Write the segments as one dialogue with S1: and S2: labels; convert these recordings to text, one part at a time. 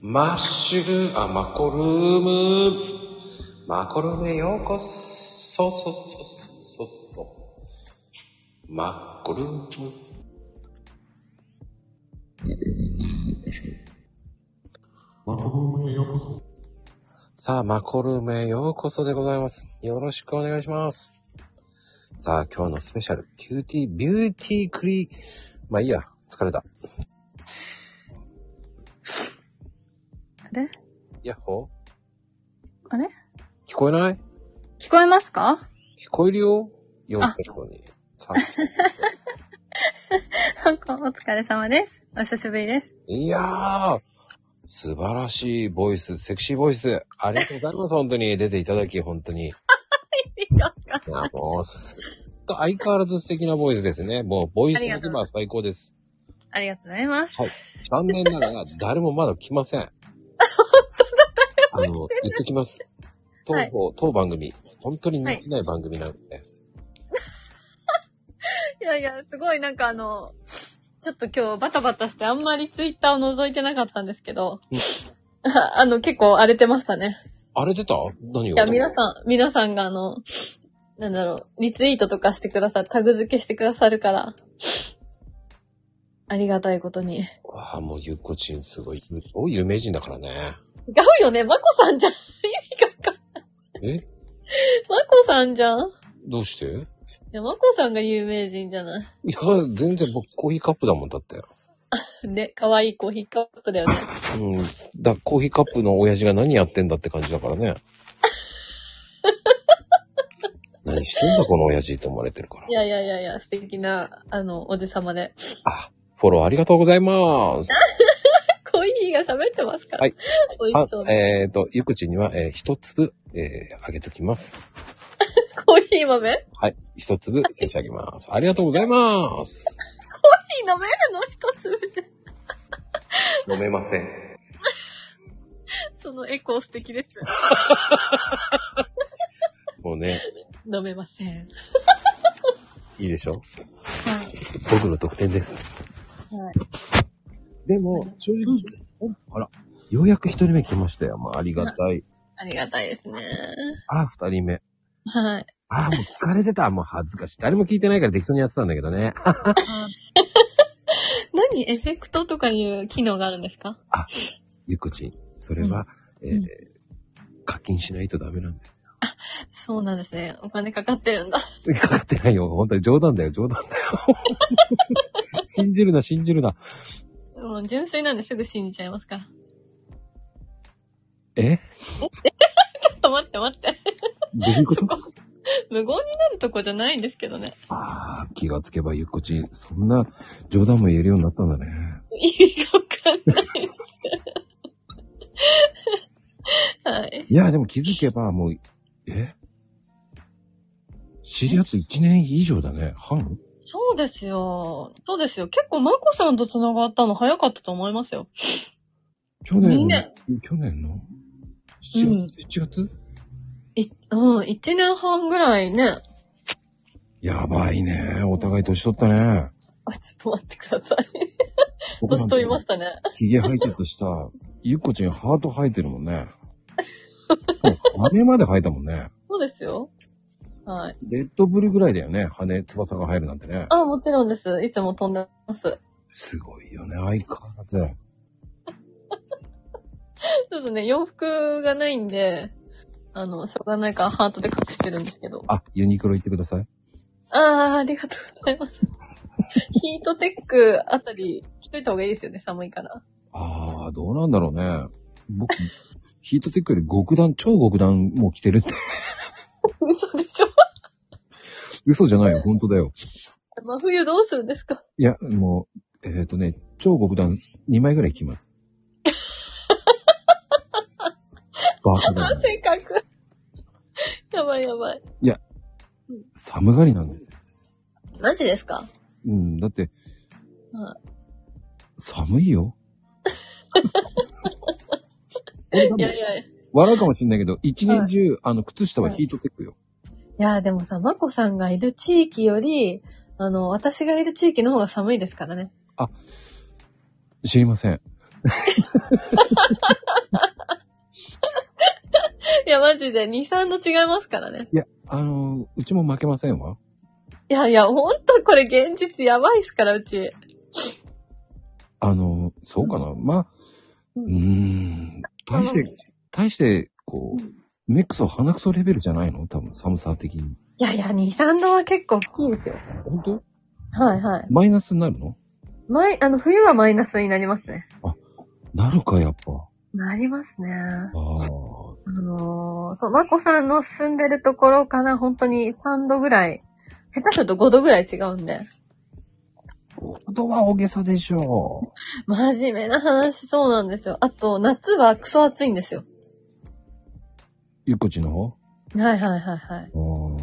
S1: マッシュル、あ、マコルーム、マコルームへようこそ、そ、そ、そ、そ、そ、マコルーム。
S2: マコルームへようこそ。
S1: さあ、マコルームへようこそでございます。よろしくお願いします。さあ、今日のスペシャル、キューティービューティークリー、まあいいや、疲れた。
S3: あれ
S1: やっほ
S3: あれ
S1: ー聞こえない
S3: 聞こえますか
S1: 聞こえるよ。よ
S3: あ
S1: うこに。さあ
S3: なんかお疲れ様です。お久しぶりです。
S1: いやー、素晴らしいボイス、セクシーボイス、ありがとうございます、本当に。出ていただき、本当に。いや、もう、すっと相変わらず素敵なボイスですね。もう、ボイスが今最高です。
S3: ありがとうございます。
S1: 残念ながら、誰もまだ来ません。あの、言ってきます。当
S3: はい
S1: 方、当番組、本当に人気ない番組なので。
S3: いやいや、すごいなんかあの、ちょっと今日バタバタしてあんまりツイッターを覗いてなかったんですけど、 あの結構荒れてましたね。
S1: あれ出た何を
S3: いや、皆さん、皆さんがあの、なんだろう、リツイートとかしてくださる、タグ付けしてくださるから、ありがたいことに。
S1: ああ、もうゆっこちんすごい、すごい有名人だからね。
S3: 違うよね、まこさんじゃん。意味がわかん
S1: え
S3: まこさんじゃん。い
S1: どうして
S3: や、まこさんが有名人じゃない。
S1: いや、全然僕コーヒーカップだもんだって。
S3: ね、可愛いコーヒーカップ だよね。
S1: うん。だ、コーヒーカップの親父が何やってんだって感じだからね。 何してんだこの親父って思われてるから
S3: い。やいやいやいや、素敵な、あの、おじさまで。
S1: あ、フォローありがとうございます。
S3: コーヒーが喋ってますから。
S1: はい。
S3: 美味しそう
S1: さ
S3: な。
S1: えっ、と、ゆくちには、えー一粒、えーあげときます。
S3: コーヒー豆コー
S1: はい。一粒差し上げます。ありがとうございます。
S3: ヒー飲めるの一つ
S1: 飲めません。
S3: そのエコー素敵です。
S1: もうね、
S3: 飲めません。
S1: いいでしょ
S3: はい。
S1: 僕の得点です。
S3: はい。
S1: でも、正直、あら、ようやく一人目来ましたよ。まあ、ありがたい。
S3: ありがたいですね。
S1: あ、二人目。
S3: はい。
S1: あ、もう疲れてた。もう恥ずかしい。誰も聞いてないから適当にやってたんだけどね。
S3: 何エフェクトとかいう機能があるんですか
S1: ゆっこちん、それは、えー
S3: うん
S1: 課金しないとダメなんです。
S3: そうなんですね。お金かかってるんだ。
S1: かかってないよ。本当に冗談だよ、冗談だ よ。信じるな、信じるな。
S3: もう純粋なんですぐ信じちゃいますから。
S1: え
S3: ちょっと 待って待って。
S1: どういうこと
S3: 無言になるとこじゃないんですけどね。
S1: ああ、気がつけばゆっこちん、そんな冗談も言えるようになったんだね。
S3: 意味がわかんないです。はい。
S1: いや、でも気づけばもう、え知り合って1年以上だね。半
S3: そうですよ。そうですよ。結構、まこさんと繋がったの早かったと思いますよ。
S1: 去年
S3: 二
S1: の
S3: 年、
S1: 去年の
S3: うん
S1: ?7 月、1月
S3: い、うん、一年半ぐらいね。
S1: やばいね。お互い年取ったね。
S3: あ、ちょっと待ってください。年取りましたね。
S1: ひげ生えちゃったしさ、ゆっこちんハート生えてるもんね。もう羽まで生えたもんね。
S3: そうですよ。はい。
S1: レッドブルぐらいだよね。羽、翼が生えるなんてね。
S3: あ、もちろんです。いつも飛んでます。
S1: すごいよね、相変わらず。
S3: ちょっとね、洋服がないんで、あの、しょうがないからハートで隠してるんですけど。
S1: あ、ユニクロ行ってください。
S3: あー、ありがとうございます。 ヒートテックあたり着といた方がいいですよね、寒いから。
S1: あー、どうなんだろうね。僕、ヒートテックより極段、超極段もう着てるって。
S3: 嘘でしょ
S1: 嘘じゃないよ、本当だよ。
S3: 真冬どうするんですか
S1: いや、もう、えっ、ー、とね、超極段2枚ぐらい着 ます。バカだよね。
S3: 性格。 やばいやばい。
S1: 寒がりなんですよ。
S3: マジですか
S1: うん、だって、
S3: は
S1: 寒いよ。俺多
S3: いや
S1: 分
S3: いやいや。い
S1: 笑うかもしんないけど、一年中、あの、靴下はヒートテックよ。
S3: や、でもさ、まこさんがいる地域より、あの、私がいる地域の方が寒いですからね。
S1: 知りません。
S3: いや、マジで、2、3度違いますからね。
S1: いや、あの、うちも負けませんわ。
S3: いやいや、ほんとこれ現実やばいっすから、うち。
S1: あの、そうかな。まあ、う
S3: う
S1: ー
S3: ん
S1: ん、大して、大して、こ
S3: う
S1: う、目くそ鼻くそレベルじゃないの多分、寒さ的に。
S3: いやいや、2、3度は結構大きいですよ。
S1: 本当
S3: はいはい。
S1: マイナスになるの
S3: マイ、あの、冬はマイナスになりますね。
S1: なるか、やっぱ。
S3: なりますね。
S1: ああ。
S3: あのー、そう、まこさんの住んでるところから本当に3度ぐらい、下手すると5度ぐらい違うんで。
S1: 本当は大げさでしょ
S3: 真面目な話そうなんですよ。あと、夏はクソ暑いんですよ。
S1: う。ゆっこちの方
S3: はいはいはいは
S1: あ
S3: い。
S1: あ。
S3: うんうん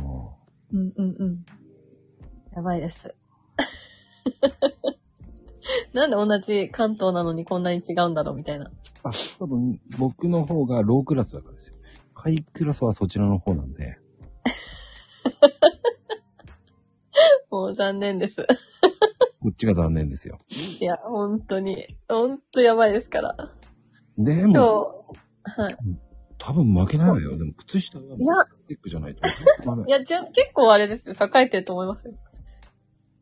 S3: うん。やばいです。 なんで同じ関東なのにこんなに違うんだろうみたいな。
S1: あ、多分、僕の方がロークラスだからですよ。ハイクラスはそちらの方なんで。
S3: もう残念です。
S1: こっちが残念ですよ。
S3: いや、本当に。本当やばいですから。
S1: でも、
S3: そう。はい。
S1: 多分負けないわよ。でも、靴下が
S3: いや、
S1: チェックじゃないと。ダメ
S3: いや、じゃ、結構あれですよ。栄えてると思いますよ。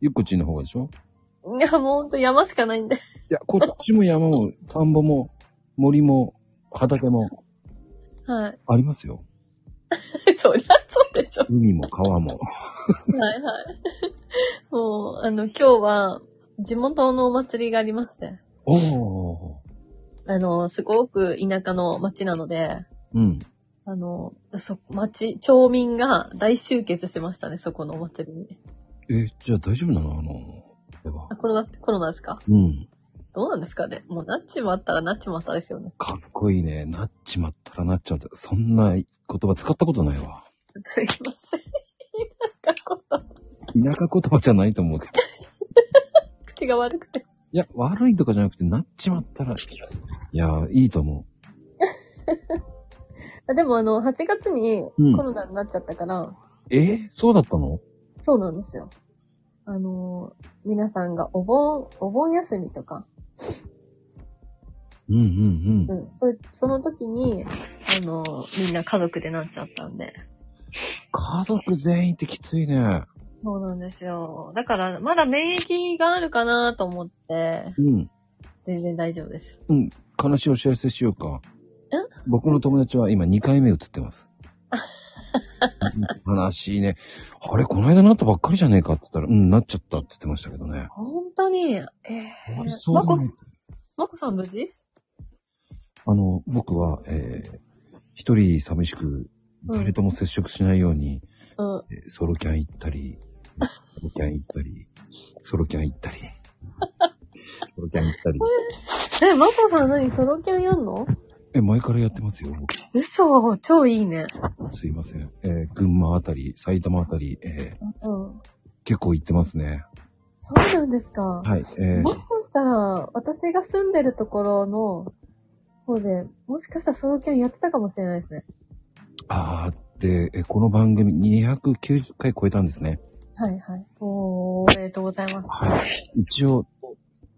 S1: ゆっこちの方がでしょ
S3: いや、もうほんと山しかないんで。
S1: いや、こっちも山も、田んぼも、森も、畑も、
S3: は
S1: ありますよ。
S3: い。 そりゃそうでしょ。
S1: 海も川も。
S3: はいはい。もう、あの、今日は、地元のお祭りがありまして。
S1: おお。
S3: あの、すごく田舎の町なので、
S1: うん。
S3: あの、そ、町、町民が大集結してましたね、そこのお祭りに。
S1: え、じゃあ大丈夫なのあの、では
S3: あ、。コロナ、コロナですか
S1: うん。
S3: どうなんですかねもうなっちまったらなっちまったですよね。
S1: かっこいいね。なっちまったらなっちまった。そんな言葉使ったことないわ。
S3: すいません。なんかこと、
S1: 田舎言葉じゃないと思うけど。
S3: 口が悪くて。
S1: いや、悪いとかじゃなくて、なっちまったら。いや、いいと思
S3: あでもあの、8月に
S1: うん
S3: コロナになっちゃったから、
S1: う。えーそうだったの
S3: そうなんですよ。あのー、皆さんがお盆、お盆休みとか、
S1: うんうんう。
S3: うんん、そういうその時に、あのー、みんな家族でなっちゃったんで。
S1: 家族全員ってきついね。
S3: そうなんですよ。だから、まだ免疫があるかなと思って、
S1: うん。
S3: 全然大丈夫です。
S1: 悲しいお知らせしようか。僕の友達は今2回目映ってます。うん悲しいね。あれ、この間なったばっかりじゃねえかって言ったら、うん、なっちゃったって言ってましたけどね。
S3: 本当に、え
S1: あれ
S3: ー、
S1: そう
S3: ま
S1: だ
S3: こ、
S1: ね
S3: まこさん無事
S1: あの、僕は、えー、一人寂しく、
S3: うん
S1: 誰とも接触しないように、
S3: うん。
S1: えーソロキャン行ったり、ソロキャン行ったり、ソロキャン行 ったり、ソロキャン行ったり。
S3: え、まこさん何ソロキャンやんの
S1: え、前からやってますよ、僕。
S3: 嘘、超いいね。
S1: すいません。えー、群馬あたり、埼玉あたり、えー、
S3: うん。
S1: 結構行ってますね。
S3: そうなんですか。
S1: はい、え
S3: も
S1: ー、
S3: しかしたら、私が住んでるところの方で、もしかしたらソロキャンやってたかもしれないですね。
S1: あー、で、えーこの番組290回超えたんですね。
S3: はいはい。おー、おめでとうございます。
S1: はい。一応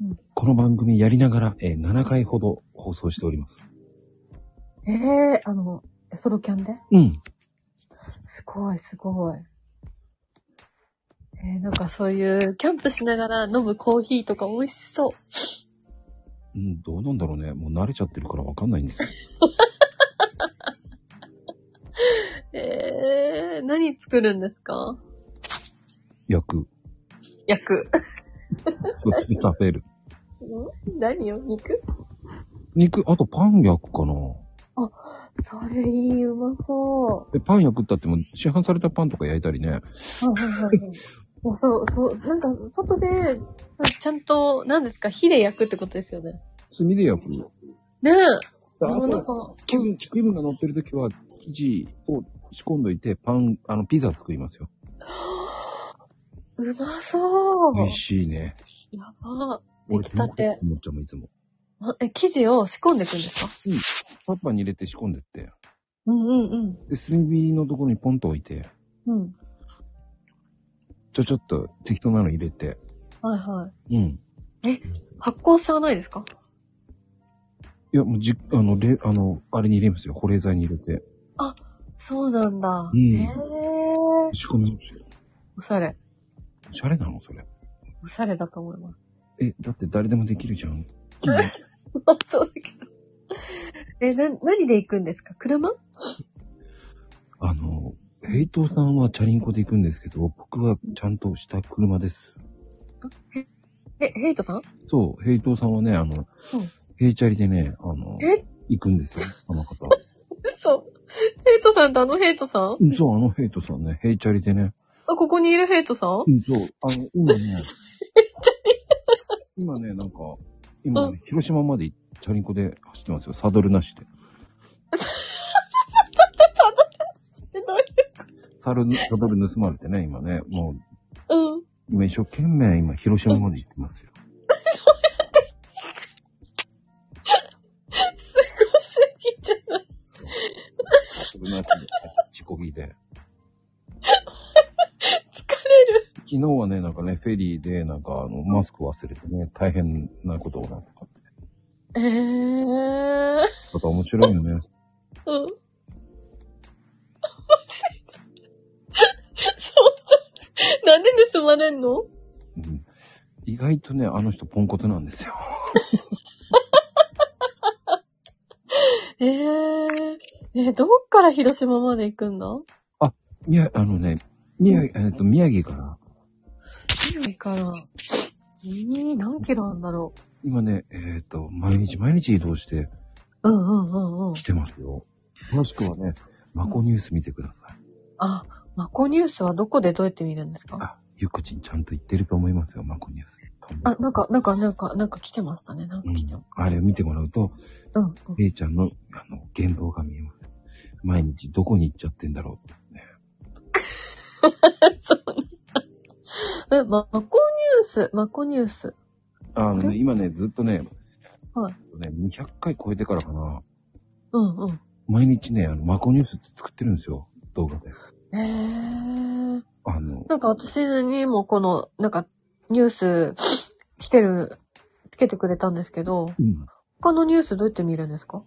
S3: うん、
S1: この番組やりながら、えー、7回ほど放送しております。
S3: えー、あの、ソロキャンで
S1: うん。
S3: すごいすごい。えー、なんかそういう、キャンプしながら飲むコーヒーとか美味しそう。
S1: うん、どうなんだろうね。もう慣れちゃってるからわかんないんですよ。
S3: えー、何作るんですか
S1: 焼く。
S3: 焼く。
S1: そっちで 食べる。
S3: ん何よ肉
S1: 肉、あとパン焼くかな。
S3: それいい、うまそ
S1: え、パン焼くったっても、市販されたパンとか焼いたりね。
S3: う。はいはいはいはい。もう そう、そう、なんか、外で、ちゃんと、何ですか、火で焼くってことですよね。
S1: 炭で焼く。
S3: ねえ。
S1: であ
S3: でもな
S1: と、
S3: んか、
S1: 気分、気分が乗ってる時は、生地を仕込んどいて、パン、あの、ピザ作りますよ。
S3: うまそう。
S1: 美味しいね。
S3: やば。出来たて。
S1: もっちゃんもいつも。
S3: あえ、生地を仕込んでいくんですか
S1: パッパンに入れて仕込んでって。
S3: うんうん
S1: で、炭火のところにポンと置いて、
S3: うん。うん。
S1: ちょちょっと適当なの入れて。
S3: はいはい。
S1: うん。
S3: 発酵しちゃわないですか
S1: や、もうじ、あの、れ、あの、あれに入れますよ。保冷剤に入れて。
S3: そうなんだ。
S1: うん
S3: へえ。
S1: 仕込みますよ。
S3: おしゃれ。
S1: シャレなのそれ。
S3: おしゃれだと思います。
S1: え、だって誰でもできるじゃ ん。
S3: そうだけ ど。え、な、何で行くんですか車
S1: あの、ヘイトさんはチャリンコで行くんですけど、僕はちゃんとした車です。
S3: え、ヘイトさん
S1: そう、ヘイトさんはね、あの、ヘイチャリでね、あの、
S3: え
S1: 行くんですよ、あの方。
S3: 嘘。ヘイトさんってあのヘイトさんあ、
S1: うんそう、あのヘイトさんね、ヘイチャリでね。
S3: ここにいるヘイトさん
S1: うん そう、あの、今ね、今ね、なんか、今ね、広島までチャリンコで走ってますよ、サドルなしで。サルサドル盗まれてね、今ね、もう、
S3: うん。
S1: 今一生懸命今、広島まで行ってますよ。
S3: すごすぎじゃない
S1: そう。サドルなしで、ちこぎで。
S3: 疲れる。
S1: 昨日はね、なんかね、フェリーで、なんか、あの、マスク忘れてね、大変なことになってたって。
S3: えー。
S1: ちょっと面白いよね。
S3: うん。面白い。そう、ちょなんで盗まれんの
S1: うん意外とね、あの人ポンコツなんですよ。
S3: えー。え、どっから広島まで行くんだ
S1: 宮、あのね、宮、えっと、宮城から、
S3: いいから。えー、何キロあんだろ
S1: 今ね、えっと、毎日毎日移動して
S3: う。うんうんうんうん
S1: 来。てますよ。詳しくはね、マコニュース見てください。
S3: あ、マコニュースはどこでどうやって見るんですか
S1: あ、ゆっこちんちゃんと言ってると思いますよ、マコニュース。
S3: あ、なんか、なんか、なんか、なんか来てましたね。なん
S1: う
S3: か来てま
S1: ん、あれを見てもらうと、
S3: うん、うん。
S1: ペイちゃんの、あの、言動が見えます。毎日どこに行っちゃってんだろうってね。
S3: そうなんだ。え、まマコニュース、マコニュース。
S1: あの
S3: あ
S1: ね、
S3: れ
S1: 今ね、ずっとね、
S3: はい
S1: ね、200回超えてからかな、
S3: うんうん。
S1: 毎日ね、あの、マコニュースって作ってるんですよ、動画で。
S3: へー。
S1: あの、
S3: なんか私にもこの、なんか、ニュース、来てる、つけてくれたんですけど、
S1: うん。
S3: 他のニュースどうやって見るんですか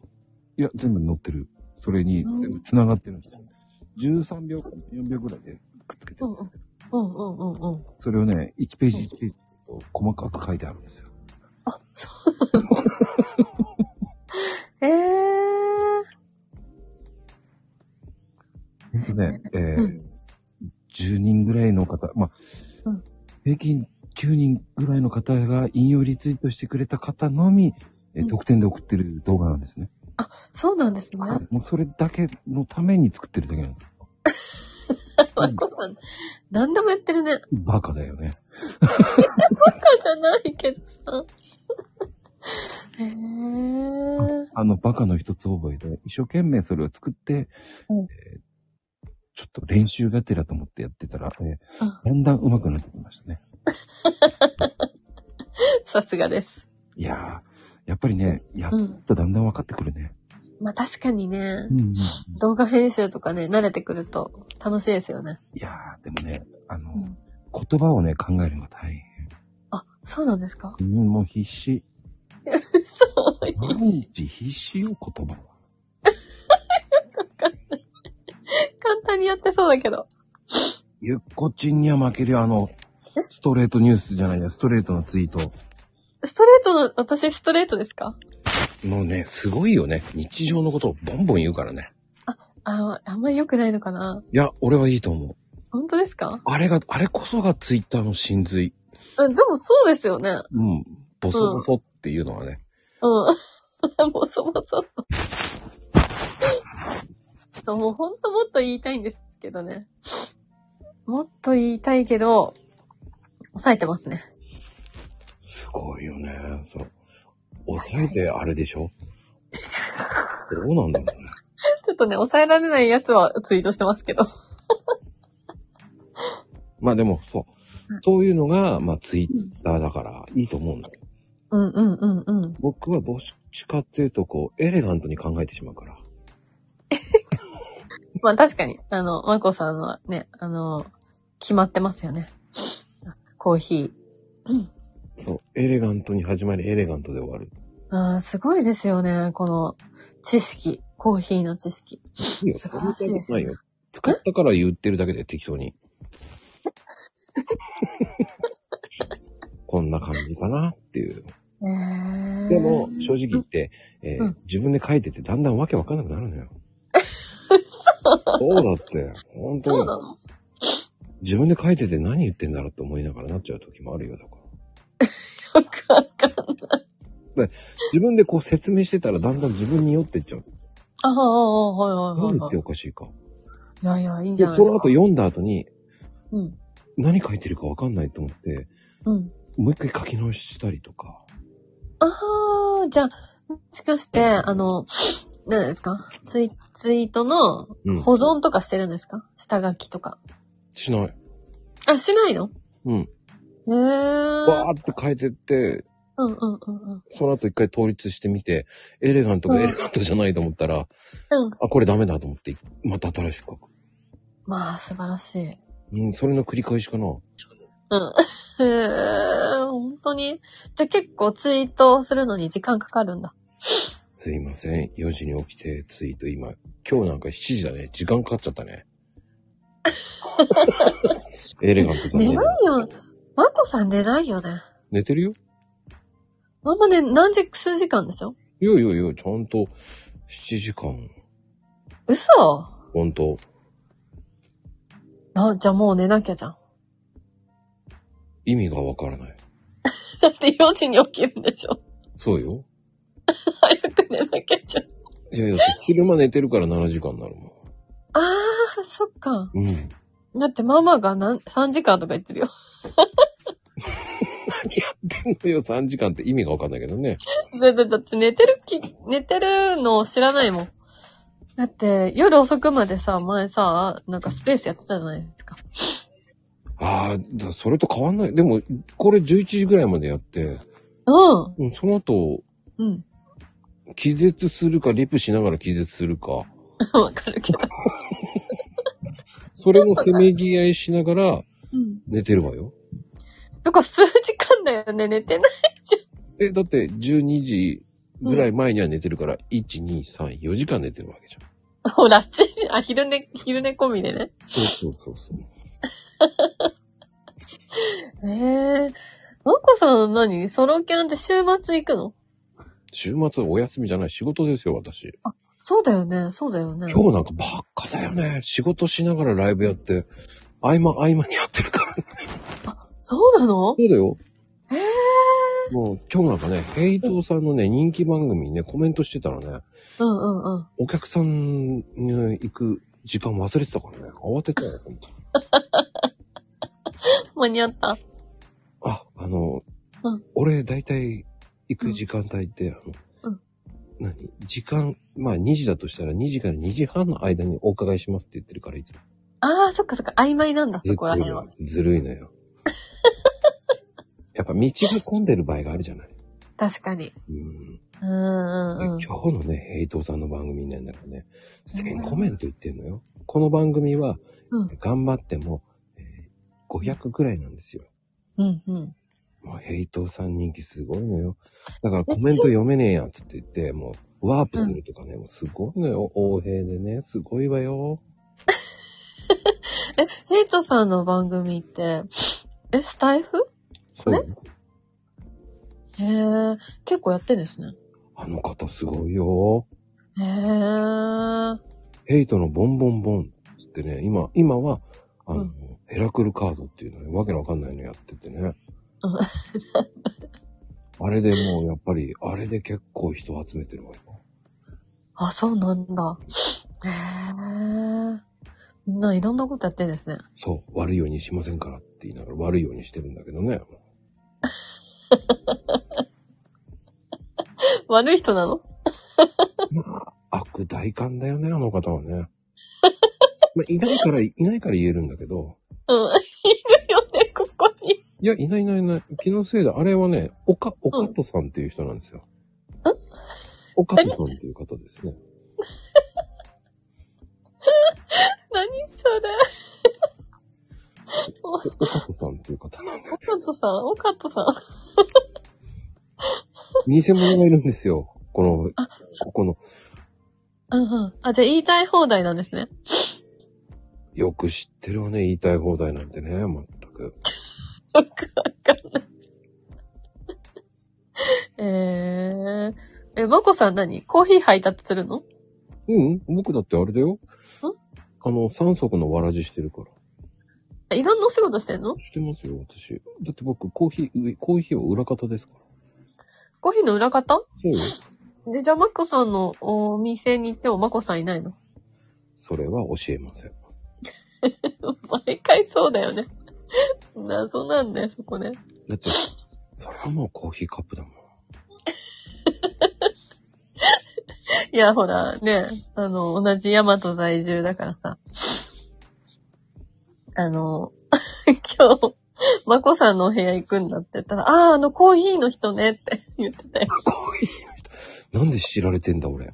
S1: いや、全部載ってる。それに、
S3: うん
S1: 全部繋がってるんですよ。13秒か4秒ぐらいでくっつけて
S3: う
S1: る
S3: んうん。うんうんうんうん。
S1: それをね、1ページ1ページと細かく書いてあるんですよ。
S3: あ、そうなのえ
S1: ほんとね、え
S3: う
S1: ー、10人ぐらいの方、まあ
S3: うん、
S1: 平均9人ぐらいの方が引用リツイートしてくれた方のみ、え
S3: う
S1: ー、
S3: ん
S1: 特典で送ってる動画なんですね。
S3: ー、そうなんですね。
S1: もうそれだけのために作ってるだけなんですよ。
S3: わかんない。何でもやってるね。
S1: バカだよね。
S3: バカじゃないけどさ。へー。
S1: あの、バカの一つ覚えで、一生懸命それを作って、
S3: うん
S1: えーちょっと練習がてらと思ってやってたら、えー
S3: あ
S1: だんだん上手くなってきましたね。
S3: さすがです。
S1: いやー、やっぱりね、やっ
S3: うん。
S1: とだんだん分かってくるね。
S3: まあ確かにね
S1: う、ん、うん。い
S3: 動画編集とかね、慣れてくると楽しいですよね。
S1: やー、でもね、あの、
S3: うん
S1: 言葉をね、考えるのが大
S3: あ、そうなんですか
S1: 変。うん、もう必死。
S3: そう。
S1: 毎日必死よ、言葉は。
S3: 簡単にやってそうだけど。
S1: ゆっこちんには負けるよ、あの、ストレートニュースじゃないや、ストレートのツイート。
S3: ストレートの、私ストレートですか
S4: もうね、すごいよね。日常のことをボンボン言うからね。
S3: ああ、あんまり良くないのかない
S4: や、俺はいいと思う。
S3: 本当ですか
S4: あれが、あれこそがツイッターの真髄。
S3: えでもそうですよね。
S4: うん。ボソボソっていうのはね。
S3: うん。 もうそもそも。そう、もうほんともっと言いたいんですけどね。もっと言いたいけど、抑えてますね。
S4: すごいよね。そう。抑えてあれでしょどうなんだろうね。
S3: ちょっとね、抑えられないやつはツイートしてますけど。
S4: まあでも、そう
S3: う。
S4: そういうのが、まあツイッターだからいいと思うんだよ。
S3: うんうんうんうん。
S4: 僕はどっちかっていうと、こう、エレガントに考えてしまうから。
S3: まあ確かに、あの、マコさんはね、あの、決まってますよね。コーヒ
S4: そう。エレガントに始まり、エレガントで終わる。
S3: ー。ああ、すごいですよね。この知識。コーヒーの知識。
S1: いいよ
S3: 素晴らしいです
S1: そんなことな
S3: ね
S1: いよ。使ったから言ってるだけで適当 に。こんな感じかなっていう。
S3: えー、
S1: でも、正直言って、えー
S3: うん
S1: 自分で書いててだんだんわけわかんなくなるのよ。 そうだって。本当
S3: そう
S1: に
S3: なの
S1: 自分で書いてて何言ってんだろうって思いながらなっちゃう時もあるよ、だから。
S3: よくわかんない。
S1: 自分でこう説明してたらだんだん自分に酔ってっちゃう。
S3: ああ、はいはいは
S1: 何言
S3: い
S1: っ
S3: はい
S1: て。おかしいか。
S3: いやいや、いいんじ
S1: で、
S3: ゃない
S1: そ
S3: です
S1: の後
S3: か。
S1: 読んだ後に
S3: うん。
S1: 何書いてるかわかんないと思って、
S3: うん。
S1: もう一回書き直したりとか。
S3: ああ、じゃあ、もしかして、あの、何ですかツイツイートの
S1: うん
S3: 保存とかしてるんですか、下書きとか。
S1: しない。
S3: あ、しないの
S1: うん。
S3: へえー。
S1: わーって書いてって、
S3: うんうんうんうん。
S1: その後一回倒立してみて、エレガントがエレガントじゃないと思ったら、
S3: うん
S1: あ、これダメだと思って、また新しく書く。
S3: まあ、素晴らしい。
S1: うん、それの繰り返しかな。
S3: うん。へえー、本当に。じゃあ結構ツイートするのに時間かかるんだ。
S1: すいません。4時に起きてツイート今。今日なんか7時だね。時間かかっちゃった ね。エレガントさん
S3: 寝
S1: ね。
S3: ないよ。まこさん寝ないよね。
S1: 寝てるよ。
S3: あんまね、何時、数時間でしょ
S1: いやいやいや、ちゃんと7時間。
S3: 嘘
S1: 本当
S3: な、じゃあもう寝なきゃじゃん。
S1: 意味がわからない。
S3: だって4時に起きるんでしょ
S1: そうよ。
S3: 早く寝なきゃじゃん。
S1: いやいや、昼間寝てるから7時間になるも
S3: あー、そっか。
S1: ん。うん。
S3: だってママがなん3時間とか言ってるよ。
S1: 何やってんのよ、3時間って意味がわかんないけどね。
S3: だだだって寝てるき、寝てるのを知らないもん。だって夜遅くまでさ、前さ、なんかスペースやってたじゃないですか。
S1: ああ、だそれと変わんない。でも、これ11時ぐらいまでやって、
S3: う
S1: う
S3: ん。
S1: ん、その後、
S3: うん。
S1: 気絶するか、リプしながら気絶するか。
S3: わかるけど。
S1: それもせめぎ合いしながら
S3: うん。
S1: 寝てるわよ。
S3: だから数時間だよね、寝てない。
S1: え、だって12時ぐらい前には寝てるから、1、2、3、4時間寝てるわけじゃん。
S3: ほら、7時、あ、昼寝、昼寝込みでね。
S1: そうそうそうそう。
S3: ええ。マコさん何ソロキャンって週末行くの
S1: 週末はお休みじゃない仕事ですよ、私。
S3: そうだよね、そうだよね。
S1: 今日なんかばっかだよね。仕事しながらライブやって、合間合間にやってるから。
S3: そうなの
S1: そうだよ。
S3: へえ。
S1: もう今日なんかね、ヘイトーさんのね、人気番組にね、コメントしてたらね、
S3: うんうんうん。
S1: お客さんに行く時間忘れてたからね、慌てたよ、本当に。
S3: 間に合った。
S1: あ、あの、
S3: うん
S1: 俺大体行く時間帯って、あ
S3: う
S1: の
S3: ん、
S1: 何時間、まあ2時だとしたら2時から2時半の間にお伺いしますって言ってるから、いつも。
S3: ああ、そっかそっか、曖昧なんだ、そこら辺は。
S1: ずるいの よ。やっぱ道が混んでる場合があるじゃない。
S3: 確かに。
S1: うん。
S3: うんうんう
S1: 今
S3: ん。
S1: 日のね、ヘイトさんの番組なんだからね、1000コメント言ってんのよ。この番組は、
S3: うん
S1: 頑張っても、えー500ぐらいなんですよ。
S3: うんうん。
S1: もうヘイトさん人気すごいのよ。だからコメント読めねえやんつって言って、もうワープするとかね、もうすごいのよ。欧平でね、すごいわよ。
S3: ヘイトさんの番組って、え、スタイフ
S1: そうよ
S3: へえ、結構やってんですね。
S1: あの方すごいよ。
S3: へえ。
S1: ヘイトのボンボンボンつってね、今、今は、あの、
S3: うん
S1: ヘラクルカードっていうのね、わけのわかんないのやっててね。あれでもうやっぱり、あれで結構人集めてるわよ。
S3: あ、そうなんだ。へえ。みんないろんなことやってんですね。
S1: そう、悪いようにしませんからって言いながら悪いようにしてるんだけど ね。
S3: 悪い人なの
S1: まあ、悪大官だよね、あの方はね。まあ、いないから、いないから言えるんだけど。
S3: うん。いるよね、ここに。
S1: いや、いないいないいない。気のせいだ。あれはね、岡、
S3: うん
S1: 岡戸さんっていう人なんですよ。岡戸さんっていう方ですね。
S3: 何それ。
S1: 岡戸さんっていう方なんです。
S3: オカトさん、オカトさん。
S1: 偽物がいるんですよ。この、ここの、
S3: うんうん。あ、じゃあ言いたい放題なんですね。
S1: よく知ってるわね、言いたい放題なんてね、全く。
S3: わかんない。えー。え、まこさん何コーヒー配達するの
S1: うん僕だってあれだよ。あの、三足のわらじしてるから。
S3: えいろんなお仕事してんの
S1: してますよ、私。だって僕、コーヒー、コーヒーは裏方ですから。
S3: コーヒーの裏方
S1: そうよ。
S3: で、じゃあまこさんのお店に行ってもまこさんいないの
S1: それは教えません。
S3: 毎回そうだよね。謎なんだよ、そこね。
S1: だって、それはもうコーヒーカップだもん。
S3: いや、ほら、ね、あの、同じ大和在住だからさ。あの、 今日、まこさんのお部屋行くんだって言ったら、ああ、あのコーヒーの人ねって 言ってたよ。
S1: コーヒーの人。なんで知られてんだ、俺。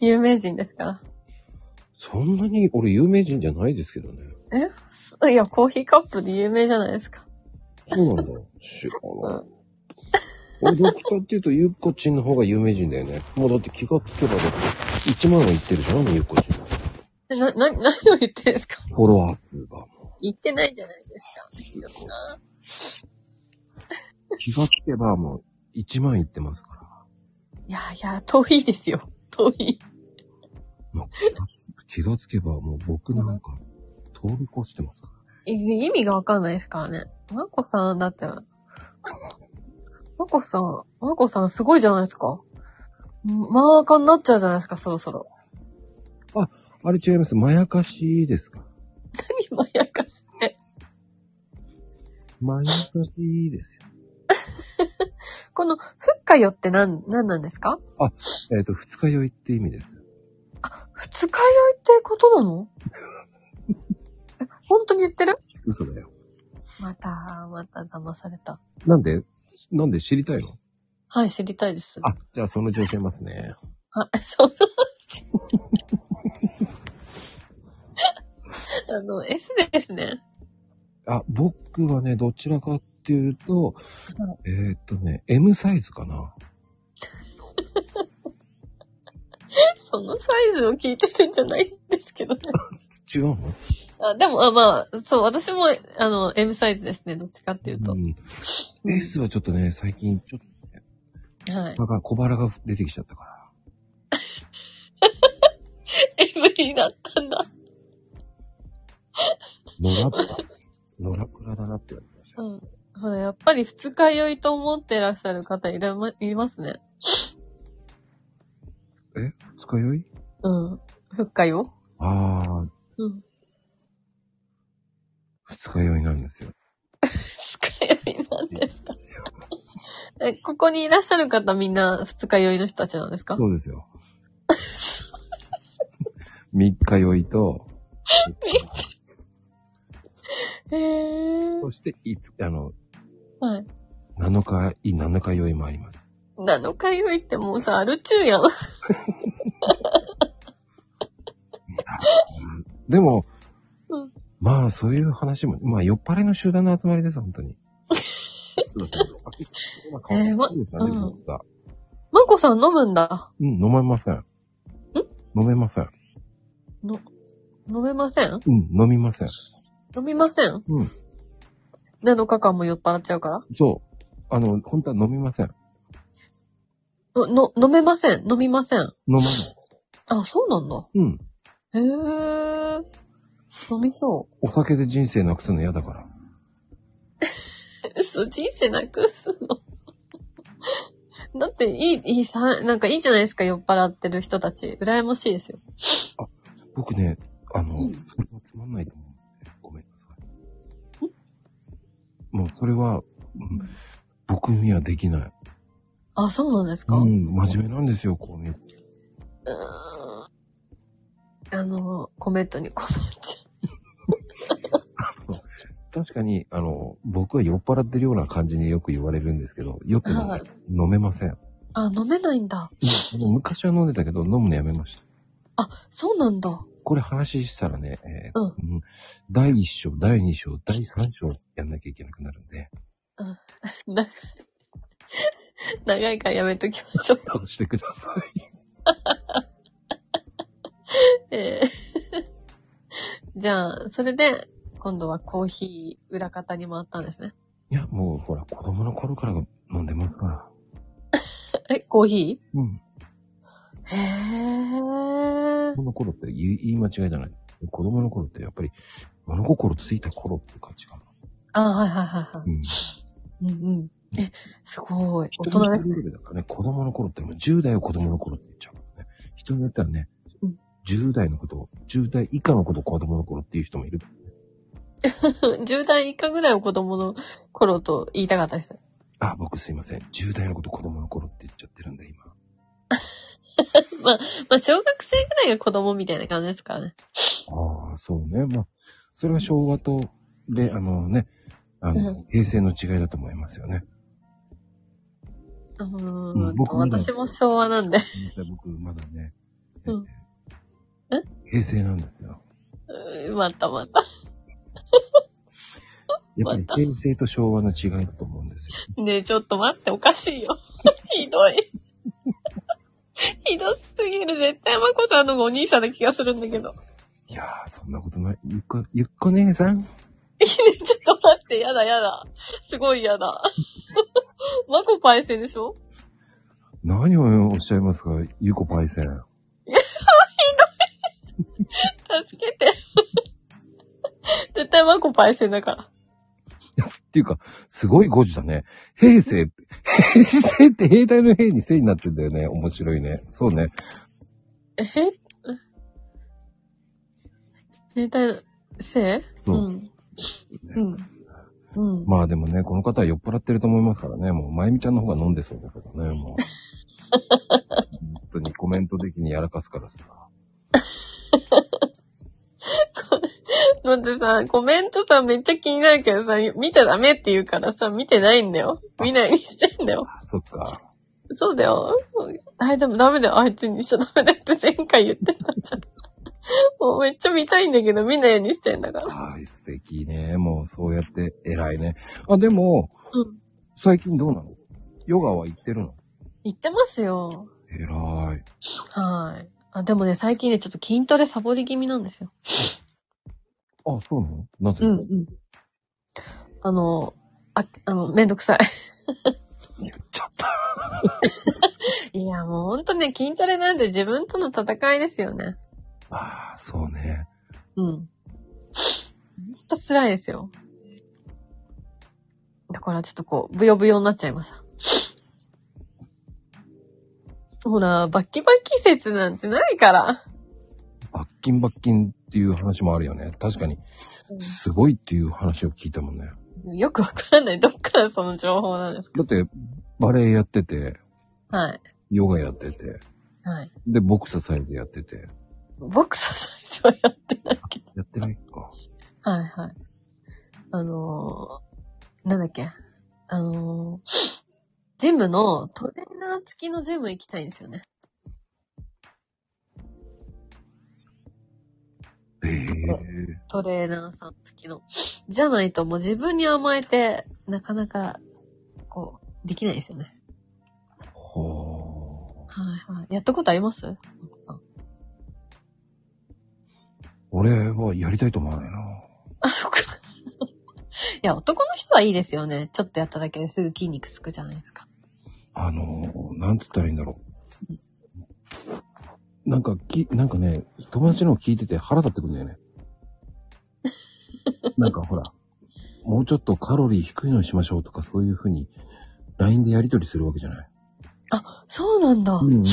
S3: 有名人ですから。
S1: そんなに、俺有名人じゃないですけどね。
S3: えすいや、コーヒーカップで有名じゃないですか。
S1: そうなんだ。知らない。俺どっちかっていうと、ゆっこちんの方が有名人だよね。もうだって気がつけばだって、1万は言ってるじゃん、ゆっこちん。フ
S3: えな、な、何を言ってるんですか
S1: ォロワー数が。
S3: 言ってないじゃないですか。
S1: 気がつけばもう1万いってますから。
S3: いやいや、遠いですよ。遠い。
S1: 気がつけばもう僕なんか、通り越してますから。
S3: い意味がわかんないですからね。まこさん、だって、まこさん、まこさんすごいじゃないですか。まあかになっちゃうじゃないですか、そろそろ。
S1: あれ違います。まやかしですか
S3: 何まやかして。
S1: まやかしですよ。
S3: この、ふっかよってなん、なんなんですか
S1: えっ、と、二日酔いって意味です。
S3: 二日酔いってことなのえ本当に言ってる
S1: 嘘だよ。
S3: また、また騙された。
S1: なんでなんで知りたいの
S3: はい、知りたいです。
S1: あ、じゃあその女性いますね。
S3: あ、そう。あの、S ですね。
S1: あ、僕はね、どちらかっていうと、えーっとね、M サイズかな。
S3: そのサイズを聞いてるんじゃないんですけどね。
S1: 違うの
S3: あでも、あまあ、そう、私も、あの、M サイズですね。どっちかっていうと。
S1: うん。S はちょっとね、最近、ちょっとね、
S3: はい。
S1: なんか小腹が出てきちゃったから。
S3: M になったんだ。
S1: 野良 倉。野良倉だなって言われてました
S3: う
S1: よ。
S3: ん。ほら、やっぱり二日酔いと思ってらっしゃる方いらま、いますね。
S1: 二日酔い
S3: うん。ふっかよ。
S1: ああ、
S3: うん。
S1: 二日酔いなんですよ。
S3: 二日酔いなんですか。
S1: そ
S3: え、ここにいらっしゃる方みんな二日酔いの人たちなんですか
S1: うですよ。三日酔いと、
S3: へえ。
S1: そして、いつ、あの、
S3: はい。
S1: 七日、いい七日酔いもあります。
S3: 7日酔いってもうさ、アル中やん。
S1: でも、
S3: うん
S1: まあ、そういう話も、まあ、酔っ払いの集団の集まりです、本当に。そうそうそうまあ変わってないですからね
S3: えーま
S1: 僕が
S3: まこさん飲むんだ。
S1: うん、飲めません。ん飲めません。
S3: 飲めません
S1: うん、飲みません。
S3: 飲みません
S1: うん。
S3: 7日間も酔っ払っちゃうから
S1: そう。あの、本当は飲みません。
S3: の、の、飲めません。飲みません。
S1: 飲まない。
S3: あ、そうなんだ。
S1: うん。
S3: へえ。飲みそ
S1: お酒で人生なくすの嫌だから。
S3: う。そう、人生なくす の。だって、いい、いいさ、なんかいいじゃないですか、酔っ払ってる人たち。羨ましいですよ。
S1: 僕ね、あの、
S3: うん
S1: それはつまんないと思うんで、ごめんなさい。もう、それは、うん僕にはできない。
S3: あ、そうなんです
S1: う
S3: か、
S1: ん、真面目なんですよ、こう見えて
S3: うーんあの、コメントにコメント。
S1: 確かに、あの、僕は酔っ払ってるような感じによく言われるんですけど、酔ってない
S3: はい
S1: 飲めません。うん
S3: あ、飲めないんだ。
S1: あの昔は飲んでたけど、飲むのやめました。
S3: そうなんだ。
S1: これ話したらね、えー
S3: うん
S1: うん第1章、第2章、第3章やんなきゃいけなくなるんで、
S3: だ 長いからやめときましょう。
S1: 倒してください。
S3: え えじゃあ、それで、今度はコーヒー裏方に回ったんですね。
S1: いや、もうほら、子供の頃から飲んでますから。
S3: え、コーヒ
S1: うん。
S3: ーへえ
S1: 子。供の頃って言い言い間違いじゃない。子供の頃ってやっぱり、物心ついた頃って感じかな。
S3: あ、はいはいはいは
S1: うん。
S3: い。うんうん。え、すごい。大人です。
S1: 一人一人だからね、子供の頃ってもう10代を子供の頃って言っちゃうからね。人によってはね、
S3: うん
S1: 10代のことを、10代以下のことを子供の頃っていう人もいる。
S3: 10代以下ぐらいを子供の頃と言いたかったです。
S1: あ、僕すいません。10代のこと子供の頃って言っちゃってるんで、今。
S3: まあ、小学生ぐらいが子供みたいな感じですからね。
S1: ああ、そうね。まあ、それは昭和と、で、あのね、あの、平成の違いだと思いますよね。う
S3: うー
S1: ん
S3: ん。
S1: 僕も
S3: 私も昭和なんで。
S1: 実は僕、まだね、
S3: うん
S1: え平成なんですよ。
S3: うーんまたまた。
S1: やっぱり平成と昭和の違いだと思うんですよ。
S3: ねえ、ちょっと待って、おかしいよ。 ひどい。ひどすぎる。絶対まこちゃんの方がお兄さんな気がするんだけど。
S1: いやー、そんなことない。ゆっこ、ゆっこ姉さん
S3: いいね、ちょっと待って、やだやだ。すごいやだ。 まこパイセンでしょ
S1: 何をおっしゃいますかゆこパイセン。
S3: 助けて。 絶対まこパイセンだから。
S1: いやっていうか、すごい誤字だね。平成、平成って兵隊の兵に生になってんだよね。面白いね。そうね。
S3: えへ兵隊生。
S1: そううん
S3: うん。うん。
S1: まあでもね、この方は酔っ払ってると思いますからね。もう、まゆみちゃんの方が飲んでそうだからね。もう。本当にコメント的にやらかすからさ。
S3: だってさ、コメントさ、めっちゃ気になるけどさ、見ちゃダメって言うからさ、見てないんだよ。見ないにしてんだよ。
S1: あそっか。
S3: そうだよ。大丈夫、ダメだよ。あいつにしちゃダメだよって前回言ってたじゃん。もうめっちゃ見たいんだけど、見ないようにしてんだから。
S1: はい、素敵ね。もう、そうやって偉いね。あ、でも、
S3: うん
S1: 最近どうなのヨガは行ってるの
S3: 言ってますよ。
S1: 偉い。
S3: はい。あ、でもね、最近ね、ちょっと筋トレサボり気味なんですよ。
S1: あ、そうなのなぜ、
S3: うん、うん。あの、あ、あの、めんどくさい。
S1: 言っちゃった。
S3: いや、もうほんとね、筋トレなんて自分との戦いですよね。
S1: ああ、そうね。
S3: うん。ほんと辛いですよ。だからちょっとこう、ブヨブヨになっちゃいました。ほら、バッキバキ説なんてないから。
S1: 罰金罰金っていう話もあるよね。確かに、すごいっていう話を聞いたもんね。
S3: よくわからない。どっからその情報なんです
S1: だって、バレエやってて、
S3: かはい。
S1: ヨガやってて、
S3: はい。
S1: で、ボクササイズやってて、
S3: ボクサ最初はやってないけど。
S1: やってないか。
S3: はいはい。あのー、なんだっけ。あのー、ジムのトレーナー付きのジム行きたいんですよね。
S1: ええ
S3: トレーナーさん付きの。じゃないともう自分に甘えて、なかなか、こう、できないですよね。
S1: はあ。
S3: はいはい。やったことありますなんかさ
S1: 俺はやりたいと思わないな。
S3: あ、そっか。 いや、男の人はいいですよね。ちょっとやっただけですぐ筋肉つくじゃないですか。
S1: あのー、なんつったらいいんだろう。なんか、き、なんかね、友達のを聞いてて腹立ってくんだよ ね。なんかほら、もうちょっとカロリー低いのにしましょうとかそういうふうに、LINE でやり取りするわけじゃない。
S3: そうなんだ。
S1: うんうんうん。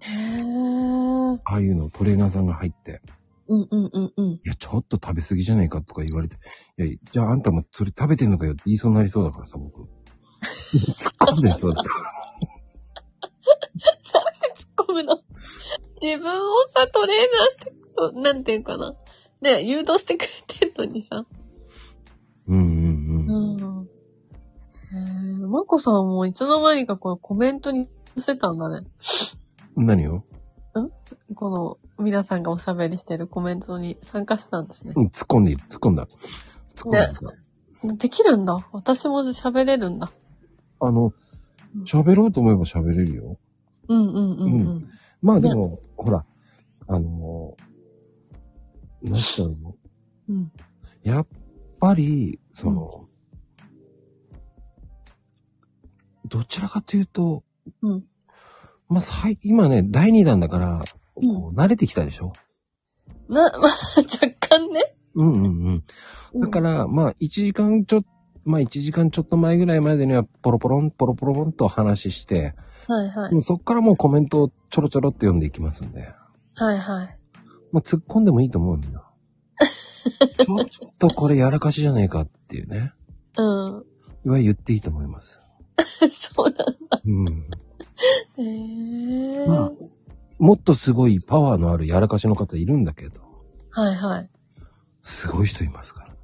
S3: へー。
S1: ああいうのトレーナーさんが入って、
S3: うんうんうんうん。
S1: いや、ちょっと食べ過ぎじゃないかとか言われて、いや、じゃああんたもそれ食べてんのかよって言いそうになりそうだからさ、 僕。突っ込んでそうだった。
S3: 突っ込むの。自分をさ、トレーナーしてくと、なんていうかな。ね、誘導してくれてんのにさ。
S1: うんうんうん。
S3: うん。えー、まこさんもいつの間にかこのコメントに寄せたんだね。
S1: 何よ
S3: この、皆さんがおしゃべりしてるコメントに参加したんですね
S1: う。ん、突っ込んでいる、突っ込んだ。突っ込んだ。
S3: できるんだ。私も喋れるんだ。
S1: あの、喋ろうと思えば喋れるよ。
S3: うんうんうんう。
S1: うんまあでも、ほら、あのー、なんていうの
S3: うん。
S1: やっぱり、その、どちらかというと、
S3: うん
S1: まあ、最今ね、第2弾だから、
S3: うん
S1: こう慣れてきたでしょ
S3: な、 まあ、若干ね。
S1: うんうんうん。だから、まあ、1時間ちょ、まあ、1時間ちょっと前ぐらいまでには、ポロポロン、ポロポロポロンと話して、
S3: はいはい
S1: も。うそこからもうコメントをちょろちょろって読んでいきますんで、
S3: はいはい。
S1: まあ、突っ込んでもいいと思うん だよ。ちょっとこれやらかしじゃねえかっていうね、
S3: うん。
S1: は言っていいと思います。
S3: そうだ
S1: うん。
S3: ね。へえ。
S1: まもっとすごいパワーのあるやらかしの方いるんだけど、
S3: はいはい。
S1: すごい人いますから。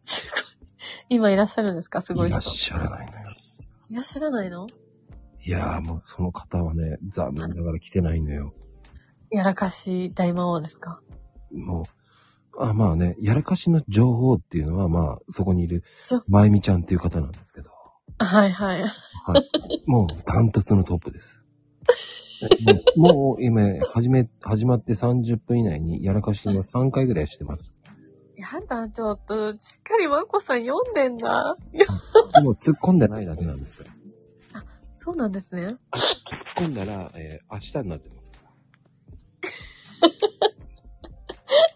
S3: すごい。今いらっしゃるんですかすごい
S1: いら
S3: 人
S1: っ。しゃらないのよ。
S3: いらっしゃらないの
S1: いやーもうその方はね、残念ながら来てないのよ。
S3: やらかし大魔王ですか
S1: もう、あまあね、やらかしの情報っていうのは、まあ、そこにいる
S3: 情報、
S1: まゆみちゃんっていう方なんですけど、
S3: はいはい。
S1: はい。もう、ダントツのトップです。えもう もう今、始め、始まって30分以内にやらかしは3回ぐらいしてます。
S3: やだ、ちょっと、しっかりワンコさん読んでんだ。いや
S1: もう突っ込んでないだけなんですよ。
S3: そうなんですね。
S1: 突っ込んだら、えー明日になってますから。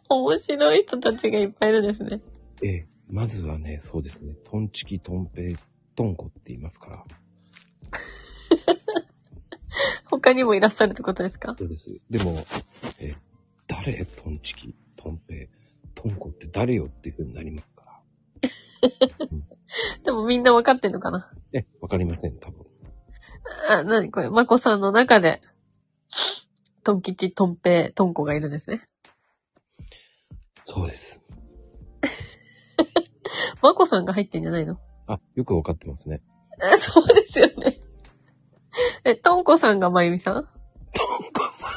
S3: 面白い人たちがいっぱいいるんですね。
S1: ええまずはね、そうですね、トンチキ、トンペイ、トンコって言いますから。
S3: 他にもいらっしゃるってことですか
S1: そうです。でも、えー誰トンチキ、トンペイ、トンコって誰よっていう風になりますから。
S3: でもみんなわかってんのかな
S1: え、わかりません、多分。
S3: あ、なにこれ、マコさんの中で、トン吉、トンペイ、トンコがいるんですね。
S1: そうです。
S3: マコさんが入ってんじゃないの
S1: あ、よくわかってますね。
S3: えそうですよね。え、トンコさんがまゆみさん
S1: トンコさん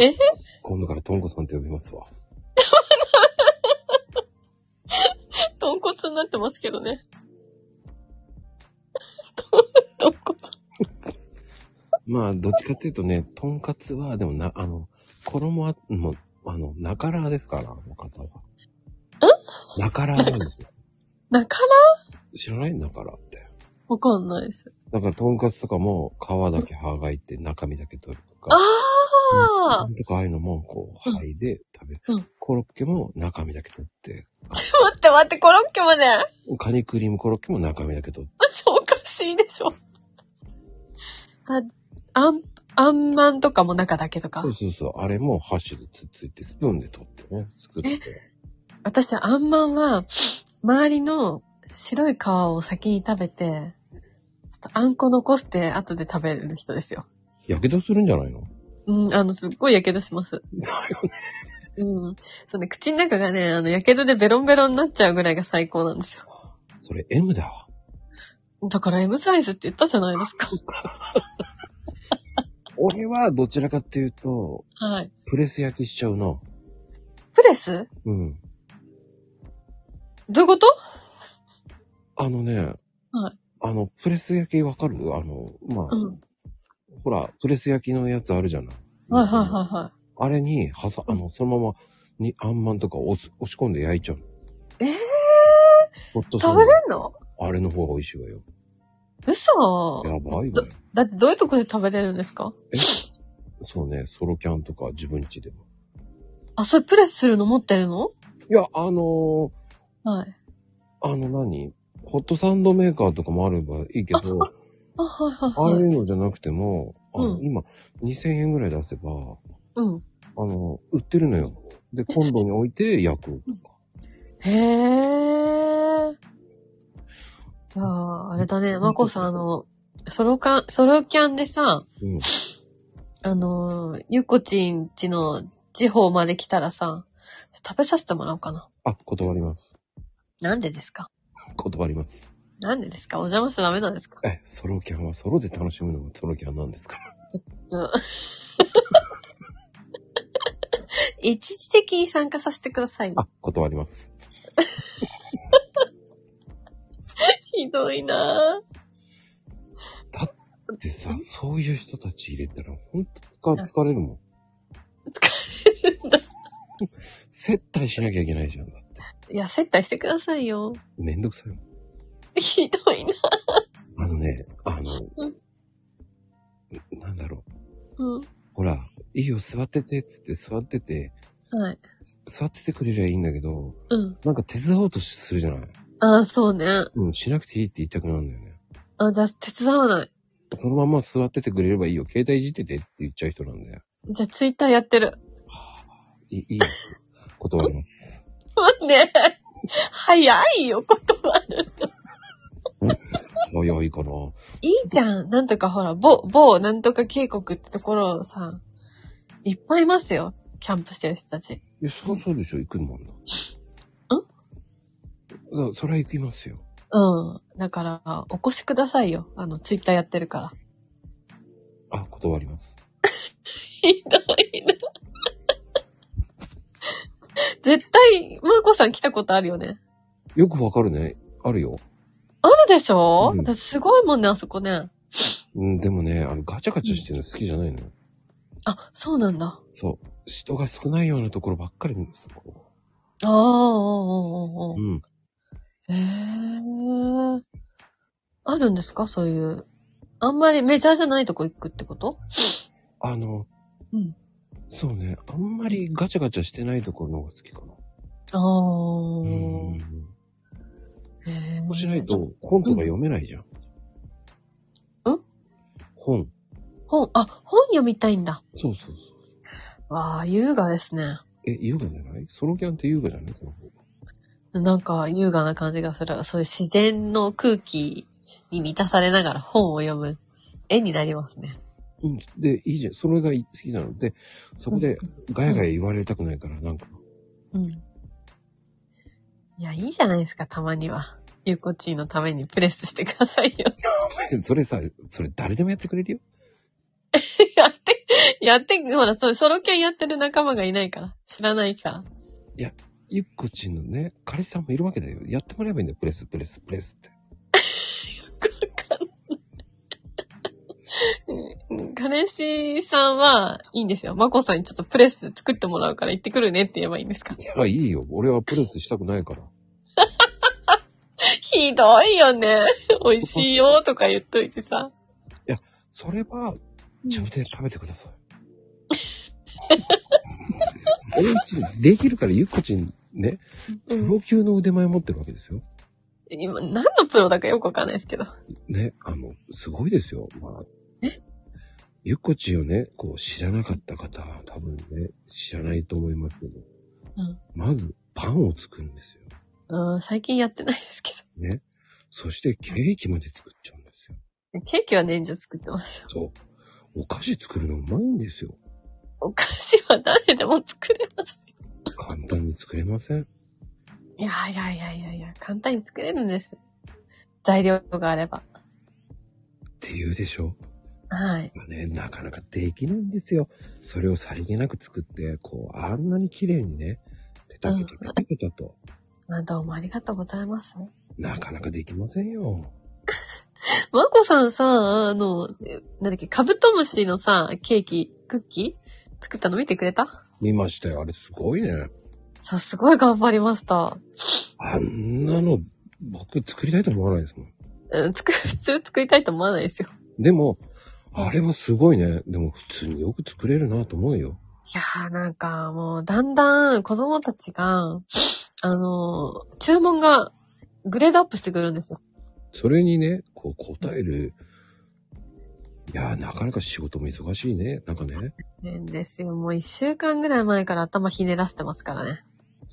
S3: え
S1: 今度からトンコさんって呼びますわ。
S3: トンコツになってますけどね。 トンコツ。
S1: まあ、どっちかっていうとね、トンカツは、でもな、あの、衣は、もう、あの、なからですから、あの方は。んなからなんですよ。
S3: なかな
S1: 知らないなからって。
S3: わかんないです。
S1: だから、トンカツとかも、皮だけ剥がいて、中身だけ取るとか。
S3: ああ
S1: とか、ああいうのも、こう、剥いで食べる。
S3: うん
S1: コロッケも中身だけ取って、
S3: 待って待って、コロッケまで
S1: カニクリームコロッケも中身だけ取って。
S3: おかしいでしょ。あ、あん、あんまんとかも中だけとか
S1: そう。そうそう、あれも箸でつっついて、スプーンで取ってね、作って。
S3: 私、あんまんは、周りの白い皮を先に食べて、ちょっとあんこ残して後で食べる人ですよ。
S1: やけどするんじゃないの
S3: うん、あの、すっごい火傷します。
S1: だよね。
S3: うん。そうね、口の中がね、あの、火傷でベロンベロンになっちゃうぐらいが最高なんですよ。
S1: それ M だわ。
S3: だから M サイズって言ったじゃないですか。
S1: 俺はどちらかっていうと、
S3: はい。
S1: プレス焼きしちゃうの。
S3: プレス
S1: うん。
S3: どういうこと
S1: あのね、
S3: はい
S1: あの、プレス焼きわかるあの、まあ、
S3: うん。
S1: ほら、プレス焼きのやつあるじゃない。
S3: はいはいはいはい。
S1: あれに、はさ、あの、そのまま、に、あんまんとか押す、押し込んで焼いちゃうの。
S3: ええ
S1: ホット
S3: ー、
S1: サン
S3: 食
S1: ド
S3: べれんの
S1: あれの方が美味しいわよ。
S3: 嘘
S1: やばいわ
S3: ど
S1: よ。
S3: だってどういうとこで食べれるんですか
S1: そうね、ソロキャンとか自分家でも。
S3: あ、それプレスするの持ってるの
S1: いや、あのー
S3: はい。
S1: あの何ホットサンドメーカーとかもあればいいけど、
S3: あ、はい
S1: ああ
S3: はい
S1: い
S3: はい。
S1: うのじゃなくても、あの
S3: うん
S1: 今、2000円ぐらい出せば、
S3: うん。
S1: あの、売ってるのよ。で、コンロに置いて焼くとか。
S3: へー。じゃあ、あれだね、まこさん、あの、ソロカン、ソロキャンでさ、
S1: うん。
S3: あの、ゆこちんちの地方まで来たらさ、食べさせてもらおうかな。
S1: あ、断ります。
S3: なんでですか
S1: 断ります。
S3: なんでですかお邪魔しちゃダメなん ですか
S1: え、ソロキャンはソロで楽しむのがソロキャンなんですから。
S3: ちょ一時的に参加させてください。
S1: あ、断ります。
S3: ひどいなぁ。
S1: でさ、そういう人たち入れたら、ほんと疲疲れるもん。 接待しなきゃいけないじゃん。だって。
S3: いや、接待してくださいよ。
S1: めんどくさいもん。
S3: ひどいな。
S1: あのね、あの
S3: う、
S1: なんだろう。
S3: う
S1: ほら、いいよ、座ってて、つって座ってて、
S3: ん。はい。
S1: 座っててくれりゃいいんだけど、
S3: うん。
S1: なんか手伝おうとするじゃない
S3: ああ、そうね。
S1: うん、しなくていいって言いたくなるんだよね。
S3: あじゃあ、手伝わない。
S1: そのまま座っててくれればいいよ。携帯いじっててって言っちゃう人なんだよ。
S3: じゃあ、ツイッターやってる。
S1: いいいよ。断ります。
S3: ねえ。早いよ、言葉。
S1: 早いかな。
S3: いいじゃん。なんとかほら、某、某なんとか渓谷ってところをさ、いっぱいいますよ。キャンプしてる人たち。
S1: いや、そりゃそうでしょ、行くもんだ。んだからそりゃ行きますよ。
S3: うん。だから、お越しくださいよ。あの、ツイッターやってるから。
S1: あ、断ります。
S3: ひどいな。絶対、まーこさん来たことあるよね。
S1: よくわかるね。あるよ。
S3: あるでしょ、
S1: うん
S3: 私すごいもんね、あそこね。
S1: うん、でもね、あの、ガチャガチャしてるの好きじゃないのよ。
S3: あ、そうなんだ。
S1: そう。人が少ないようなところばっかり見ます。こ
S3: ああ、お
S1: う
S3: ーおーおーおー
S1: うん。
S3: へえ。あるんですかそういう。あんまりメジャーじゃないとこ行くってこと
S1: あの、
S3: うん
S1: そうね。あんまりガチャガチャしてないところの方が好きかな。
S3: ああ。
S1: うん。
S3: へ
S1: こう
S3: え。
S1: しないと本とか読めないじゃん。
S3: うん
S1: 本。
S3: 本、あ、本読みたいんだ。
S1: そうそうそう。
S3: わあ、優雅ですね。
S1: え、優雅じゃないソロキャンって優雅じゃないその方が
S3: なんか優雅な感じがする。そういう自然の空気に満たされながら本を読む絵になりますね。
S1: うん。で、いいじゃん。それが好きなので、そこでガヤガヤ言われたくないから、なんか、
S3: うん。いや、いいじゃないですか、たまには。ゆうこちーのためにプレスしてくださいよ。
S1: それさ、それ誰でもやってくれるよ。
S3: やって、やって、ほら、そうソロキャンやってる仲間がいないから。知らないから。
S1: ゆっこちんのね、彼氏さんもいるわけだよ。やってもらえばいいんだよ。プレス、プレス、プレスって。
S3: うん彼氏さんはいいんですよ。まこさんにちょっとプレス作ってもらうから行ってくるねって言えばいいんですか
S1: いや、いいよ。俺はプレスしたくないから。
S3: ひどいよね。 美味しいよとか言っといてさ。
S1: それは、自分で食べてください。 おうちできるから、ゆっこちんね、
S3: う
S1: プ
S3: ん
S1: ロ級の腕前持ってるわけですよ。
S3: 今、何のプロだかよくわかんないですけど。
S1: ね、あの、すごいですよ。まあ。ゆっこちんをね、こう知らなかった方は多分ね、知らないと思いますけど。
S3: うん
S1: まず、パンを作るんですよ。
S3: うん、最近やってないですけ
S1: ね。そして、ケーキまで作っちゃうんですよ。
S3: ど。ケーキは年中作ってますよ。
S1: そう。お菓子作るのうまいんですよ。
S3: お菓子は誰でも作れますよ。
S1: 簡単に作れません。
S3: いやいやいやいやいや、簡単に作れるんです。材料があれば。
S1: って言うでしょ。
S3: はい。
S1: まあね、なかなかできないんですよ。それをさりげなく作って、こう、あんなに綺麗にね、ペタペタペタペタと、
S3: まあ、どうもありがとうございます。
S1: なかなかできませんよ。
S3: まこさんさ、あの、えなんだっけ、カブトムシのさ、ケーキ、クッキー作ったの見てくれた
S1: 見ましたよ。あれすごいね。
S3: そう、すごい頑張りました。
S1: あんなの、僕作りたいと思わないですもん。
S3: うん、作、 普通作りたいと思わないですよ。
S1: でも、あれはすごいね。でも普通によく作れるなと思うよ。
S3: いやーなんかもうだんだん子供たちが、あのー注文がグレードアップしてくるんですよ。
S1: それにね、こう答える。いやー、なかなか仕事も忙しいね。なんかね、
S3: 変ですよ。もう一週間ぐらい前から頭ひねらしてますからね。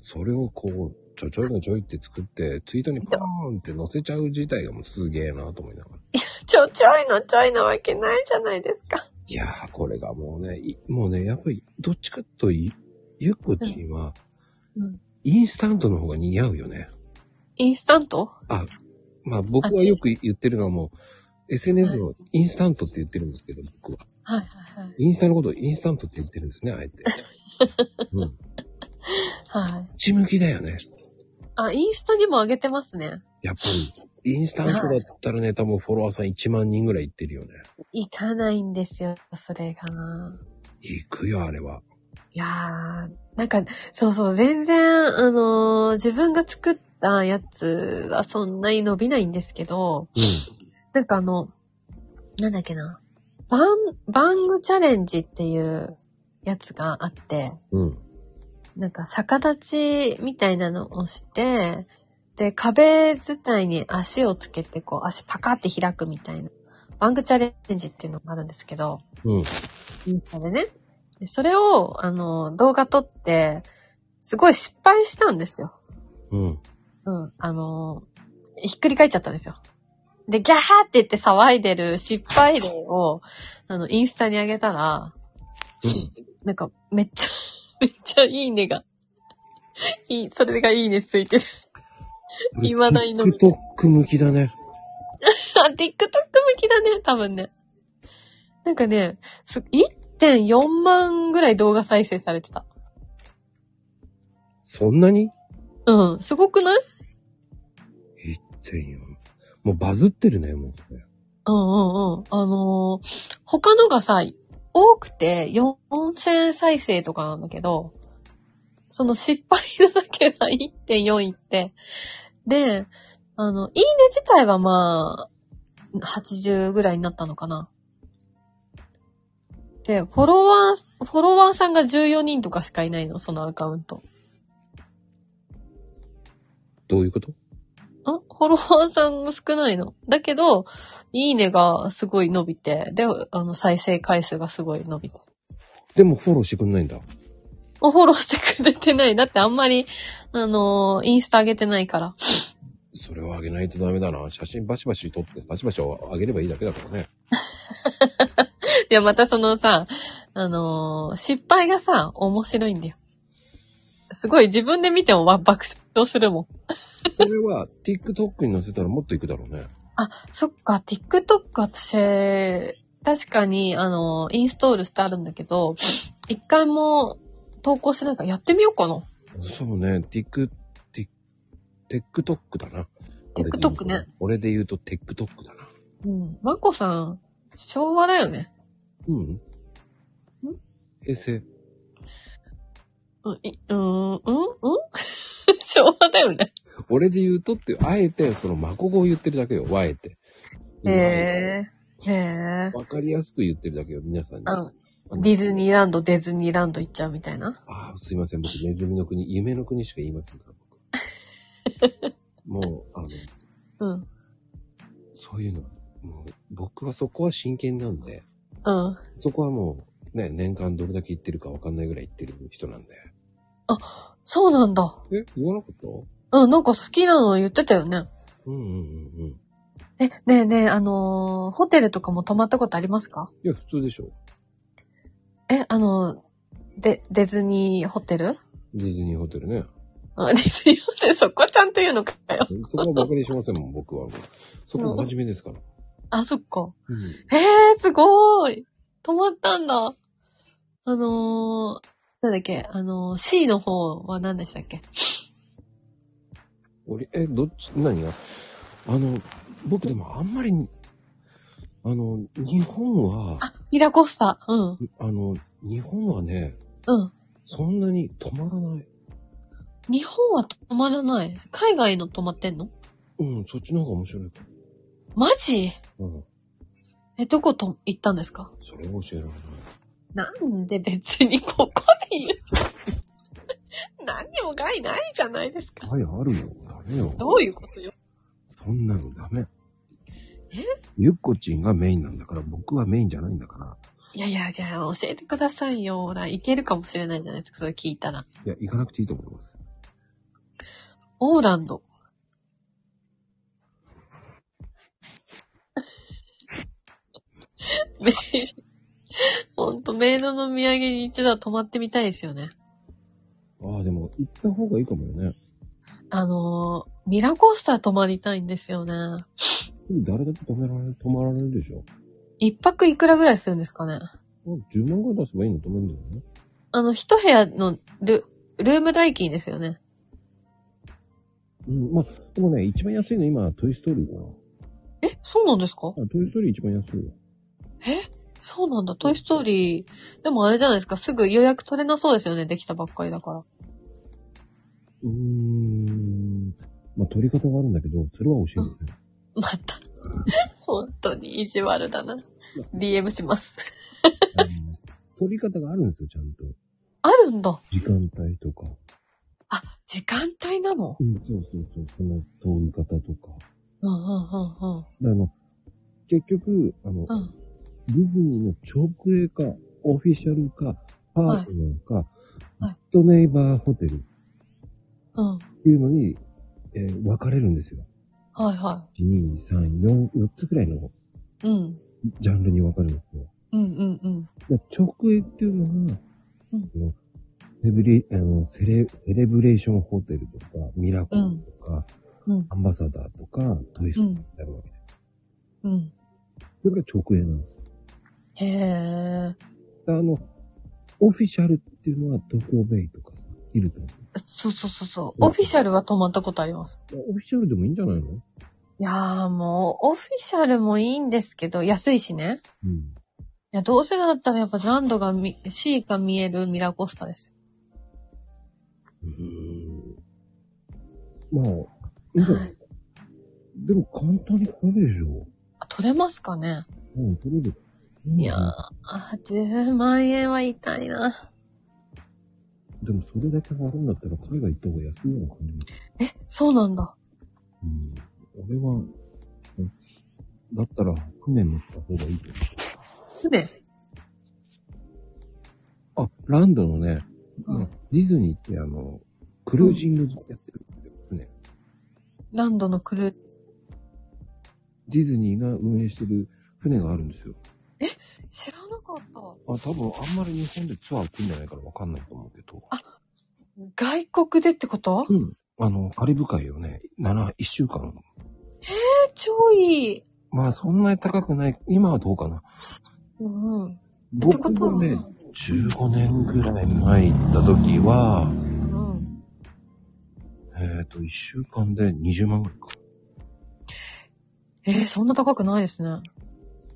S1: それをこう、ちょちょいのちょいって作って、ツイートにポーンって載せちゃう自体がもうすげえなと思いながら。
S3: ちょちょいのちょいなわけないじゃないですか。
S1: いやー、これがもうね、いもうね、やっぱり、どっちかとい、ゆっこちんは、
S3: うん。
S1: インスタントの方が似合うよね。
S3: インスタント
S1: まあ僕はよく言ってるのはもう、SNS のインスタントって言ってるんですけど、僕は。
S3: はいはいはい。
S1: インスタのことをインスタントって言ってるんですね、あえて。うん。
S3: はい。
S1: ち向きだよね。
S3: あ、インスタにも上げてますね。
S1: やっぱり、インスタントだったらね、多分フォロワーさん1万人ぐらいいってるよね。
S3: 行かないんですよ、それが。
S1: 行くよ、あれは。
S3: いやー、なんか、そうそう、全然、あのー自分が作ったやつはそんなに伸びないんですけど、
S1: う
S3: なんかあの、なんだっけな、バン、バングチャレンジっていうやつがあって、
S1: ん。うん。
S3: なんか逆立ちみたいなのをして、で、壁伝いに足をつけて、こう、足パカって開くみたいな、バングチャレンジっていうのがあるんですけど、
S1: うん。
S3: インスタでね。でそれを、あの、動画撮って、すごい失敗したんですよ。
S1: うん。
S3: うん。あの、ひっくり返っちゃったんですよ。で、ギャーって言って騒いでる失敗例を、 あの、インスタに上げたら、なんか、めっちゃ、 めっちゃいいねが。いい、それがいいねついてる。 未だに伸び
S1: TikTok 向きだね。
S3: あ、TikTok 向きだね、多分ね。なんかね、す1.4万ぐらい動画再生されてた。
S1: そんなに
S3: うん、すごくない
S1: ?1.4。もうバズってるね、もうそれ。
S3: うんうんうん。あのー他のがさ、多くて4000再生とかなんだけど、その失敗なだけが1.4いって、で、あの、いいね自体はまあ、80ぐらいになったのかな。で、フォロワー、フォロワーさんが14人とかしかいないの、そのアカウント。ん
S1: どういうこと
S3: フォロワーさんが少ないの。だけど、いいねがすごい伸びて、で、あの、再生回数がすごい伸びて。
S1: でもフォローしてくんないんだ。
S3: をフォローしてくれてない。だってあんまり、あのーインスタ上げてないから。
S1: それをあげないとダメだな。写真バシバシ撮って、バシバシあげればいいだけだからね。
S3: いや、またそのさ、あのー失敗がさ、面白いんだよ。すごい自分で見てもわ爆笑するもん。
S1: それは TikTok に載せたらもっといくだろうね。
S3: そっか、TikTok 私、確かに、あのーインストールしてあるんだけど、一回も投稿してないからやってみようかな。
S1: そうね、Tik、Tik、TikTok だな。
S3: TikTok ね。
S1: 俺で言うと TikTok だな。
S3: うん。まこさん、昭和だよね。
S1: うん。平成。
S3: うん、いうん、うん、うん 昭和だよね。
S1: 俺で言うとっていう、あえて、その、まこ語を言ってるだけよ、わえて。
S3: へえ。へえ。
S1: わかりやすく言ってるだけよ、皆さんに。
S3: あ
S1: あの
S3: ディズニーランド、ディズニーランド行っちゃうみたいな。
S1: ああ、すいません。僕、ネズミの国、夢の国しか言いませんから、僕。もう、あの、
S3: うん。
S1: そういうの、もう、僕はそこは真剣なんで、
S3: うん。
S1: そこはもう、ね、年間どれだけ行ってるかわかんないぐらい行ってる人なんで。
S3: そうなんだ。
S1: え、言わなかった
S3: うん、なんか好きなの言ってたよね。
S1: うんうんうんうん。
S3: え、ねえねえ、あのーホテルとかも泊まったことありますか
S1: いや、普通でしょ。
S3: え、あのーで、ディズニーホテル
S1: ディズニーホテルね。
S3: あディズニーホテル、そこちゃんと言うのかよ。
S1: そこはバカにしませんもん、 僕は。そこは真面目ですから。
S3: あ、そっか。
S1: うん。
S3: えー、すごーい。泊まったんだ。あのー、なんだっけ、あのー C の方は何でしたっけ
S1: 俺、え、どっち、何があの、僕でもあんまりに、あの、日本は、
S3: あ、ミラコスタ。うん。
S1: あの、日本はね、
S3: うん。
S1: そんなに止まらない。
S3: 日本は止まらない。海外の止まってんの
S1: うん、そっちの方が面白いか
S3: マジ
S1: ら。うん。
S3: え、どこと行ったんですか
S1: それは教えられない。
S3: なんで別にここで言う 何にも害ないじゃないですか。
S1: はい、あるよ。ダメよ。
S3: どういうことよ。
S1: そんなのダメ。ゆっこちんがメインなんだから、僕はメインじゃないんだから。
S3: いやいや、じゃあ教えてくださいよ。ほら、行けるかもしれないじゃないですか。それ聞いたら。
S1: いや、行かなくていいと思います。
S3: オーランド。 めほんと、メイドの土産に一度は泊まってみたいですよね。
S1: ああ、でも、行った方がいいかもよね。
S3: あのー、ミラコスタ泊まりたいんですよね。
S1: 誰だって止められる、止まられるでしょ。
S3: 一泊いくらぐらいするんですかね
S1: あ10万ぐらい出せばいいの止めるんだよね。
S3: あの、一部屋のル、ルーム代金ですよね。
S1: うん、まあ、でもね、一番安いの今、トイストーリーか
S3: え、そうなんですか
S1: な。あトイストーリー一番安いよ。
S3: そうなんだ。トイストーリー。でもあれじゃないですか。すぐ予約取れなそうですよね。できたばっかりだから。
S1: うーん。まあ、取り方があるんだけど、それは教えるよ。
S3: また。 本当に意地悪だな。DM します。
S1: あの取り方があるんですよ、ちゃんと。
S3: あるんだ。
S1: 時間帯とか。
S3: あ、時間帯なの
S1: うん、そうそうそう、その通り方とか。
S3: うんうんうんうん。
S1: あの、結局、あの、
S3: うん
S1: ディズニーの直営か、オフィシャルか、パートナーか、
S3: はい
S1: グッドネイバーホテルっ
S3: うん。
S1: ていうのに、えー分かれるんですよ。
S3: はいは
S1: 1、2、3、4、4つくらいの
S3: い。うん。
S1: ジャンルに分かれるんですよ。
S3: うんうんうん。
S1: で直営っていうのが、
S3: うん
S1: あのセブリあのセレセレブレーションホテルとか、ミラコンとか、
S3: うん。
S1: アンバサダーとか、トイス
S3: う
S1: ト
S3: ん。
S1: やるわけです。
S3: うん。
S1: それが直営なんです。
S3: へえ。
S1: あの、オフィシャルっていうのは東京ベイとかさ、ヒルトンとか。
S3: そうそうそうそう。オフィシャルは泊まったことあります。
S1: オフィシャルでもいいんじゃないの
S3: いやーもう、オフィシャルもいいんですけど、安いしね。
S1: うん。
S3: いや、どうせだったらやっぱランドがみ、C が見えるミラコスタですよ。
S1: まあ、いいんじゃない、でも簡単に取れるでしょ。
S3: あ取れますかね
S1: うん、取れる。
S3: いやー、あ10万円は痛いな。
S1: でもそれだけ払うんだったら海外行った方が安いような感じも。
S3: え、そうなんだ。
S1: うん。俺は、うんだったら船乗った方がいいと
S3: ね。
S1: 思う。あ、ランドのね、
S3: うん
S1: まあディズニーってあの、クルージングやってるんですよ、船。
S3: ランドのクルー、
S1: ディズニーが運営してる船があるんですよ。
S3: 知らなかった。
S1: あ、多分あんまり日本でツアー来るんじゃないからわかんないと思うけど。
S3: 外国でってこと
S1: うん。あの、カリブ海をね、7、1週間。
S3: え、超いい。
S1: まあそんなに高くない。今はどうかな。
S3: うんうん。って
S1: 僕
S3: ことは、
S1: もね、15年ぐらい前行った時は、
S3: うん。
S1: えっ、と、1週間で20万ぐらいか。
S3: えーそんな高くないですね。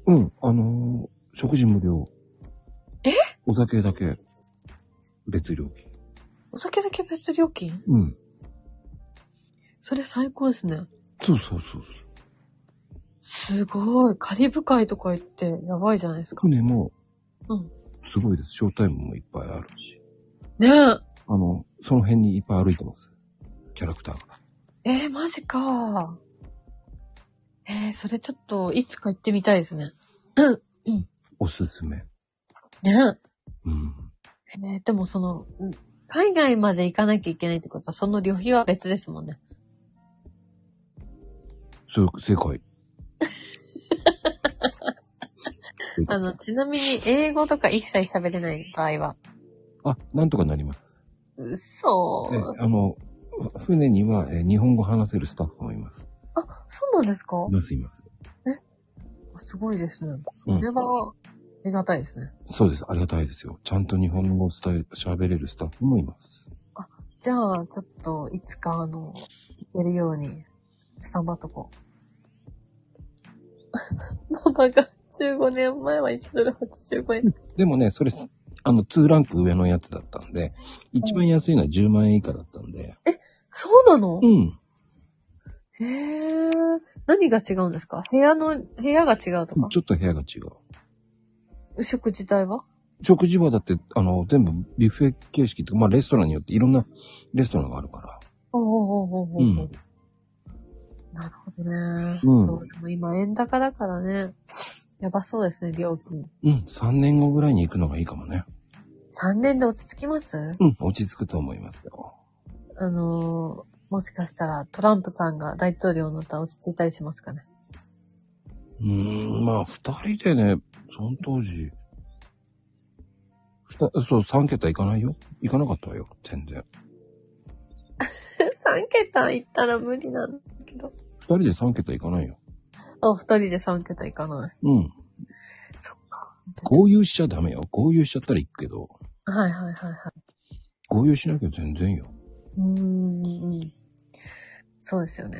S1: うん、あのー食事無料。
S3: え
S1: お酒だけ、別料金。
S3: お酒だけ別料金
S1: うん。
S3: それ最高ですね。
S1: そうそうそうそう。
S3: すごい。カリブ海とか行ってやばいじゃないですか。
S1: 船も、
S3: うん
S1: すごいです。ショータイムもいっぱいあるし。
S3: ね
S1: あの、その辺にいっぱい歩いてます。キャラクターが。
S3: え。えーマジか。えーそれちょっと、いつか行ってみたいですね。
S1: おすすめ。
S3: ね
S1: うん。
S3: えーでもその、海外まで行かなきゃいけないってことは、その旅費は別ですもんね。
S1: そう、正解。
S3: あの、ちなみに英語とか一切喋れない場合は。
S1: あ、なんとかなります。
S3: 嘘
S1: えあの、ふ船には、え日本語話せるスタッフもいます。
S3: あ、そうなんですか
S1: います、います。
S3: すごいですね。それは、ありがたいですね。
S1: そうです。ありがたいですよ。ちゃんと日本語を伝え、喋れるスタッフもいます。
S3: じゃあ、ちょっと、いつか、あの、やるように、スタンバっとこう。 ママが15年前は1ドル85円。
S1: でもね、それ、あの、2ランク上のやつだったんで、一番安いのは10万円以下だったんで。
S3: そうなの
S1: うん。
S3: へえ。何が違うんですか部屋の、部屋が違うとか
S1: ちょっと部屋が違う。
S3: 食事代は
S1: 食事はだって、あの、全部ビュッフェ形式とか、まあレストランによっていろんなレストランがあるから。
S3: おおおうおうおうおう
S1: うん
S3: なるほどね。
S1: うん
S3: そう、でも今円高だからね。やばそうですね、料金。
S1: うん、3年後ぐらいに行くのがいいかもね。
S3: 3年で落ち着きます
S1: うん、落ち着くと思いますよ。
S3: あのーもしかしたらトランプさんが大統領になったら落ち着いたりしますかね。
S1: うーん、まあ二人でね、その当時、ふたそう、三桁行かないよ。行かなかったわよ、全然。
S3: 3桁いったら無理なんだけど。
S1: 二人で三桁行かないよ。
S3: あ、2人で3桁いかない。
S1: うん。
S3: そっか。
S1: 合流しちゃダメよ。合流しちゃったら行くけど、
S3: はいはいはいはい。
S1: 合流しなきゃ全然よ。
S3: うーん。そうですよね。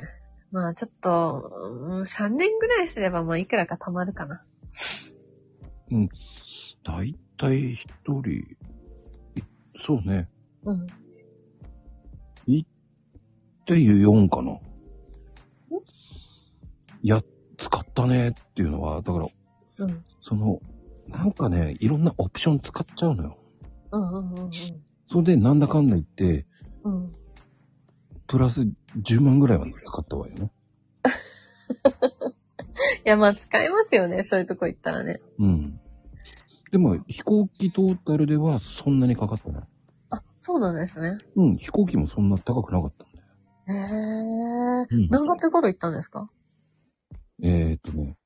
S3: まあちょっと、うん3年ぐらいすればもういくらか貯まるかな。
S1: だいたい一人、いそうね。
S3: うん。
S1: っていう4かな。いや、使ったねっていうのは、だから、
S3: うん。
S1: その、なんかね、いろんなオプション使っちゃうのよ。
S3: うんうんうん
S1: それで、なんだかんだ言って、
S3: うん。うん。
S1: プラス10万ぐらいは使ったわよね。
S3: いや、まあ使えますよね。そういうとこ行ったらね。
S1: うん。でも、飛行機トータルではそんなにかかってない。
S3: あ、そうなんですね。
S1: うん、飛行機もそんな高くなかったんだよ。
S3: へえ。
S1: うん
S3: 何月頃行ったんですか、
S1: えーっとね、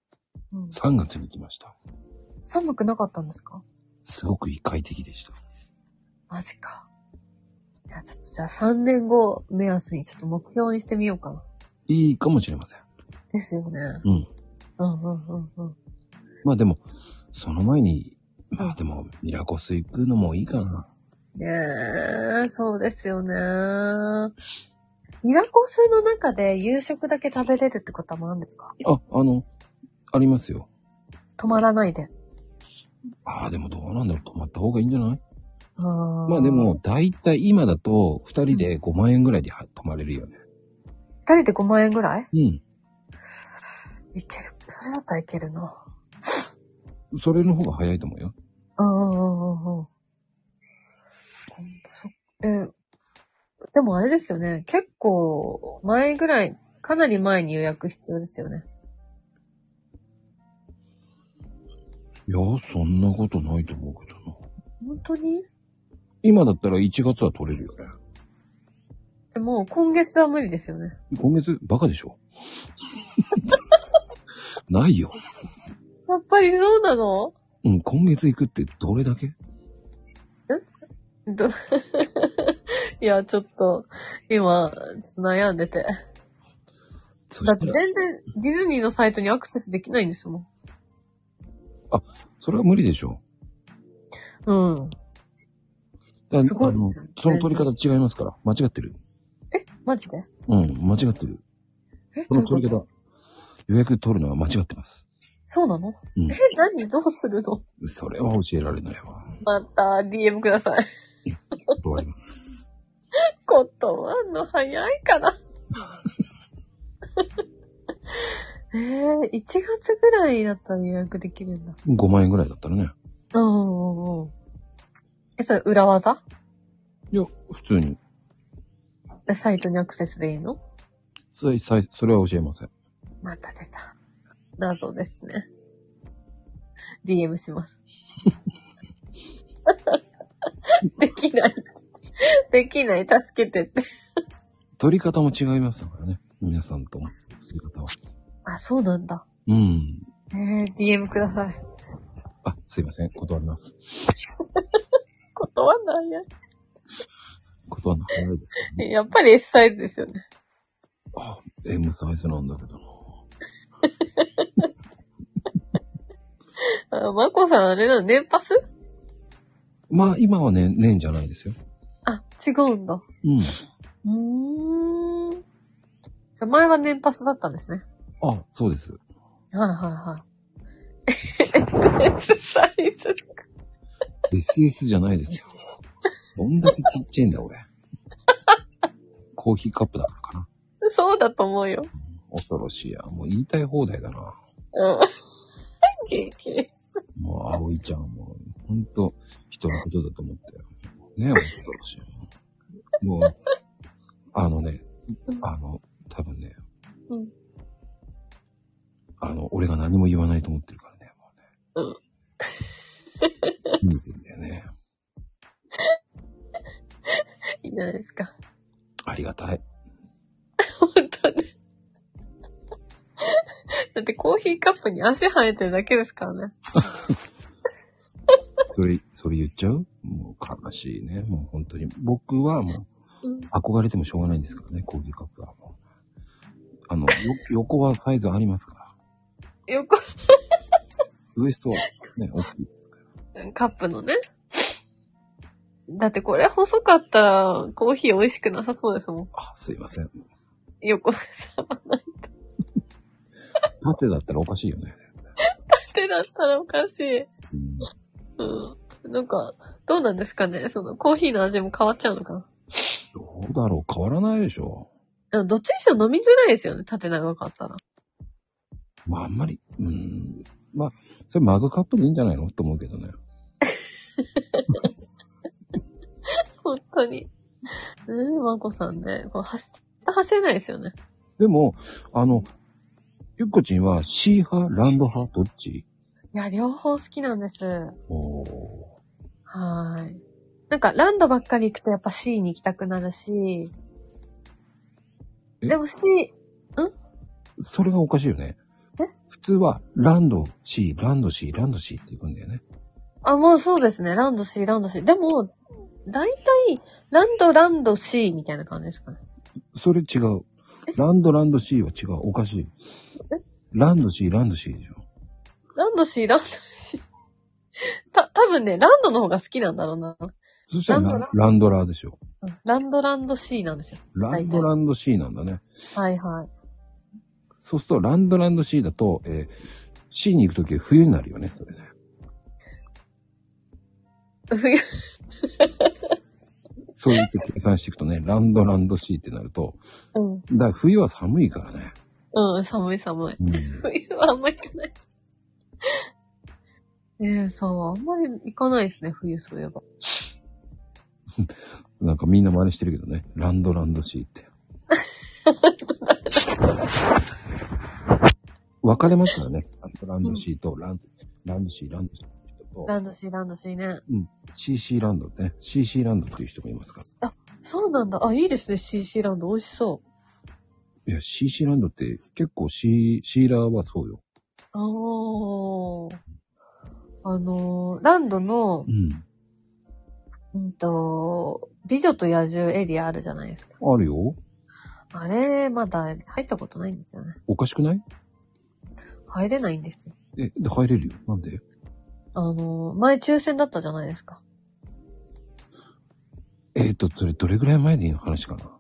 S3: うん、
S1: 3月に来ました。
S3: 寒くなかったんですか
S1: すごく異界的でした。
S3: マジか。いや、ちょっとじゃあ3年後目安にちょっと目標にしてみようかな。
S1: いいかもしれません。
S3: ですよね。
S1: うん。
S3: うんうんうんうん。
S1: まあでも、その前に、まあでも、ミラコス行くのもいいかな。
S3: ねえ、そうですよね。ミラコスの中で夕食だけ食べれるってこともあるんですか
S1: あ、あの、ありますよ。
S3: 止まらないで。
S1: ああ、でもどうなんだろう。泊まった方がいいんじゃない
S3: ま
S1: まあで、も、だいたい今だと、二人で5万円ぐらいでは泊まれるよね。
S3: 二人で5万円ぐらい
S1: うん。
S3: いける。それだったらいけるな。
S1: それの方が早いと思うよ。
S3: うんうんうんうん。そえ、でもあれですよね。結構前ぐらい、かなり前に予約必要ですよね。
S1: いや、そんなことないと思うけどな。
S3: 本当に
S1: 今だったら1月は取れるよね。
S3: でも今月は無理ですよね。
S1: 今月、バカでし ょないよ。
S3: やっぱりそうなの
S1: うん、今月行くってどれだけ
S3: ど、 いや、ちょっと、今、ちょっと悩んでて。
S1: そ
S3: だ
S1: し
S3: って
S1: た
S3: 全
S1: ら、
S3: 然、ディズニーのサイトにアクセスできないんですもん。
S1: それは無理でしょ。
S3: うん。
S1: だ
S3: すごい
S1: あの
S3: ですよね
S1: その取り方違いますから。間違ってる。
S3: マジで
S1: うん、間違ってる。
S3: え
S1: そ
S3: ど
S1: の
S3: うい
S1: 取
S3: うこ
S1: り
S3: と
S1: 方、予約取るのは間違ってます。
S3: そうなの、
S1: うん
S3: え、何どうするの
S1: それは教えられないわ。
S3: また、DM ください。
S1: 断ります。
S3: 断んの早いかな。 えー、1月ぐらいだったら予約できるんだ。
S1: 5万円ぐらいだったらね。
S3: うんうんうん。え、それ裏技
S1: いや、普通に。
S3: サイトにアクセスでいいの
S1: さいさいそれは教えません。
S3: また出た。謎ですね。DM し ます。できない。できない。助けてって。
S1: 取り方も違いますからね。皆さんとも。取り方は。
S3: あ、そうなんだ。
S1: うん。
S3: えー、DM ください。
S1: あ、すいません。断ります。
S3: 断んないや。
S1: 断るの早いですけどね。
S3: やっぱり S サイズですよね。
S1: あ、M サイズなんだけどな。
S3: あマコさんあれなの年パス
S1: まあ、今はね、年じゃないですよ。
S3: あ、違うんだ。
S1: うん。
S3: うーん。じゃあ前は年パスだったんですね。
S1: あ、そうです。
S3: はいはい はい。S サイズ
S1: SS じゃないですよ。どんだけちっちゃいんだ、俺。コーヒーカップだからかな。
S3: そうだと思うよ。
S1: 恐ろしいや。もう言いたい放題だな。
S3: うん。 元気。
S1: もう、葵ちゃんも、ほんと、人のことだと思ったよ。ね、恐ろしい。もう、あのね、あの、多分ね、
S3: うん
S1: あの、俺が何も言わないと思ってるからね、もうね。うん。信じてんだよね。
S3: いいじゃないですか。
S1: ありがたい。
S3: 本当ね。 だってコーヒーカップに足生えてるだけですからね。
S1: それ、それ言っちゃうもう悲しいね。もう本当に。僕はも
S3: うん
S1: う、憧れてもしょうがないんですからね、コーヒーカップはもう。あの、よ横はサイズありますから。
S3: 横、
S1: ウエストはね、大きいですから。
S3: カップのね。だってこれ細かったらコーヒー美味しくなさそうですもん。
S1: あ、すいません。
S3: 横で触らない
S1: 縦だったらおかしいよね。
S3: ってだったらおかしい。
S1: うん
S3: うん。なんか、どうなんですかねそのコーヒーの味も変わっちゃうのかな
S1: どうだろう変わらないでしょ
S3: でもどっちにしても飲みづらいですよね。縦長かったら。
S1: まあ、あんまり、うん。まあ、それマグカップでいいんじゃないのと思うけどね。
S3: 本当に。うん、まこさんで、こう走っ、走れないですよね。
S1: でも、あの、ゆっこちんは C 派、ランド派、どっち
S3: いや、両方好きなんです。は
S1: おー
S3: ーい。なんか、ランドばっかり行くとやっぱ C に行きたくなるし、
S1: え
S3: でも C、
S1: それがおかしいよね
S3: え。
S1: 普通は、ランド C、ランド C、ランド C っていくんだよね。
S3: あ、もうそうですね。ランド C、ランド C。でも、大体、ランド、ランド C みたいな感じですかね。
S1: それ違う。ランド、ランド C は違う。おかしい。ランド C、ランド C でしょ。
S3: ランド C、ランド C。た、多分ね、ランドの方が好きなんだろうな。
S1: そしたら
S3: ランド
S1: ラランドラーでしょ。
S3: うんランド、ランド C なんですよ。
S1: ランド、ランド C なんだね。
S3: はいはい。
S1: そうすると、ランドランド C だと、えー C に行くとき冬になるよね、それね。
S3: 冬、
S1: そう言って計算していくとね、ランドランド C ってなると、
S3: うん。
S1: だから冬は寒いからね。
S3: うん、寒い寒い。
S1: うん、
S3: 冬はあんま行かない。ねえ、そう、あんまり行かないですね、冬そういえば。
S1: なんかみんな真似してるけどね、ランドランド C って。分かれますからね。ランドランド C とラン、ランド C、ランド C と、
S3: ランド C、ランド C ね。
S1: CC ランドね。CC ランドっていう人もいますか
S3: そうなんだ。あ、いいですね、CC ランド。美味しそう。
S1: ら。いや、CC ランドって結構 C、シーラーはそうよ。
S3: あー。あのー、ランドの
S1: う、ん。
S3: うんと、美女と野獣エリアあるじゃないですか。
S1: あるよ。
S3: あれ、まだ入ったことないんですよね。
S1: おかしくない
S3: 入れないんですよ。
S1: え、で、入れるよ。なんで
S3: あのー、前抽選だったじゃないですか。
S1: えっ、と、それどれぐらい前でいいの話かな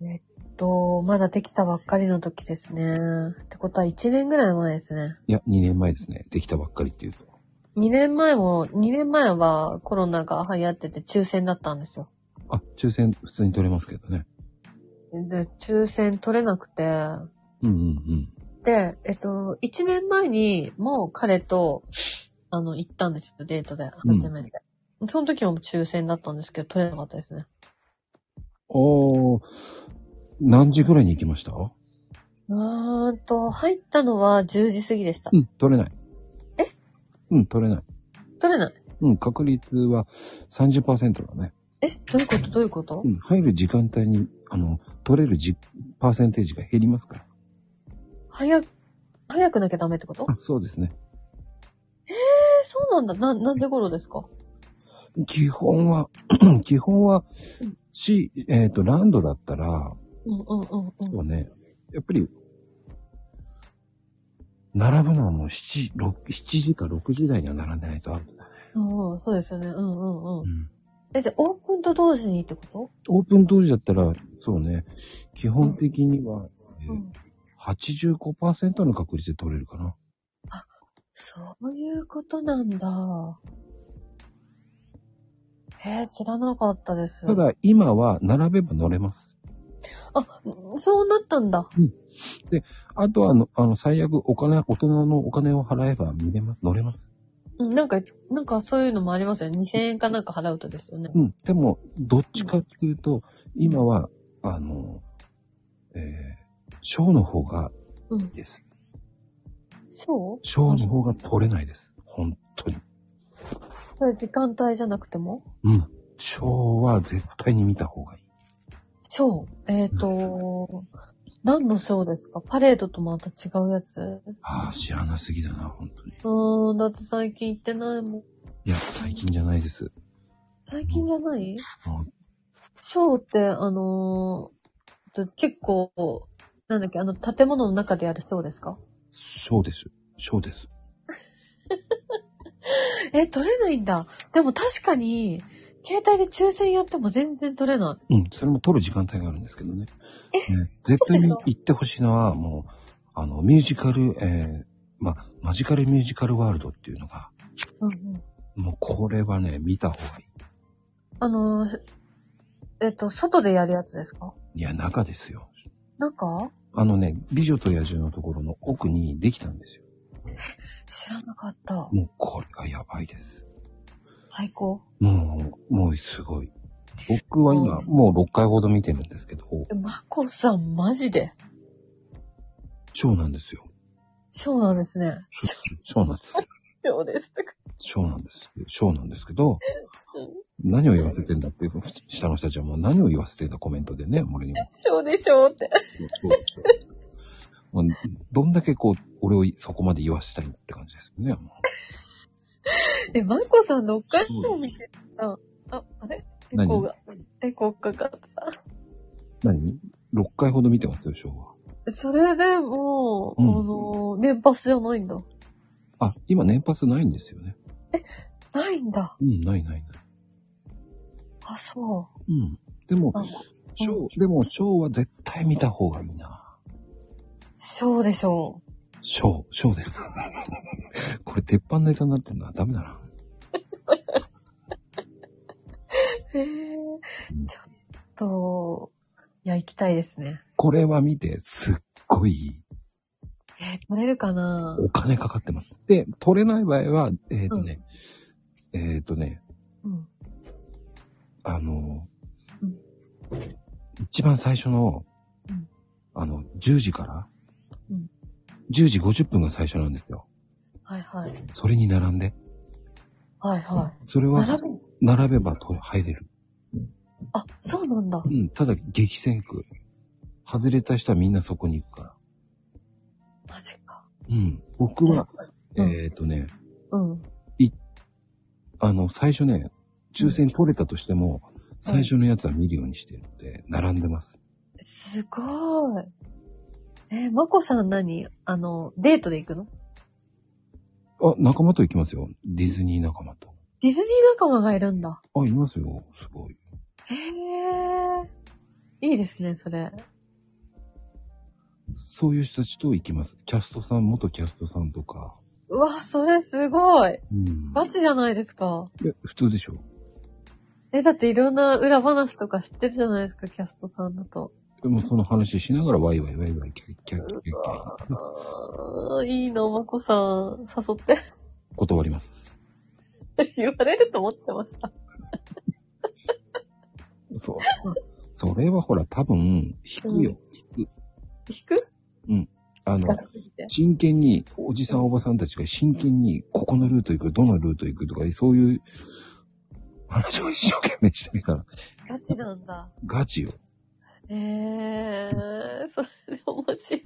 S3: えっと、まだできたばっかりの時ですね。ってことは1年ぐらい前ですね。
S1: いや、2年前ですね。できたばっかりっていうと。
S3: 2年前も、2年前はコロナが流行ってて抽選だったんですよ。
S1: あ、抽選普通に取れますけどね。
S3: で、抽選取れなくて、
S1: うんうん
S3: で、えっと、1年前にもう彼と、あの、行ったんですよ、デートで、
S1: うん
S3: 初めて。その時も抽選だったんですけど、取れなかったですね。
S1: うん。ああ、何時ぐらいに行きましたう
S3: うーんと、入ったのは10時過ぎでした。
S1: ん、取れない。
S3: え
S1: うん、取れない。
S3: 取れない。
S1: うん、確率は30%だね。
S3: え、どういうことどういうこと
S1: うん、入る時間帯に、あの、取れるじ、パーセンテージが減りますから。
S3: 早く、早くなきゃダメってこと
S1: あ、そうですね。
S3: え、そうなんだ。な、なんで頃ですか
S1: 基本は、 基本は、し、えっ、と、ランドだったら、
S3: うんうんうんうん。
S1: そうね。やっぱり、並ぶのはもう7、6 7時か6時台には並んでないとあるんだね。
S3: うんうん、そうですよね。うんうんうん
S1: う。ん。
S3: え、じゃあ、オープンと同時にってこと
S1: オープン当時だったら、そうね、基本的には、え
S3: う
S1: ー
S3: ん。
S1: 85%の確率で取れるかな。
S3: そういうことなんだ。えー、知らなかったです。
S1: ただ、今は並べば乗れます。
S3: あ、そうなったんだ。
S1: あとは、あの、あの最悪、お金、大人のお金を払えば見れます、乗れます。
S3: うんなんか、なんかそういうのもありますよね。2000円かなんか払うとですよね。
S1: うん。でも、どっちかっていうと、今は、あの、えー、ショーの方が
S3: うん
S1: いいです。
S3: そう
S1: ショーの方が取れないです。本当に。
S3: それ時間帯じゃなくても
S1: うん。ショーは絶対に見た方がいい。
S3: ショーえっ、と、何のショーですかパレードとまた違うやつう
S1: ああ、知らなすぎだな、本当に。
S3: ーん、だって最近行ってないもん。
S1: いや、最近じゃないです。
S3: 最近じゃない
S1: あ
S3: ショーって、あのー、結構、なんだっけ、あの、建物の中でやるショーですか
S1: ショーです。ショーです。
S3: え、取れないんだ。でも確かに、携帯で抽選やっても全然取れな
S1: うん、それも撮る時間帯があるんですけどね。ね絶対に
S3: そうですか
S1: 行ってほしいのは、もう、あの、ミュージカル、えー、ま、マジカルミュージカルワールドっていうのが、
S3: い。うんうん。
S1: もうこれはね、見た方がい
S3: あのー、えっと、外でやるやつですか
S1: い。いや、中ですよ。
S3: なんか
S1: あのね、美女と野獣のところの奥にできたんですよ。
S3: 知らなかった。
S1: もうこれがやばいです。
S3: 最高。
S1: もう、もうすごい。僕は今、
S3: うん
S1: もう6回ほど見てるんですけど、
S3: え、マコさん、マジで。
S1: そうなんですよ。
S3: そうなんですね。
S1: そうなんです。
S3: そうです。
S1: そうなんです。そうなんですけど、何を言わせてんだっていう、下の人たちはもう何を言わせてんだコメントでね、俺にも。
S3: そうでしょうって。
S1: そうですよもうどんだけこう、俺をそこまで言わしたいって感じですよね。も
S3: え、マコさん6回も見てた。あ、あれエコーが、エコーかかった。
S1: う何 ?6 回ほど見てますよ、昭和。
S3: それでもう、
S1: うん
S3: あの、年パスじゃないんだ。
S1: あ、今年パスないんですよね。
S3: ないんだ。
S1: うん、ないないない。
S3: あ、そ
S1: うん。でも
S3: う。、あ
S1: 昭でも昭は絶対見た方がいいな。
S3: そうでしょう。
S1: 昭、昭です。これ鉄板ネタになってんだ。ダメだな。
S3: へえ、ちょっと、いや、行きたいですね。
S1: これは見て、すっごいいい。
S3: えー取れるかな
S1: お金かかってます。で、取れない場合は、えっ、とね、えっ、とね、
S3: うん。
S1: あの、
S3: うん
S1: 一番最初の、
S3: うん
S1: あの、10時から、
S3: うん
S1: 10時50分が最初なんですよ。
S3: はいはい。
S1: それに並んで。
S3: はいは
S1: それ
S3: い。
S1: は、
S3: 並ぶ
S1: 並べばと入れる。
S3: あ、そうなんだ
S1: う。ん、ただ激戦区。外れた人はみんなそこに行くから。
S3: マジか。
S1: うん。僕は、
S3: うん
S1: えっ、とね、
S3: うん。
S1: あの、最初ね、抽選取れたとしても、最初のやつは見るようにしてるので、並んでます。
S3: すごい。えー、まこさん何あの、デートで行くの
S1: あ、仲間と行きますよ。ディズニー仲間と。
S3: ディズニー仲間がいるんだ。
S1: あ、いますよ。すごい。
S3: へえ。いいですね、それ。
S1: そういう人たちと行きます。キャストさん、元キャストさんとか。
S3: うわ、それすごい。
S1: うん。
S3: ガチじゃないですか。
S1: え普通でしょ。
S3: え、だっていろんな裏話とか知ってるじゃないですか、キャストさんだと。
S1: でもその話しながらワイワイワイワイキャッキャッキャッキャッキャッ
S3: あーいいの、まこさん。誘って。
S1: 断ります。
S3: 言われると思ってました。
S1: そう。それはほら多分、引くよ。
S3: 引く
S1: あの、
S3: 高すぎて。
S1: 真剣に、おじさんおばさんたちが真剣に、ここのルート行く、どのルート行くとか、そういう話を一生懸命してみたら、
S3: ガチなんだ。
S1: ガチよ。
S3: ええー、それで面白い。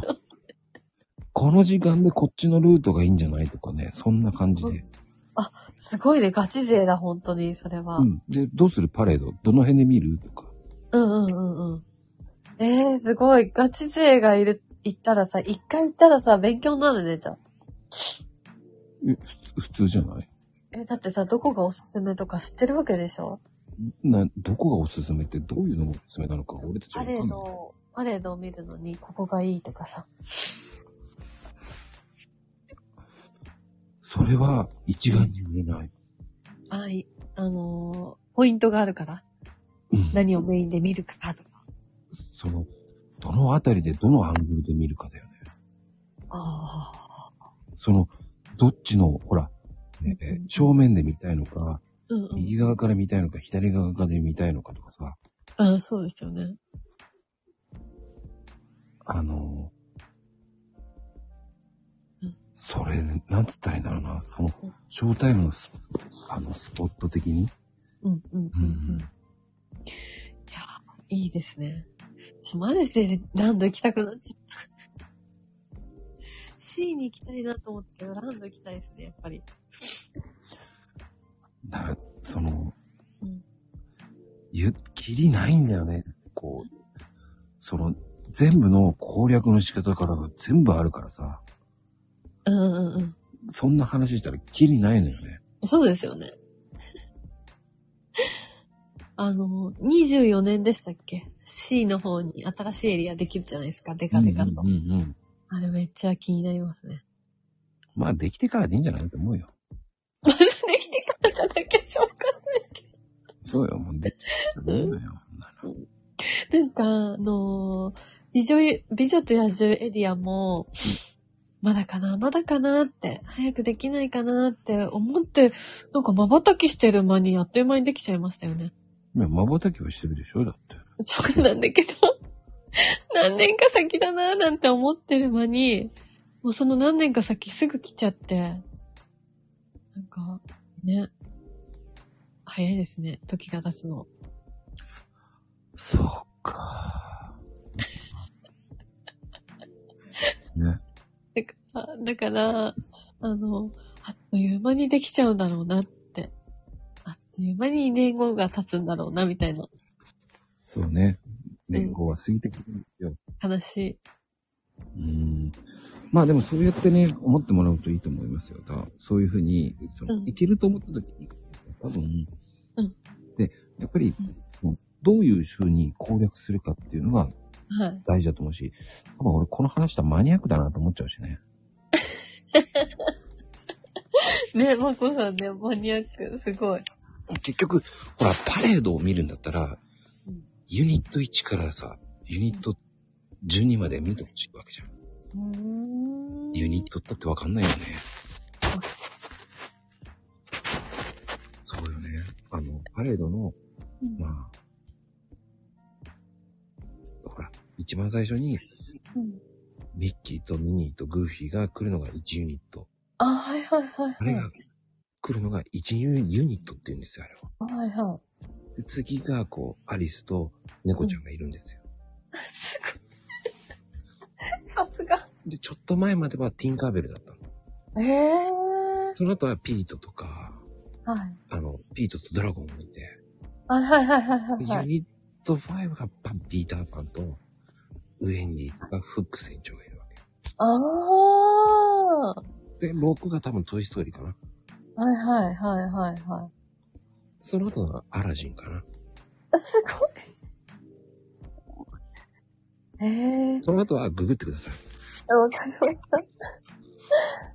S1: この時間でこっちのルートがいいんじゃないとかね、そんな感じで。
S3: すごいね、ガチ勢だ、本当に、それは。う、
S1: うんん。で、どうするパレードどの辺で見るとか。
S3: うん、うん、うん。ええー、すごい。ガチ勢がいる、行ったらさ、一回行ったらさ、勉強になるね、じゃあ。
S1: え、ふ普通じゃない
S3: え、だってさ、どこがおすすめとか知ってるわけでしょ
S1: な、どこがおすすめってどういうのがおすすめなのか、俺たち
S3: パ
S1: はわか
S3: レ
S1: んない。
S3: ード、パレードを見るのに、ここがいいとかさ。
S1: それは一概に言えない。
S3: あい、あのーポイントがあるから。
S1: うん。
S3: 何をメインで見るかとか。
S1: その、どのあたりでどのアングルで見るかだよね。
S3: あ
S1: その、どっちの、ほら、ね
S3: うんうん
S1: 正面で見たいのか、
S3: あ。うんうん。
S1: 右側から見たいのか、左側から見たいのかとかさ、
S3: うん、そうですよね。
S1: あの
S3: うん、
S1: それ、なんつったらいいんだろうな、その、ショータイムのス、あの、スポット的に。
S3: うん、うん、うん。うんいや、いいですね。ちょマジでランド行きたくなっちゃった。C に行きたいなと思ったけど、ランド行きたいですね、やっぱり。
S1: だから、その
S3: うん、
S1: ゆっきりないんだよね。こう、その、全部の攻略の仕方からが全部あるからさ、
S3: うんうんうん。
S1: そんな話したらきりないのよね。
S3: そうですよね。 あの、24年でしたっけ ?C の方に新しいエリアできるじゃないですか。デカデカと。
S1: うんうんうんうん。
S3: あれめっちゃ気になりますね。
S1: まあ、できてからでいいんじゃないと思うよ。
S3: まずできてからじゃなきゃしょうが
S1: そうよ、もうできてからでいいのよ。
S3: なんか、あのー美女ゆ、美女と野獣エリアも、まだかな、まだかなって、早くできないかなって思って、なんか瞬きしてる間にあっという間にできちゃいましたよね。
S1: いや、瞬きはしてるでしょだって。
S3: そうなんだけど、 何年か先だななんて思ってる間に、もうその何年か先すぐ来ちゃって、なんか、ね、早いですね、時が経つの。
S1: そうか。ね。
S3: だから、だから、あの、あっという間にできちゃうんだろうなって。あっという間に2年後が経つんだろうな、みたいな
S1: そうね。年号は過ぎてくるんですよ。
S3: 話。
S1: うん。まあでもそうやってね、思ってもらうといいと思いますよ。だそういうふうに、その
S3: うん
S1: いけると思った時に、多分、
S3: うん
S1: で、やっぱり
S3: うん、
S1: そのどういうふうに攻略するかっていうのが
S3: はい。
S1: 大事だと思うし、多分俺この話したらマニアックだなと思っちゃうしね。
S3: ね、まこさんね、マニアック、すごい。
S1: 結局、ほら、パレードを見るんだったら
S3: うん、
S1: ユニット1からさ、ユニット12まで見てほしいわけじゃん。
S3: うーん。
S1: ユニットったってわかんないよね。そうよね。あの、パレードの、
S3: うん
S1: まあ、ほら、一番最初に
S3: うん
S1: ミッキーとミニーとグーフィーが来るのが1ユニット。
S3: あ、はいはいはい
S1: あれ
S3: は
S1: が来るのが1ユニットって言うんですよ、あれは。
S3: い。はいは
S1: で次が、こう、アリスと猫ちゃんがいるんですよ。
S3: い。すご い。さすが。
S1: で、ちょっと前まではティンカーベルだったの。
S3: ええー。
S1: その後はピートとか、
S3: はい。
S1: あの、ピートとドラゴンを見て、
S3: あ、はいはいはいはい、
S1: ユ
S3: はい。
S1: ニット5がパン、ピーターパンと、ウェンディとかフック船長がいるわ
S3: ああ。
S1: け。で、僕が多分トイストーリーかな。
S3: はいはいはいはいは
S1: その後がアラジンかな。
S3: い。すごい。ええ
S1: その後はググってください。
S3: ー、わかりました。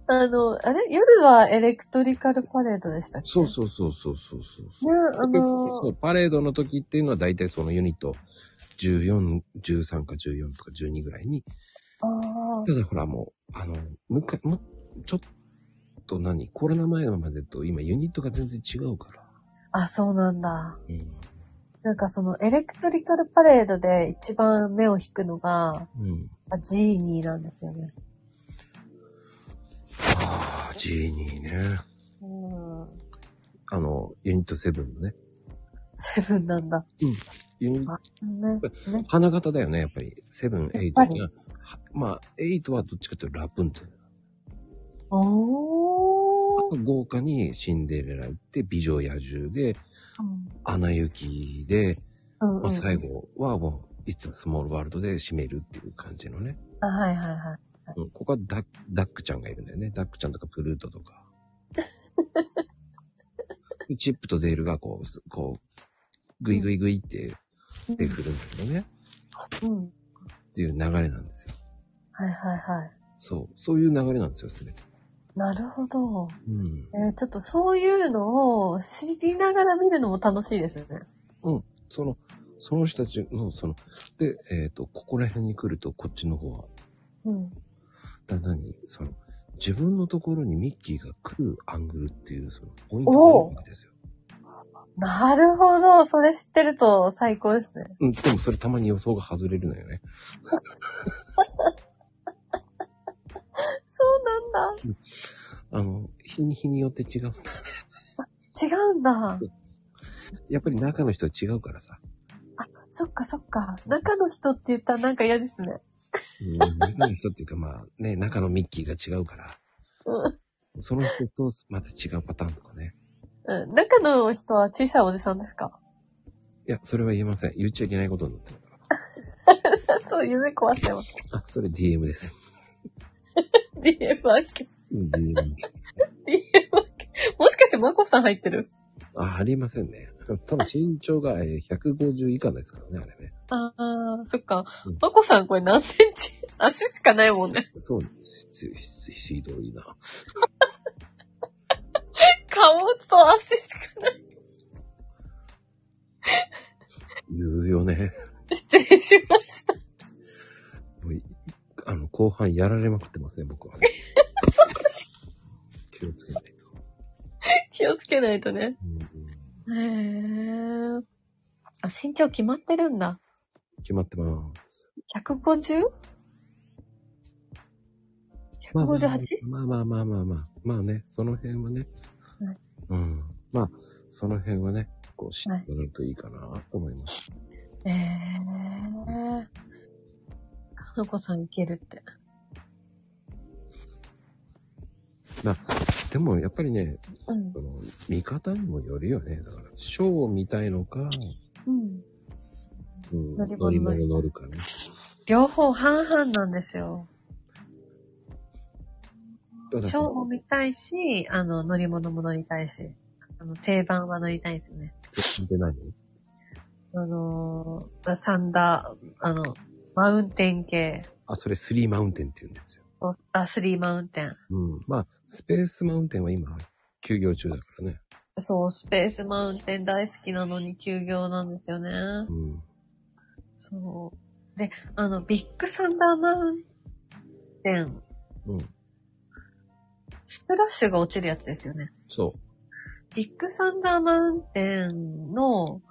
S3: あの、あれ夜はエレクトリカルパレードでしたっけ
S1: そうそうそうそうそうそう
S3: ね
S1: そう。、
S3: あの
S1: そう、パレードの時っていうのは大体そのユニット14、13か14とか12ぐらいに、
S3: あ
S1: ただほらもう、あの、むか、む、ちょっと何コロナ前までと今ユニットが全然違うから。
S3: あ、あ、そうなんだ。
S1: うん。
S3: なんかそのエレクトリカルパレードで一番目を引くのが、
S1: うん。
S3: あジーニーなんですよね。
S1: ああ、ジーニーね。
S3: うん。
S1: あの、ユニット7のね。
S3: セブンなんだ。
S1: ユニット、
S3: ね。ね。
S1: 花形だよね、やっぱり。7、8
S3: やっぱり
S1: が。はまあ、8はどっちかというとラプンツェル。
S3: おー。
S1: 豪華にシンデレラ行って、美女野獣で、アナ雪で、
S3: うんうん
S1: まあ、最。後はもう、いつもスモールワールドで締めるっていう感じのね。
S3: あ、はいはいはい。
S1: うん、ここはダダックちゃんがいるんだよね。ダックちゃんとかプルートとか。でチップとデールがこう、すこう、グイグイグイって出てくるんだけどね。
S3: うん。
S1: っていう流れなんですよ。
S3: はいはいはい。
S1: そう。そういう流れなんですよ、すべて。
S3: なるほど。
S1: うん。
S3: えーちょっとそういうのを知りながら見るのも楽しいですね。
S1: その、その人たちの、その、で、えっ、と、ここら辺に来ると、こっちの方は、
S3: うん。
S1: だ、なに、その、自分のところにミッキーが来るアングルっていう、その、ポイントがあるわけですよ。
S3: なるほど。それ知ってると最高ですね。
S1: うん、でもそれたまに予想が外れるのよね。
S3: そうなんだ。
S1: あの、日に日によって違う。
S3: 違うんだ。
S1: やっぱり中の人は違うからさ。
S3: そっかそっか。中の人って言ったらなんか嫌ですね。
S1: うん、中の人っていうか、まあね、中のミッキーが違うから、
S3: うん
S1: その人とまた違うパターンとかね。
S3: うん。中の人は小さいおじさんですか
S1: いや、それは言えません。言っちゃいけないことになってるから。
S3: そう、夢壊しちゃいます。
S1: あ、それ DM です。
S3: DM 開け。
S1: うん DM。
S3: DM 開け。もしかしてマコさん入ってる
S1: あ、ありませんね。多分身長がえー150以下ですからね、あれね。
S3: ああ、そっか
S1: うん。
S3: マコさんこれ何センチ足しかないもんね。
S1: そう、ひ、ひ、ひどいな。
S3: 顔と足しかない。
S1: 言うよね。
S3: 失礼しました。
S1: もういあの、後半やられまくってますね、僕はね。気をつけないと。
S3: 気をつけないとね。
S1: うんうん
S3: へえ。あ、身長決まってるんだ。
S1: 決まってます。
S3: 150?158?
S1: まあまあまあまあまあまあまあ。まあね、その辺はね
S3: はい。
S1: うん。まあ、その辺はね、こう知ってるといいかなと思います。
S3: ええー。かのこさんいけるって。
S1: でも、やっぱりね、
S3: うん。
S1: その、見方にもよるよね。だから、ショーを見たいのか、
S3: うん。
S1: うん、
S3: 乗り
S1: 乗
S3: 物
S1: り物乗るかね。
S3: 両方半々なんですよ。
S1: ただ
S3: ショーも見たいし、あの、乗り物も乗りたいし、あの、定番は乗りたいですね。
S1: 聞いてないの
S3: あのー、サンダー、あの、マウンテン系、
S1: あ、それスリーマウンテンって言うんですよ。
S3: あ、スリーマウンテン。
S1: うん。まあ、スペースマウンテンは今、休業中だからね。
S3: そう、スペースマウンテン大好きなのに休業なんですよね。
S1: うん。
S3: そう。で、あの、ビッグサンダーマウンテン、
S1: うん。
S3: スプラッシュが落ちるやつですよね。
S1: そ
S3: ビッグサンダーマウンテンの、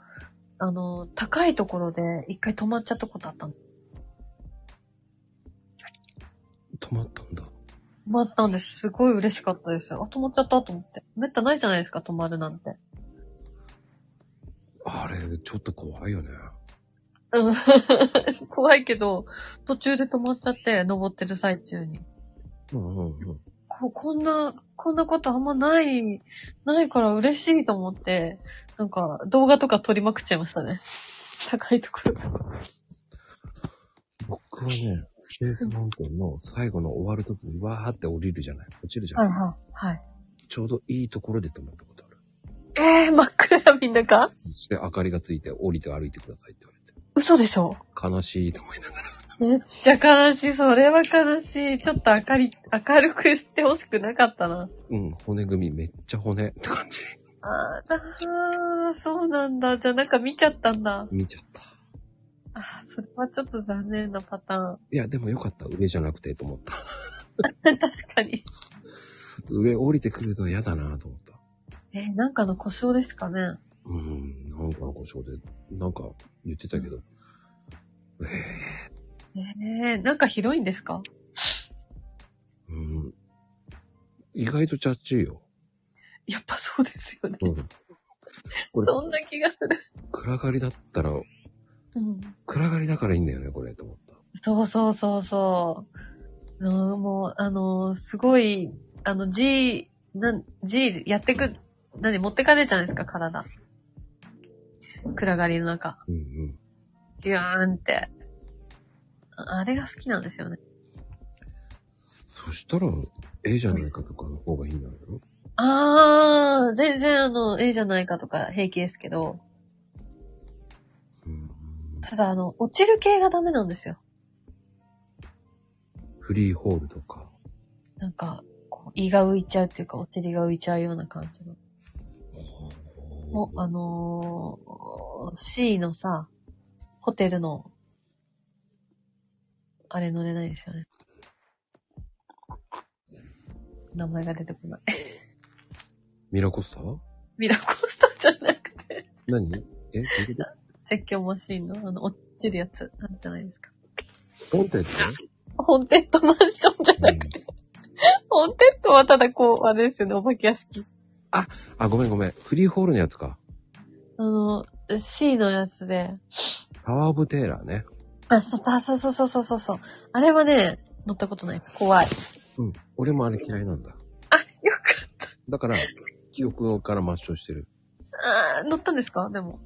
S3: あの、高いところで一回止まっちゃったことあったの。
S1: う。止まったんだ。
S3: 止まったんです。すごい嬉しかったです。あ、止まっちゃったと思って。めったないじゃないですか、止まるなんて。
S1: あれ、ちょっと怖いよね。
S3: うん 怖いけど、途中で止まっちゃって、登ってる最中に。
S1: うんうんうん。
S3: ここんな、こんなことあんまない、ないから嬉しいと思って、なんか動画とか撮りまくっちゃいましたね。高いところ。
S1: 僕はね、スペースマウンテンの最後の終わるときにわーって降りるじゃない落ちるじゃない、
S3: はい、はい。
S1: ちょうどいいところで止まったことある。
S3: えー、真っ暗闇の中
S1: そして明かりがついて降りて歩いてくださいって言われて。
S3: 嘘でしょ
S1: 悲しいと思いながら。
S3: めっちゃ悲しい。それは悲しい。ちょっと明かり、明るくしてほしくなかったな。
S1: うん、骨組みめっちゃ骨って感じ。
S3: あーあー、そうなんだ。じゃあなんか見ちゃったんだ。
S1: 見ちゃった。
S3: あーそれはちょっと残念なパターン。
S1: いや、でもよかった。上じゃなくてと思った。
S3: 確かに。
S1: 上降りてくると嫌だなと思った。
S3: えーなんかの故障ですかね。
S1: うん、なんかの故障で、なんか言ってたけど、え
S3: えー、なんか広いんですか
S1: ーうん、意外とチャッチーよ。
S3: やっぱそうですよね。
S1: うん、これ、
S3: そんな気がする。
S1: 暗がりだったら、
S3: うん。
S1: 暗がりだからいいんだよね、これ、と思った。
S3: そうそうそうそう。うん、もう、あのーすごい、あの、G、なん、G やってく、何、持ってかれるじゃないですか、体。暗がりの中。
S1: うんうん。
S3: ギューンって。ああれが好きなんですよね。
S1: そしたら、ええじゃないかとかの方がいいんだよ。
S3: あー、全然あの、ええじゃないかとか平気ですけど、
S1: うん、
S3: ただあの、落ちる系がダメなんですよ。
S1: フリーホールとか。
S3: なんか、こう胃が浮いちゃうっていうか、お尻が浮いちゃうような感じの。もう、あのー、C のさ、ホテルの、あれ乗れないですよね。名前が出てこない。
S1: ミラコスタ
S3: ミラコスタじゃなくて、
S1: 何えどういうこ
S3: 絶叫マシーンの、あの、落ちるやつ、なんじゃないですか。
S1: と本体って
S3: ホーンテッドマンションじゃなくて、ホーンテッドはただこう、あれですよね、お化け屋敷。
S1: あ、ごめんごめん。フリーホールのやつか。
S3: あの、C のやつで、
S1: タワーオブテーラーね。
S3: あ、そう、あそうそうそうそうそうそう。あれはね、乗ったことない。怖い。
S1: うん。俺もあれ嫌いなんだ。
S3: あ、よかっ
S1: だから、記憶から抹消してる。
S3: た。あー乗ったんですかでも。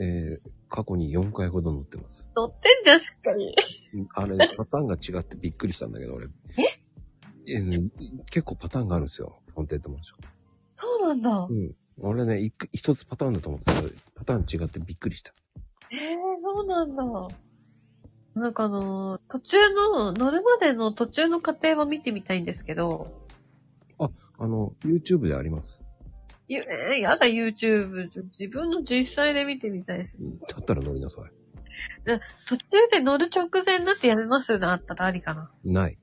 S1: えー、過去に4回ほど乗ってます。
S3: 乗ってんじゃん、しっかり。
S1: うんあれ、パターンが違ってびっくりしたんだけど、俺。ええー結構パターンがあるんですよ。ホーンテッドマンション。
S3: そうなんだ。
S1: うん。俺ね、一個一つパターンだと思ってたけどパターン違ってびっくりした。
S3: ええそうなんだ。なんかあのー途中の、乗るまでの途中の過程を見てみたいんですけど、
S1: あの、YouTube であります。
S3: ゆえー、やだ YouTube、自分の実際で見てみたいです。
S1: だったら乗りなさい。
S3: 途中で乗る直前になってやめますなあったらありかな。
S1: ない。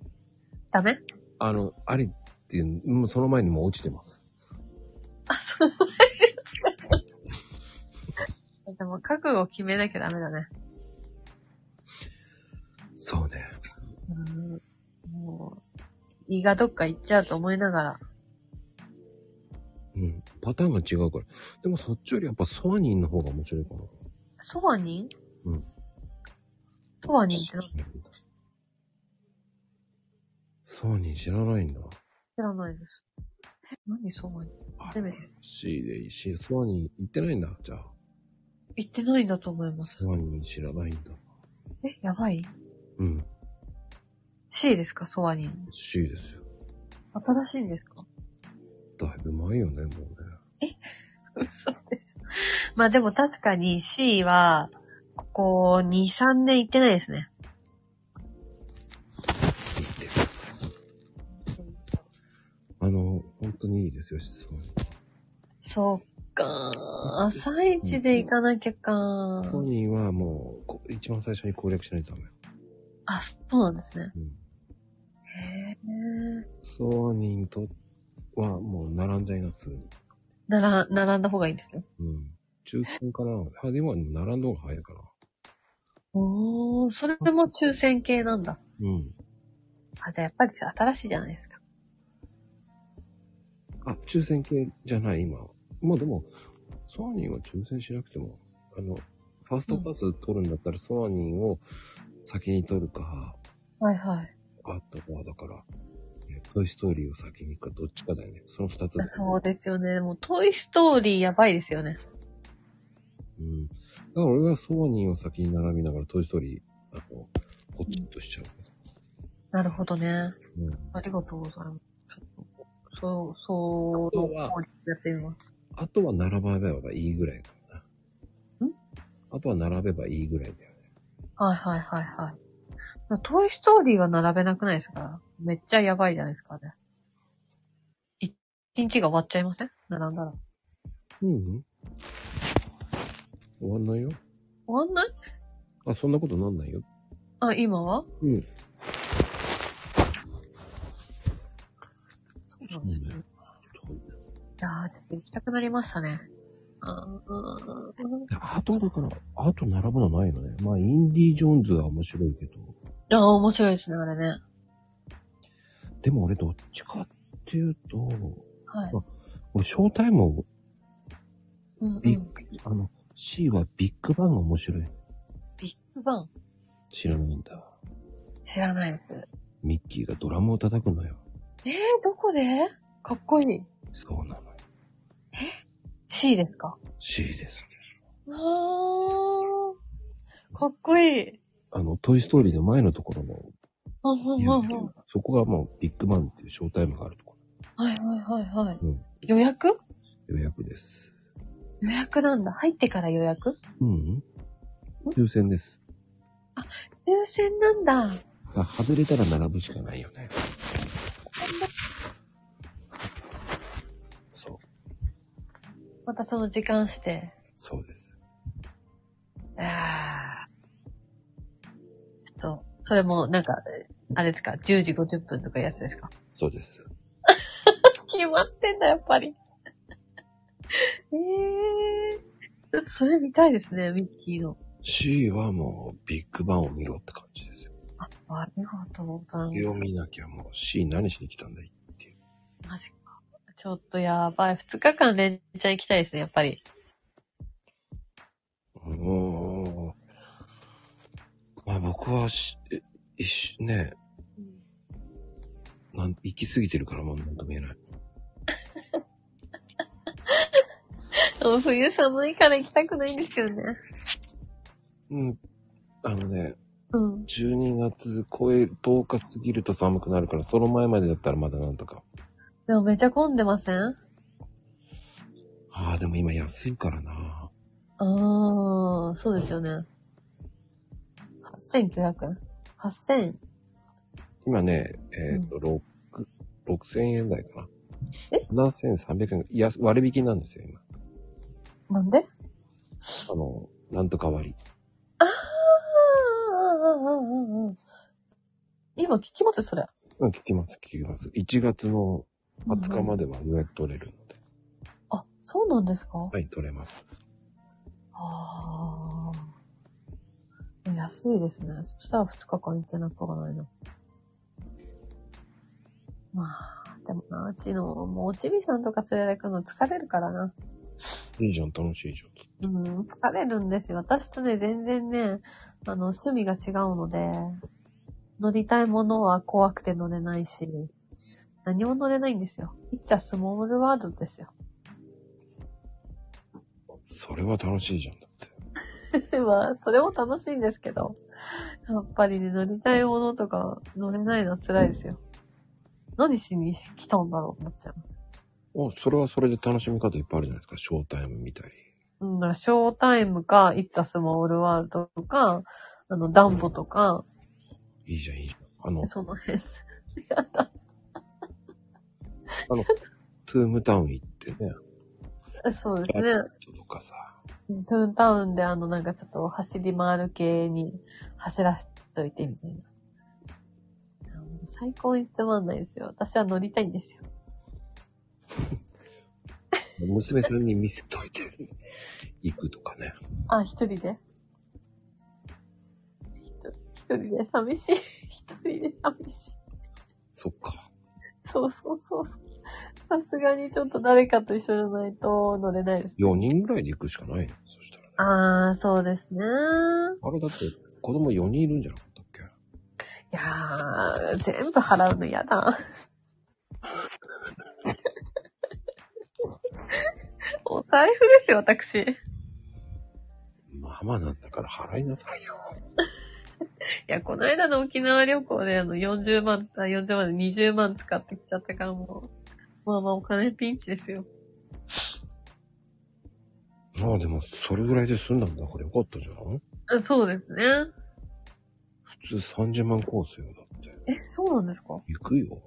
S3: ダメ
S1: あの、ありっていう、もうその前にもう落ちてます。
S3: でも覚悟を決めなきゃダメだね。
S1: そうね。
S3: うん、もう、胃がどっか行っちゃうと思いながら。
S1: うん。パターンが違うから。でもそっちよりやっぱソアニンの方が面白いかな。
S3: ソワニン
S1: うん。
S3: ソワニンって何知
S1: ソアニン知らないんだ。
S3: らないです。え、何ソワニン
S1: あ
S3: 初めて。
S1: C でいいし、ソアニン行ってないんだ。じゃあ。
S3: 行ってないんだと思います。
S1: ソアニン知らないんだ。
S3: え、やばい
S1: うん。
S3: ?C ですかソワニン。
S1: C ですよ。
S3: 新しいんですか
S1: だいぶ前よね、もうね。
S3: 嘘です。まあでも確かに C は、ここ2、3年行ってないですね。
S1: 行ってください。あの、本当にいいですよ、質問。
S3: そっか朝一で行かなきゃか
S1: ソアニンはもうこ、一番最初に攻略しないとダメ。
S3: あ、そうなんですね。
S1: うん。
S3: へえ。
S1: ソアニンとはもう並んじゃいな、すぐに。
S3: なら、並んだ方がいいんですね。
S1: うん。抽選かなあ、でも並んだ方が早いかな。
S3: おー、それも抽選系なんだ。
S1: うん。
S3: あ、じゃあやっぱり新しいじゃないですか。
S1: あ、抽選系じゃない、今。もうでも、ソアニンは抽選しなくても、あの、ファーストパス取るんだったら、ソアニンを先に取るか、
S3: はいはい。
S1: あとは、だから、えトイストーリーを先に行くか、どっちかだよね。その二つ。
S3: そうですよね。もうトイストーリーやばいですよね。
S1: うん。だから俺はソアニンを先に並びながら、トイストーリー、あと、ポチッとしちゃ
S3: なるほどね。
S1: う。うん。
S3: ありがとうございます。ちょっとそう、そう、
S1: 今日は
S3: やってみます。
S1: あとは並べばいいぐらいかな。
S3: ん
S1: あとは並べばいいぐらいだよね。
S3: はいはいはいはい。トイストーリーは並べなくないですかめっちゃやばいじゃないですかね。一日が終わっちゃいません並んだら。
S1: うん、うん。終わんないよ。
S3: 終わんない
S1: あ、そんなことなんないよ。
S3: あ、今は
S1: うん。
S3: そうなんですね。いやー、ちょっと行きたくなりましたね。あー
S1: あとだから、あと並ぶのないのね。まあ、インディ・ージョーンズは面白いけど。
S3: あー、面白いですね、あれね。
S1: でも俺どっちかっていうと、
S3: はい。
S1: 俺ショータイムを、
S3: うんうん、
S1: ビッグ、あの、C はビッグバンが面白い。
S3: ビッグバン
S1: 知らないんだ。
S3: 知らないです。
S1: ミッキーがドラムを叩くのよ。
S3: えー、どこでかっこいい。
S1: そうなのよ。
S3: C ですか
S1: C です。
S3: あー。かっこいい。
S1: あの、トイストーリーの前のところの
S3: あ、ほんほんほん。
S1: そこがもうビッグバンっていうショータイムがあるとこ
S3: はいはいはいはい。
S1: うん
S3: 予約
S1: ろ。予約です。
S3: 予約なんだ。入ってから予約
S1: うん、うん。抽選です。
S3: 抽選なんだ。
S1: あ、外れたら並ぶしかないよね。そう、
S3: またその時間して。
S1: そうです。
S3: あーちょっと、それもなんか、あれですか、10時50分とかいうやつですか
S1: そうです。
S3: 決まってんだ、やっぱり。 ええー。ちょっとそれ見たいですね、ミッキーの。
S1: C はもうビッグバンを見ろって感じですよ。
S3: ありがとうござい
S1: 読みなきゃもう C 何しに来たんだい
S3: ます。マジか。ちょっとやばい。2日間連チャン行きたいですね、やっぱり。
S1: うーん。まあ僕はし、えいしねえ、なん、行き過ぎてるからもうなんとも言えない。
S3: もう冬寒いから行きたくないんですよね。
S1: うん。あのね、
S3: うん。
S1: 12月超え、10日過ぎると寒くなるから、その前までだったらまだなんとか。
S3: でもめちゃ混んでません
S1: ああ、でも今安いからな。
S3: ああ、そうですよね。8900円 ?8000?
S1: 今ね、えっ、と、六6000円台かな。
S3: え
S1: ?7300 円。いや、割引なんですよ、今。
S3: なんで
S1: あの、なんとか割。
S3: あーあー、あーあーあー今聞きますそれ。
S1: うん、聞きます、聞きます。1月の20日までは予約取れるので。
S3: あ、そうなんですか
S1: はい、取れます。
S3: ああ。安いですね。そしたら2日間行けなくはないな。まあ、でもな、うちの、もうおちびさんとか連れてくの疲れるからな。
S1: いいじゃん、楽しいじゃん。
S3: うん、疲れるんですよ。私とね、全然ね、あの、趣味が違うので、乗りたいものは怖くて乗れないし、何も乗れないんですよ。いっちゃスモールワールドですよ。
S1: それは楽しいじゃん、だって。
S3: まあ、それも楽しいんですけど、やっぱりね、乗りたいものとか乗れないのは辛いですよ。何しに来たんだろう、思っちゃう。
S1: お、それはそれで楽しみ方いっぱいあるじゃないですか。ショータイム見たり。
S3: うん、だからショータイムか、いっちゃスモールワールドとか、あの、ダンボとか、
S1: いいじゃん、いいじゃん。あの、
S3: その辺 です。
S1: あの、トゥームタウン行ってね、
S3: そうですね。
S1: とかさ。
S3: トゥーンタウンであのなんかちょっと走り回る系に走らせといてみたいな。あの最高につまんないですよ。私は乗りたいんですよ。
S1: 娘さんに見せといて、行くとかね。
S3: あ、一人でひと一人で寂しい。一人で寂しい。
S1: そっか。
S3: そうそうそうそう。さすがにちょっと誰かと一緒じゃないと乗れないです。
S1: 4人ぐらいで行くしかないのそしたらね。
S3: あー、そうですね。
S1: あれだって、子供4人いるんじゃなかったっけ
S3: いやー、全部払うの嫌 だ。お財布ですよ、私。い
S1: ママなんだから払いなさいよ。
S3: や、この間の沖縄旅行で、あの、40万、あ、40万で20万使ってきちゃったから、もう、まあまあお金ピンチですよ。
S1: まあでも、それぐらいで済んだんだからよかったじゃん
S3: あそうですね。
S1: 普通30万コースよ、だって。
S3: え、そうなんですか
S1: 行くよ。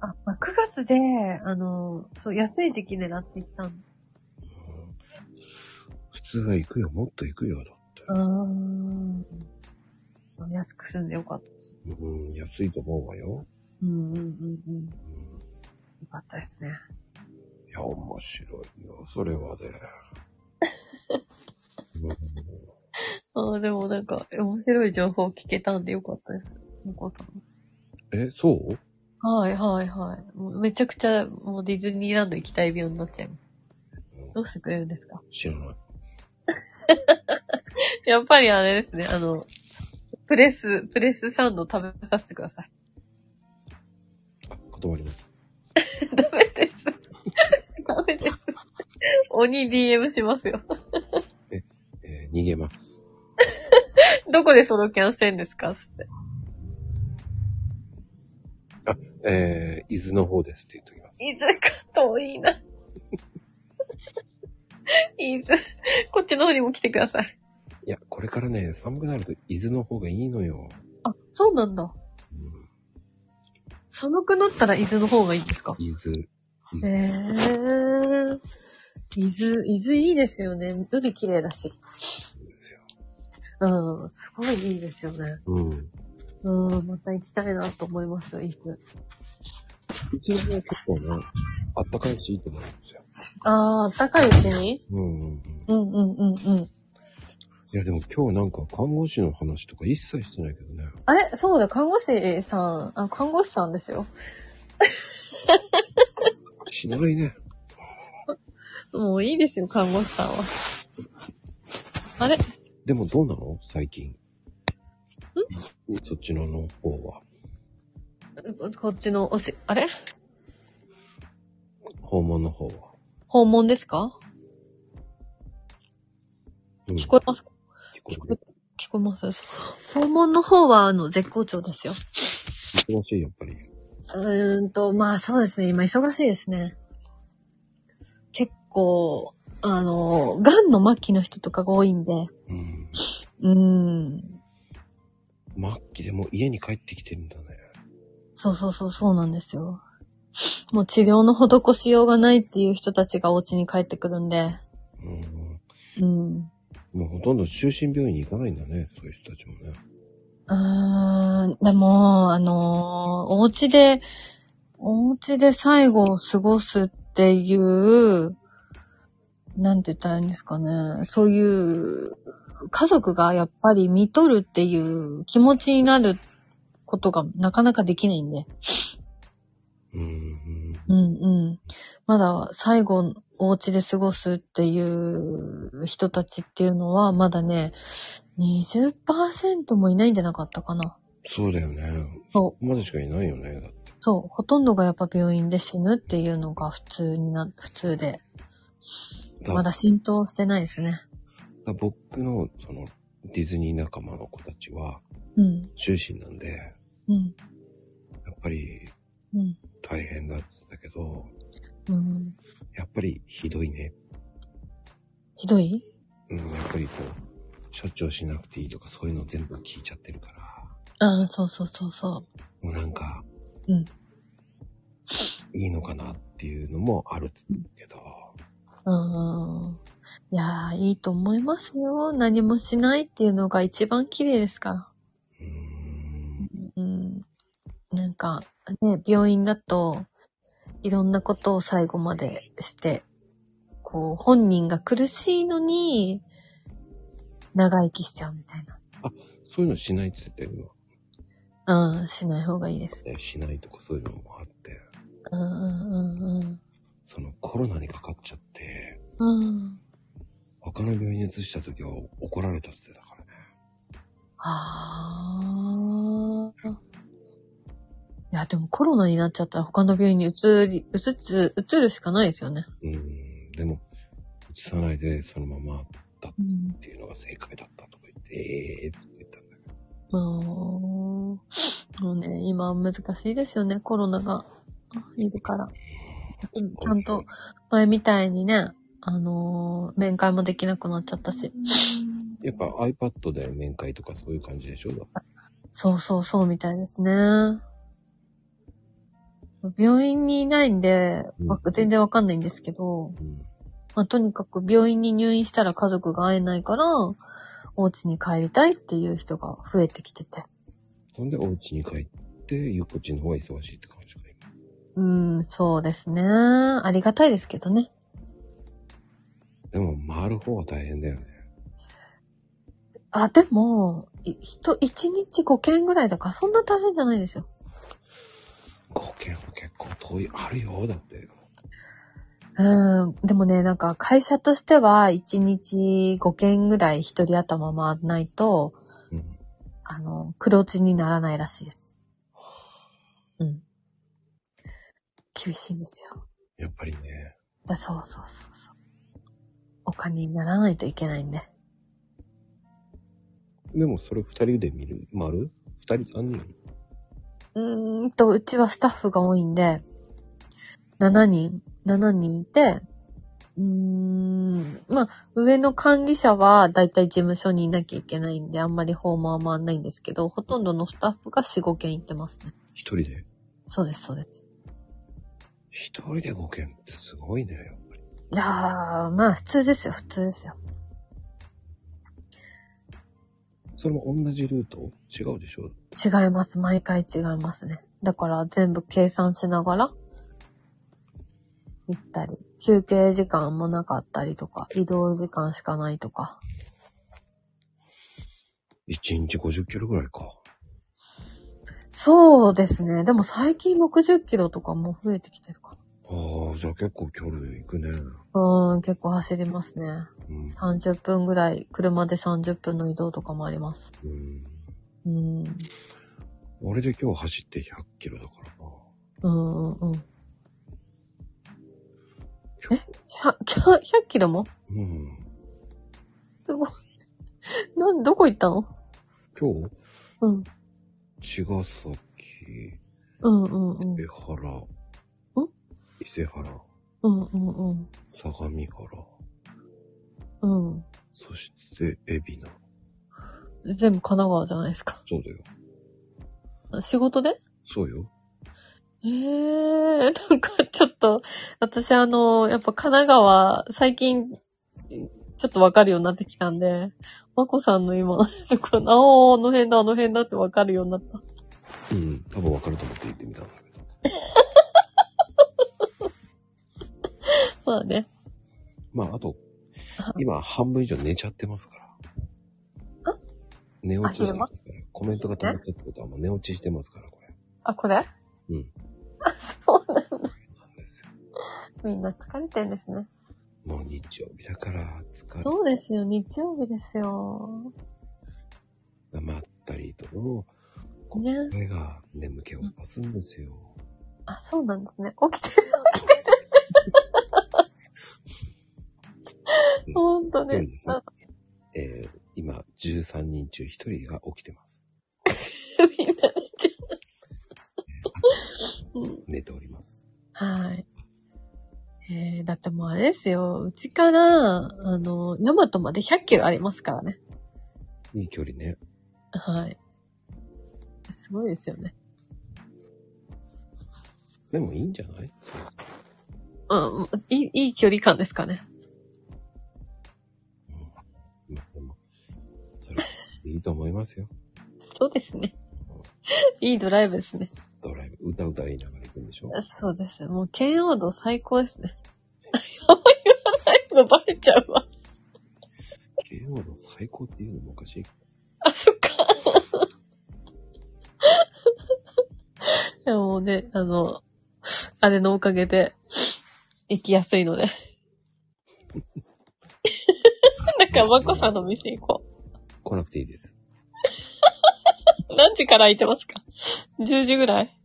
S3: あ、まあ、9月で、あの、そう、安い時期狙っていったん
S1: うん普通は行くよ、もっと行くよ、だって。
S3: あー。安く済んでよかったです。
S1: うん、安いと思うわよ。
S3: うんうんうんうん。よ
S1: うん
S3: かったですね。
S1: いや、面白いよ、それはね。 うん
S3: ああ、でもなんか、面白い情報聞けたんでよかったです。よかった
S1: え、そう
S3: はいはいはい。もうめちゃくちゃ、もうディズニーランド行きたい病になっちゃいます。どうしてくれるんですか
S1: 知らない。
S3: やっぱりあれですね、あの、プレス、プレスサンド食べさせてください。
S1: あ、断ります。
S3: ダメです。ダメです。 鬼 DM しますよ。
S1: えー逃げます。
S3: どこでソロキャンしてんですかつって。
S1: えー、伊豆の方ですって言っときます。
S3: 伊豆か、遠いな。伊豆、こっちの方にも来てください。
S1: いや、これからね、寒くなると伊豆の方がいいのよ。
S3: あ、そうなんだ。
S1: うん
S3: 寒くなったら伊豆の方がいいんですか
S1: 伊豆。
S3: へえー。伊豆、伊豆いいですよね。海綺麗だし。うん、すごいいいですよね。
S1: うん。う
S3: うん、また行きたいなと思いますよ、伊豆。
S1: ちの方は結構ね、あったかいしいいと思うんですよ。
S3: あー、高いうちに
S1: うんうんうん。
S3: うんうんうんうん。
S1: いや、でも今日なんか看護師の話とか一切してないけどね。
S3: あれそうだ、看護師さん、あ、看護師さんですよ。
S1: しないね。
S3: もういいですよ、看護師さんは。あれ
S1: でもどうなの最近。そっちのの方は。
S3: こっちのおし、あれ
S1: 訪問の方は。
S3: 訪問ですか
S1: うん
S3: 聞こえますか
S1: 聞こ
S3: 聞
S1: え
S3: こ聞こえます訪問の方は、あの、絶好調ですよ。
S1: る。忙しい、やっぱり。
S3: うーんと、まあそうですね。今忙しいですね。結構、あの、癌の末期の人とかが多いんで、
S1: うん。
S3: うん。
S1: 末期でもう家に帰ってきてるんだね。
S3: そうそうそう、そうなんですよ。もう治療の施しようがないっていう人たちがお家に帰ってくるんで、
S1: うん。
S3: うん。
S1: もうほとんど終身病院に行かないんだね、そういう人たちもね。
S3: あー、でも、あのーお家で、お家で最後を過ごすっていう、なんて言ったらいいんですかね。そういう、家族がやっぱり見とるっていう気持ちになることがなかなかできないんで。
S1: うん。
S3: うんうん。まだ最後、お家で過ごすっていう人たちっていうのは、まだね、20%もいないんじゃなかったかな。
S1: そうだよね。
S3: そう
S1: ここまでしかいないよね。だって
S3: そう、ほとんどがやっぱ病院で死ぬっていうのが普通にな、普通で。
S1: だ
S3: まだ浸透してないですね。
S1: だ僕の、その、ディズニー仲間の子たちは、
S3: うん、
S1: 終身なんで、や
S3: うん、
S1: っぱり
S3: うん、
S1: 大変だって言ってたけど、
S3: うん。
S1: やっぱりひどいね。
S3: ひどい
S1: うん、やっぱりこう、処置をしなくていいとかそういうの全部聞いちゃってるから、
S3: ああ、そうそうそうそ
S1: もうなんか、
S3: うん
S1: いいのかなっていうのもあるって言ってたけど、
S3: う。うん。いやー、いいと思いますよ。何もしないっていうのが一番綺麗ですから。
S1: うーん、
S3: うん。なんか、ね、病院だと、いろんなことを最後までして、こう、本人が苦しいのに、長生きしちゃうみたいな。
S1: そういうのしないって言ってるの。
S3: うん、しない方がいいです。
S1: しないとかそういうのもあって、
S3: うんうんうん
S1: そのコロナにかかっちゃって、
S3: うん。うん。
S1: 他の病院に移した時は怒られたって言ってたからね。
S3: ああ。いや、でもコロナになっちゃったら他の病院に移り、移つ、移るしかないですよね。
S1: うん、でも、移さないでそのままっ
S3: うん。
S1: ていうのが正解だったとか言って、ええー、って言ったんだけど。
S3: もうね、今難しいですよね、コロナが。いるから。うんちゃんと、前みたいにね、あのー面会もできなくなっちゃったし。
S1: やっぱ iPad で面会とかそういう感じでしょだって
S3: そうそうそうみたいですね。病院にいないんで、わ
S1: うん
S3: 全然わかんないんですけど、
S1: うん
S3: まあ、とにかく病院に入院したら家族が会えないから、お家に帰りたいっていう人が増えてきてて。
S1: そんでお家に帰って、ゆっこっちの方が忙しいって感じか、今。
S3: うん、そうですね。ありがたいですけどね。
S1: でも回る方は大変だよね。
S3: あ、でも、い人、一日5件ぐらいだから、そんな大変じゃないですよ。
S1: 5件は結構遠い、あるよ、だって。
S3: うん、でもね、なんか会社としては、一日5件ぐらい一人頭回らないと、
S1: うん。
S3: あの、黒字にならないらしいです。うん。厳しいんですよ。
S1: やっぱりね、
S3: いやそうそうそうそう。お金にならないといけないんで。
S1: でもそれ二人で見る回る二人三人
S3: うーんと、うちはスタッフが多いんで、7人、7人いて、うーん、まあ、上の管理者はだいたい事務所にいなきゃいけないんで、あんまり訪問は回んないんですけど、ほとんどのスタッフが4、5件行ってますね。
S1: 一人で
S3: そうです、そうです。
S1: 一人で5件ってすごいね、やっぱり。
S3: いやー、まあ、普通ですよ、普通ですよ。
S1: それも同じルート違うでしょ
S3: 違います、毎回違いますね。だから、全部計算しながら、行ったり、休憩時間もなかったりとか、移動時間しかないとか。
S1: 一日50キロぐらいか。
S3: そうですね。でも最近60キロとかも増えてきてるか
S1: ああ、じゃあ結構距離行くね。
S3: な。うーん、結構走りますね。
S1: うん。
S3: 30分ぐらい、車で30分の移動とかもあります。
S1: うん、
S3: うーん、うん
S1: 俺で今日走って100キロだからな。
S3: うん、うん。
S1: 今日
S3: さ、100キロも
S1: うん。
S3: すごい。なん、どこ行ったの
S1: 今
S3: うん、
S1: 日、茅ヶ崎、
S3: うん、うん、うん
S1: 江。原、
S3: ん
S1: 伊勢原、
S3: うんうん
S1: 相模原、
S3: うん。うん。
S1: そして海老名。
S3: 全部神奈川じゃないですか。
S1: そうだよ。
S3: 仕事で
S1: そうよ。
S3: ええー、 なんかちょっと、私あの、やっぱ神奈川、最近、ちょっとわかるようになってきたんで、まこさんの今のところ、ああ、あの辺だ、あの辺だってわかるようになった。
S1: うん、多分わかると思って言ってみたんだけど。
S3: そうだね。
S1: まあ、あと、今半分以上寝ちゃってますから。寝落ちしてますから。コメントが止まったってことはもう寝落ちしてますから、これ。
S3: あ、これ
S1: うん。
S3: あ、そうなんだ。
S1: なんですよ。
S3: みんな疲れてんですね。
S1: もう日曜日だから疲れ
S3: そうですよ、日曜日ですよ。
S1: まったりとの、
S3: ね。
S1: これが眠気を出すんですよ。
S3: あ、そうなんですね。起きてる、起きてる。ほんと
S1: そう
S3: ね。
S1: ですね。えー今、13人中1人が起きてます。
S3: みんな寝ちゃう。うん
S1: 寝ております。
S3: はい。えー、だってもうあれですよ。うちから、あの、ヤマトまで100キロありますからね。
S1: いい距離ね。
S3: はい。すごいですよね。
S1: でもいいんじゃない
S3: うん、いい、いい距離感ですかね。
S1: まあでも、それ、いいと思いますよ。
S3: そうですね。 いいドライブですね。
S1: ドライブ、歌歌いながら行くんでしょ
S3: そうです。もう、圏央道最高ですね。 あんま言わないのバレちゃうわ。
S1: 慶応の最高っていうのもおかしい。
S3: あ、そっか。 でもね、あの、あれのおかげで、行きやすいので。 だから、まこさんの店行こ
S1: 来なくていいです。
S3: う。何時から空いてますか ?10 時ぐらい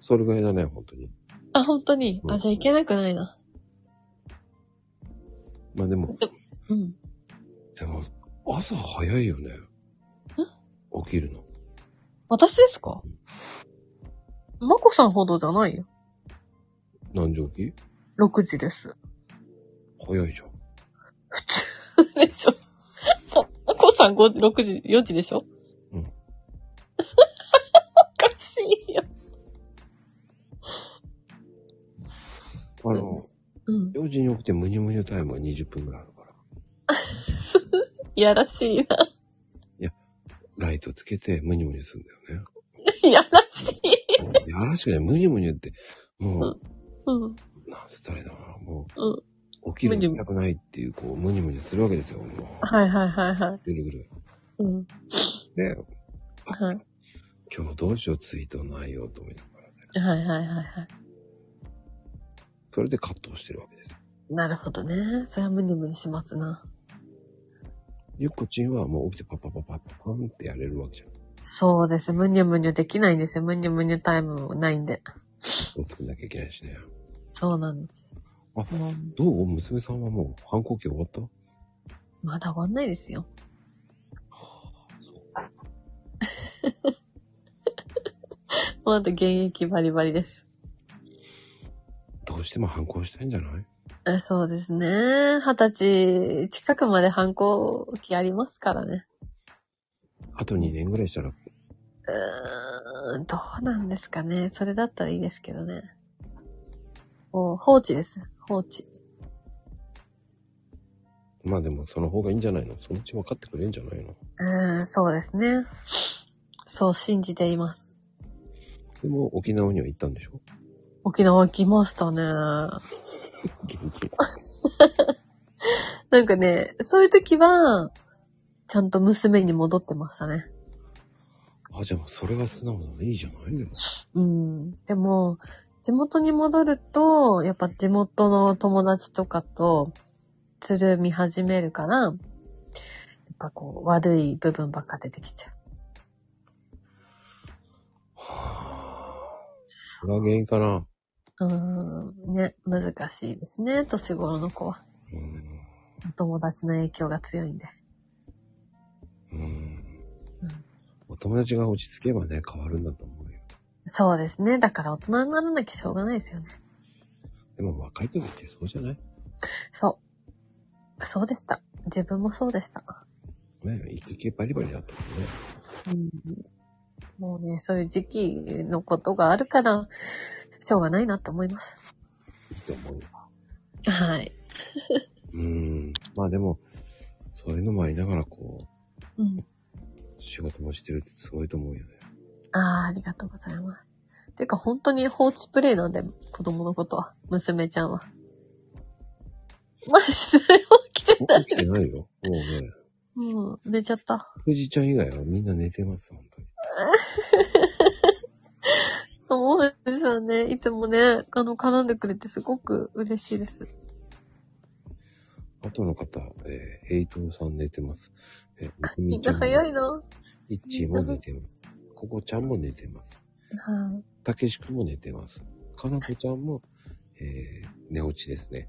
S1: それぐらいだね、本当に。
S3: あ、本当に
S1: う
S3: あ、
S1: ん
S3: じゃあ行けなくないな。
S1: まあでも、
S3: うん。
S1: でも、朝早いよね。起きるの。
S3: 私ですかまこさんほどじゃないよ。
S1: 何時起き
S3: 6時です。
S1: 早いじゃん。
S3: 普通でしょ。まこさん5時、6時、4時でしょ
S1: うん
S3: おかしいよ。
S1: あの、
S3: うん。
S1: 4時に起きてムニュムニュタイムが20分ぐらいあるから。
S3: い やらしいな。
S1: ライトつけてムニュムニュするんだよね。
S3: いやらしい。
S1: いやらしくない。ムニュムニュって、も
S3: うん。
S1: う、なんつったらいいのかな。も
S3: うん。
S1: う、起きるのしたくないっていう、こう、ムニュムニュするわけですよ。も
S3: はいはいはいはい。
S1: う、ぐるぐる。
S3: うん。
S1: で、
S3: はい。
S1: 今日どうしよう、ツイートの内容と思いながらね。
S3: はいはいはいは
S1: それで葛藤してるわけですよ。
S3: い。なるほどね。それはムニムニしますな。
S1: ゆっこちんはもう起きてパッパッパッパッパパンってやれるわけじゃん。
S3: そうです。ムニュムニュできないんですよ。ムニュムニュタイムもないんで。
S1: 起きなきゃいけないしね。
S3: そうなんですよ。
S1: あ
S3: もう
S1: どう娘さんはもう反抗期終わった
S3: まだ終わんないですよ。
S1: そう。
S3: もうあと現役バリバリです。
S1: どうしても反抗したいんじゃない
S3: えそうですね。二十歳近くまで反抗期ありますからね。
S1: あと2年ぐらいしたら、
S3: うーん、どうなんですかね。それだったらいいですけどね。もう放置です。放置。
S1: まあでもその方がいいんじゃないのそのうち分かってくれるんじゃないの
S3: うーん、そうですね。そう信じています。
S1: でも沖縄には行ったんでしょ
S3: 沖縄来ましたね。
S1: 元気。
S3: なんかね、そういう時は、ちゃんと娘に戻ってましたね。
S1: あ、じゃあもうそれが素直なのいいじゃないでも。
S3: うん。でも、地元に戻ると、やっぱ地元の友達とかと、つるみ始めるから、やっぱこう、悪い部分ばっか出てきちゃう。
S1: それが原因かな。
S3: うーん、ね、難しいですね、年頃の子は。
S1: うん。
S3: お友達の影響が強いんで。
S1: うん
S3: うん。
S1: お友達が落ち着けばね、変わるんだと思うよ。
S3: そうですね。だから大人にならなきゃしょうがないですよね。
S1: でも若い時ってそうじゃない
S3: そう。そうでした。自分もそうでした。
S1: ねえ、イケイケバリバリだったもんね。
S3: うん、もうね、そういう時期のことがあるから、しょうがないなって思います。
S1: いいと思うよ。
S3: はい。
S1: うーん。まあでも、そういうのもありながら、こ
S3: うん。
S1: う、仕事もしてるってすごいと思うよ ね。
S3: ああ、ありがとうございます。てか本当に放置プレイなんで、子供のことは、娘ちゃんは。マジそれを着てた
S1: 僕。起きてないよ。もうね、
S3: うん、寝ちゃった。
S1: 富士ちゃん以外はみんな寝てます、本当に。
S3: そうですよね。いつもね、あの、絡んでくれてすごく嬉しいです。
S1: あとの方、えー、ヘイトさん寝てます。えー、
S3: みん
S1: み
S3: な早いな。は
S1: イッチーも寝てます。ココちゃんも寝てます。
S3: い。
S1: たけしくんも寝てます。かなこちゃんも、えー、寝落ちです ね。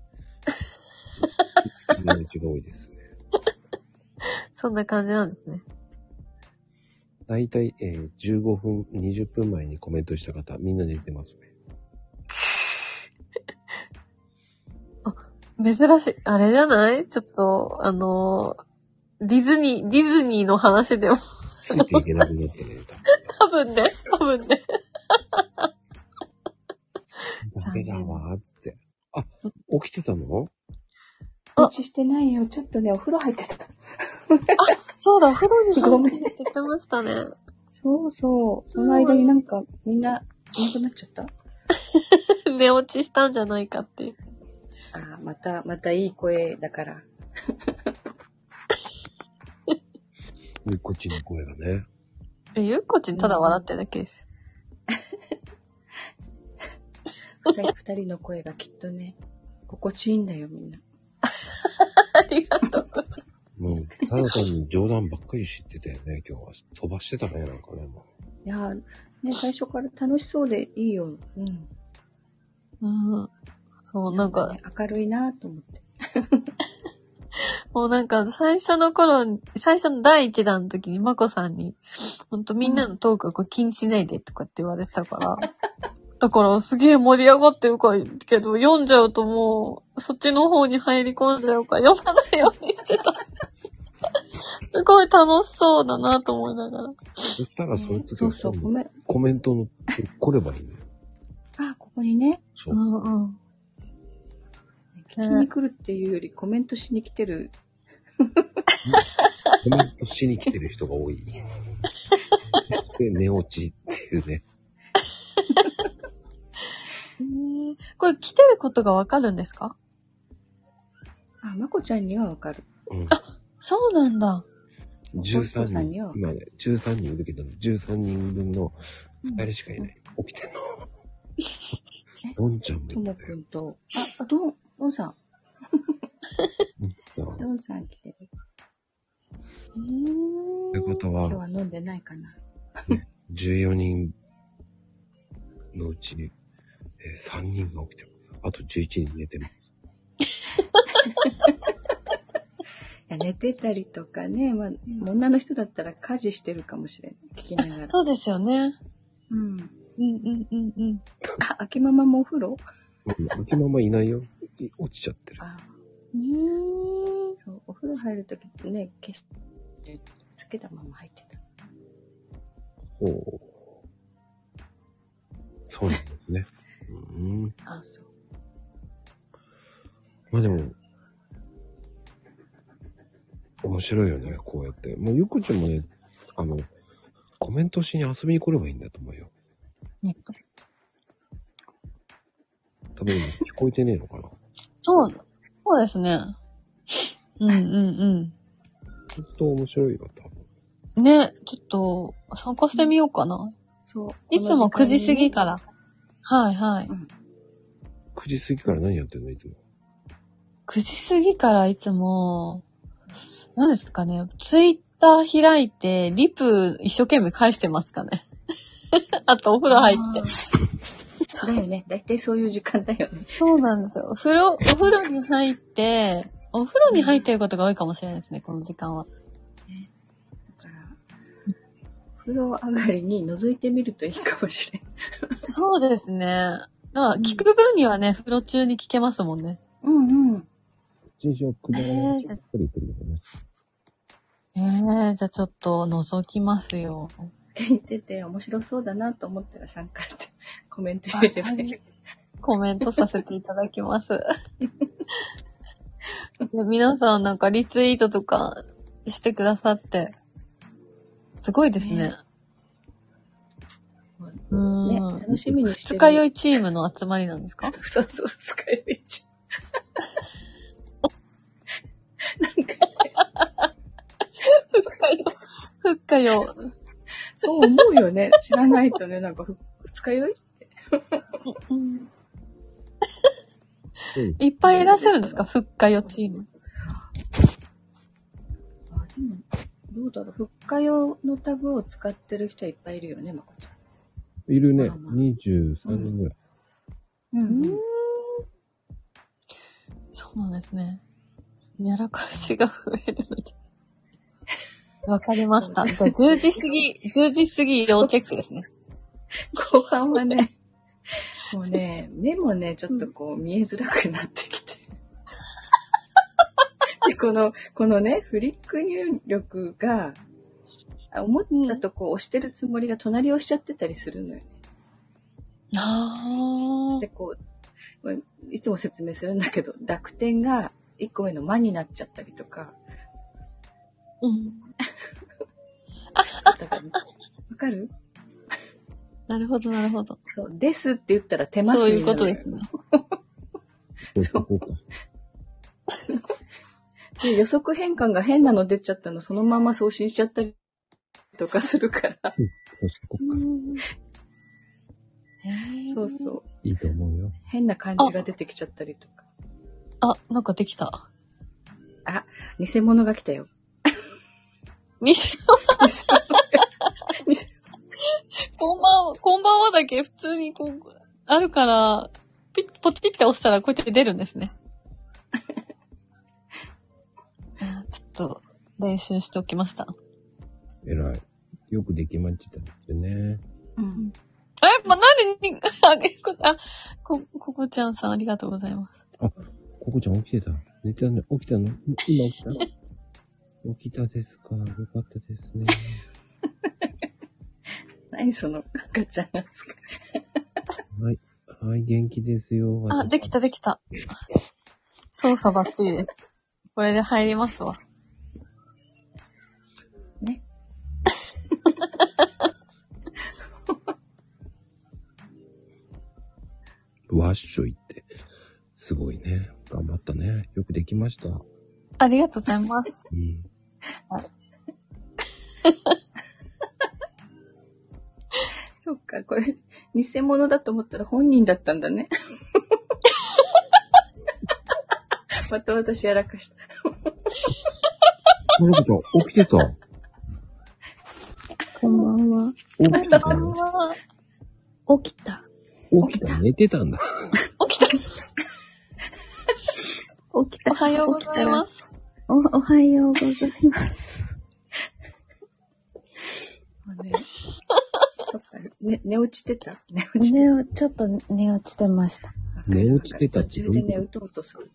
S1: 寝落ちが多いですね。
S3: そんな感じなんですね。
S1: だいたい、えー、15分、20分前にコメントした方、みんな寝てますね。
S3: 珍しい。あれじゃないちょっと、あのーディズニー、ディズニーの話でも、
S1: ついていけなくなってね、多
S3: 多分ね、多分ね。
S1: 分ダメだわーっつって。あ、起きてたの
S3: あ
S5: 落ちしてないよ。ちょっとね、お風呂入ってた。
S3: そうだ、お風呂に
S5: ごめん
S3: 入っててましたね。
S5: そうそう。その間になんか、みんな、いなくなっちゃった。
S3: 寝落ちしたんじゃないかっていう。
S5: ああ、また、またいい声だ から。
S1: ゆっこっちの声がね。
S3: えゆっこちんただ笑ってるだけです。
S5: 二人二人の声がきっとね、心地いいんだよ、みんな。
S3: ありがとうございます。
S1: もう、ただ単に冗談ばっかり知ってたよね、今日は。飛ばしてたね、なんかね、も
S5: いやーね、最初から楽しそうでいいよ。うん。
S3: うん。そう、なんか
S5: ね、、明るいなと思って。
S3: もうなんか、最初の頃、最初の第一弾の時に、まこさんに、ほんとみんなのトークをこう気にしないでとかって言われてた から。だから、すげえ盛り上がってるから、けど、読んじゃうともう、そっちの方に入り込んじゃうから、読まないようにして た。すごい楽しそうだなと思いながら。
S1: う。そしたら、そういう時
S5: そ
S1: は
S5: うそう、ごめん。
S1: コメントの、来ればいいんだよ。
S5: あ、ここにね、
S1: そうう。
S3: んうん。
S5: 聞きに来るっていうよりコメントしに来てる。
S1: コメントしに来てる人が多い。で、寝落ちっていうね。
S3: へーこれ来てることがわかるんですか
S5: あ、まこちゃんにはわかる。
S1: うん。
S3: そうなんだ。
S1: 13
S5: さん
S1: 人
S5: には。
S1: 今ね、13人いるけど、13人分の2人しかいない。起 きてんの。のんちゃんもい
S5: と
S1: るん
S5: も
S1: だ
S5: く
S1: よ。
S5: んと、あ、あ、どん、どんさん。
S1: さあ、
S5: どんさん来てる。
S3: うー
S1: とい
S3: ん
S1: うこと
S5: 今日
S1: は、
S5: は飲んでないかな。
S1: 14人のうち、えー3人が起きてます。あと11人寝てます。
S5: いや寝てたりとかね、まあ、女の人だったら家事してるかもしれない。聞きながら。
S3: そうですよね。
S5: うん。
S3: うんうんうんうん。
S5: あ、秋ママもお風呂
S1: うんうちのままいないよ。い落ちちゃってる。
S5: あ
S3: うーん
S5: そう、お風呂入るときね、消して、つけたまま入ってた。
S1: ほう。そうなんですね。 うん。
S5: そうそう。
S1: まあでも、面白いよね、こうやって。もうゆっこちゃんもね、あの、コメントしに遊びに来ればいいんだと思うよ。
S3: ね
S1: 多分今聞こえてねえ のかな。
S3: そう、そうですね。うんうん
S1: 本当面白いよ、多分。
S3: うん。ね、ちょっと参加してみようかな。
S5: そう。
S3: いつも9時過ぎ
S5: ら。
S3: から。はいはい。
S1: 9時過ぎから何やってんのいつも。
S3: 9時過ぎからいつも、何ですかね、ツイッター開いて、リプ一生懸命返してますかね。 あとお風呂入って。
S5: て。そうだよね。だいたいそういう時間だよね。
S3: そうなんですよ。お風呂、お風呂に入って、お風呂に入ってることが多いかもしれないですね、この時間は。
S5: だから、お風呂上がりに覗いてみるといいかもしれない。
S3: そうですね。だから聞く分にはね、風呂中に聞けますもんね。
S5: うんうん。
S1: 通常、くだらない
S3: えー
S1: しっくりくるよね。
S3: ええじゃあちょっと覗きますよ。
S5: 聞いてて面白そうだなと思ったら参加して、コメント入れればいい。
S3: コメントさせていただき ます。で皆さんなんかリツイートとかしてくださって、すごいですね。
S5: ね
S3: う
S5: ね、
S3: ん。
S5: 楽しみにし
S3: 二
S5: てる。
S3: 日酔いチームの集まりなんですか
S5: そうそう、使える一
S3: ふっかよ。ふっかよ。
S5: そう思うよね。知らないとね、なんかふ、二日酔い
S3: うん
S1: うん
S3: いっぱいいらっしゃるんですかふっかよチーム。
S5: あ、でも、どうだろう。復活用のタグを使ってる人はいっぱいいるよね、まこちゃ
S1: いるね。
S5: まあまあ
S1: 23人ぐらい。
S5: ん。うん、うん。
S3: そうなんですね。やらかしが増えるみたい。わかりました。じゃあ10時過ぎ、10時過ぎ要チェックですね。
S5: 後半はね、もうね、目もね、ちょっとこう見えづらくなってきて。で、この、このね、フリック入力が、あ思ったとこう押してるつもりが隣を押しちゃってたりするのよ。
S3: あ
S5: で、こう、まあいつも説明するんだけど、濁点が1個上の間になっちゃったり とか、
S3: うん。
S5: だからわかる
S3: なるほど、なるほど。
S5: そう、ですって言ったら手間
S3: そういうこと ですね。
S5: そうで予測変換が変なの出ちゃったの、そのまま送信しちゃったりとかするから。
S1: そうしてこ
S5: そうそう。
S1: ういいと思うよ。
S5: 変な漢字が出てきちゃったりとか。
S3: あ、なんかできた。
S5: 偽物が来 たよ。
S3: みし、こんばんは、こんばんはだけ普通にこう、あるから、ピッ、ポチって押したらこうやって出るんですね。あちょっと、練習しておきました。
S1: えらい。よくできましたってね。
S5: うん。
S3: え、ま、なんでに、 あ、げこ、あ、こ、ここちゃんさんありがとうございます。
S1: ここちゃん起きてた寝てたね。起きたの 今起きた起きたですか。よかったですね。
S5: 何その赤ちゃんがつく。
S1: はい。はい、元気ですよ。
S3: あ、でき
S1: た。
S3: たできた。操作バッチリです。これで入りますわ。
S5: ね。
S1: わっしょいって。すごいね。頑張ったね。よくできました。う
S3: ありがとうございます。
S1: ん。
S5: そっか、これ、偽物だと思ったら本人だったんだね。 また私やらかした。
S1: この子ちゃん、起きてた。
S3: こんばんは。
S1: 起きたかな
S3: 起
S5: 起きた。
S1: 起きた。寝てたんだ。
S3: きた。
S6: 起きた。
S3: おはようございます。
S6: お、おはようございます。
S5: ね、そっか、ね、寝落ちてた寝落ちて
S6: 寝を、 ちょっと寝落ちてました。
S5: た。
S1: 寝落ちてた
S5: 途中でね、うとうとする。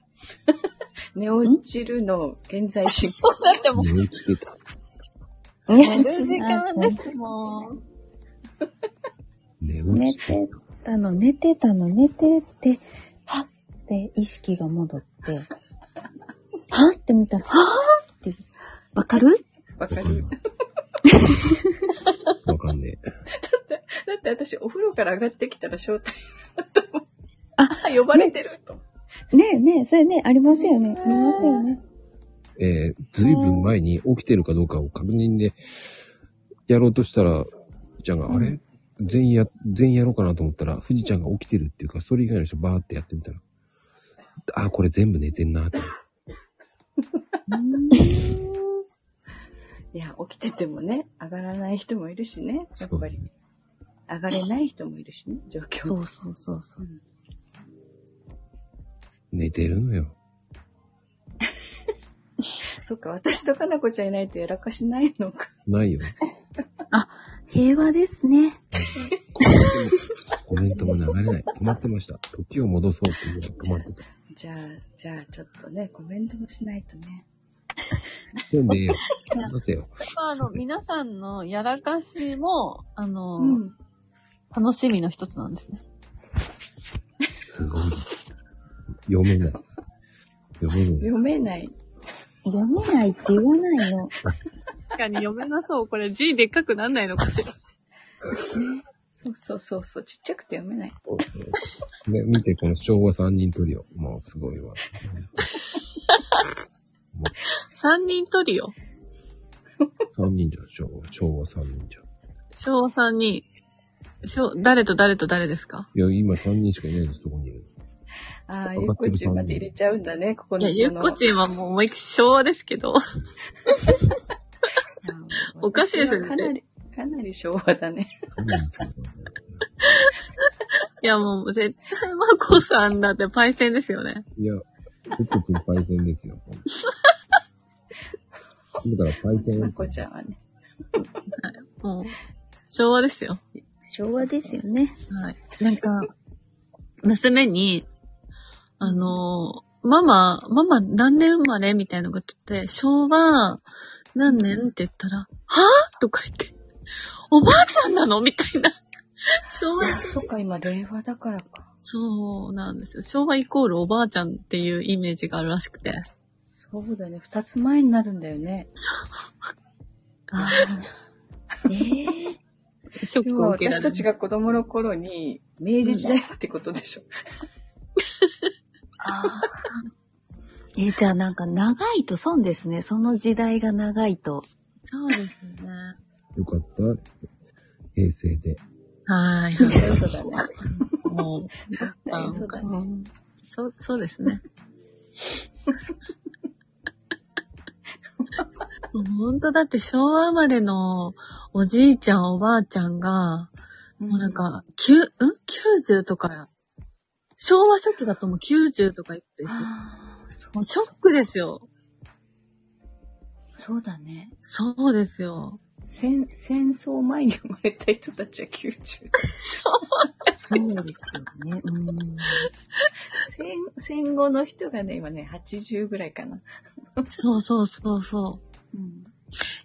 S5: 寝落ちるの現在進行。
S3: だ ってもう、
S1: 寝落ちてた。
S6: 寝
S3: 寝る時間ですもん。
S1: 寝落
S6: 寝
S1: ちて
S6: てたの、寝てたの、寝てて、はっって意識が戻 って、はっって見たら、はっって、わかる
S5: わ
S1: た。
S5: か
S1: わかん
S5: る
S1: ない。わかんねえ。
S5: だって私、お風呂から上がってきたら招待だったも ん。あ、呼ばれてると。
S6: ねえねえ、それね、ありますよね。ありますよね。
S1: えー、ずいぶん前に起きてるかどうかを確認で、やろうとしたら、ちゃんが、あれ全員や、全員やろうかなと思ったら、富士ちゃんが起きてるっていうか、それ以外の人バーってやってみたら、あー、これ全部寝てんなって。
S5: いや、起きててもね、上がらない人もいるしね。や
S1: そ
S5: っ
S1: う
S5: ぱり。上がれない人もいるしね、状況。
S6: そうそうそうそう。
S1: 寝てるのよ。
S5: そっか、私とかなこちゃんいないとやらかしないのか。
S1: ないよ。
S6: 平和ですね。
S1: こコメントも流れない。止まってました。時を戻そうっていうのが止まってた。
S5: じゃあ、じゃあ、ちょっとね、コメントもしないとね。
S1: そうねえよ。待てよ。
S3: まあ、あの、皆さんのやらかしも、あの、
S5: うん。
S3: 楽しみの一つなんですね。
S1: すごい。読めない。読めない。
S5: 読めない。
S6: 読めないって言わないの。
S3: 確かに読めなそう。これ字でっかくなんないのかしら。
S5: そうそうそうそう、ちっちゃくて読めない。
S1: ね、見て、この昭和三人トリオ。もうすごいわ。
S3: 三人トリオ。
S1: 三人じゃん、昭和。昭和三人じゃん。
S3: 小三人。小、誰と誰と誰ですか
S1: いや、今三人しかいないです、そこにいる。
S5: ああ、
S1: 分
S5: ゆ
S1: かって
S5: っこ
S1: る
S5: ちまで入れちゃうんだね、ここ
S3: い
S5: の。
S3: や、ゆっこちんはもう思いっきり昭和ですけど。
S5: この。
S3: おかしいですよね
S5: 私はかなり、かなり昭和だね。
S3: いや、もう絶対まこさんだってパイセンですよね。
S1: いや、僕たちのパイセンですよ。だからパイセン
S5: まこちゃんはね。
S3: もう、昭和ですよ。
S6: 昭和ですよね。
S3: はい。なんか、娘に、あのー、ママ、ママ何年生まれみたいなこと言って、昭和何年って言ったら、はぁとか言って、おばあちゃんなのみたいな。昭和、
S5: そっか、今、令和だからか。
S3: そうなんですよ。昭和イコールおばあちゃんっていうイメージがあるらしくて。
S5: そうだね、二つ前になるんだよね。
S6: ああ。ねえ。
S3: ショッ
S5: で
S3: ク
S5: も
S3: を受けら
S5: 私
S3: れる
S5: たちが子供の頃に、明治時代ってことでしょ。
S6: ああ。 え、じゃあなんか長いと損ですね。その時代が長いと。
S3: そうですね。
S1: よかった。平成で。
S3: はい。
S5: そうだね。
S3: もう、あ
S5: そうだね。
S6: うん
S3: そう、そうです ね。もう本当だって昭和生まれのおじいちゃんおばあちゃんが、もうなんか、きゅ、ん ?90 とか、昭和初期だともう90とか言ってて、
S5: ああ、そ
S3: もうショックですよ。
S5: そうだね。
S3: そうですよ。
S5: 戦、戦争前に生まれた人たちは90。
S6: そうですよね。うん。
S5: 戦、戦後の人がね、今ね、80ぐらいかな。
S3: そうそうそうそう。
S5: うん。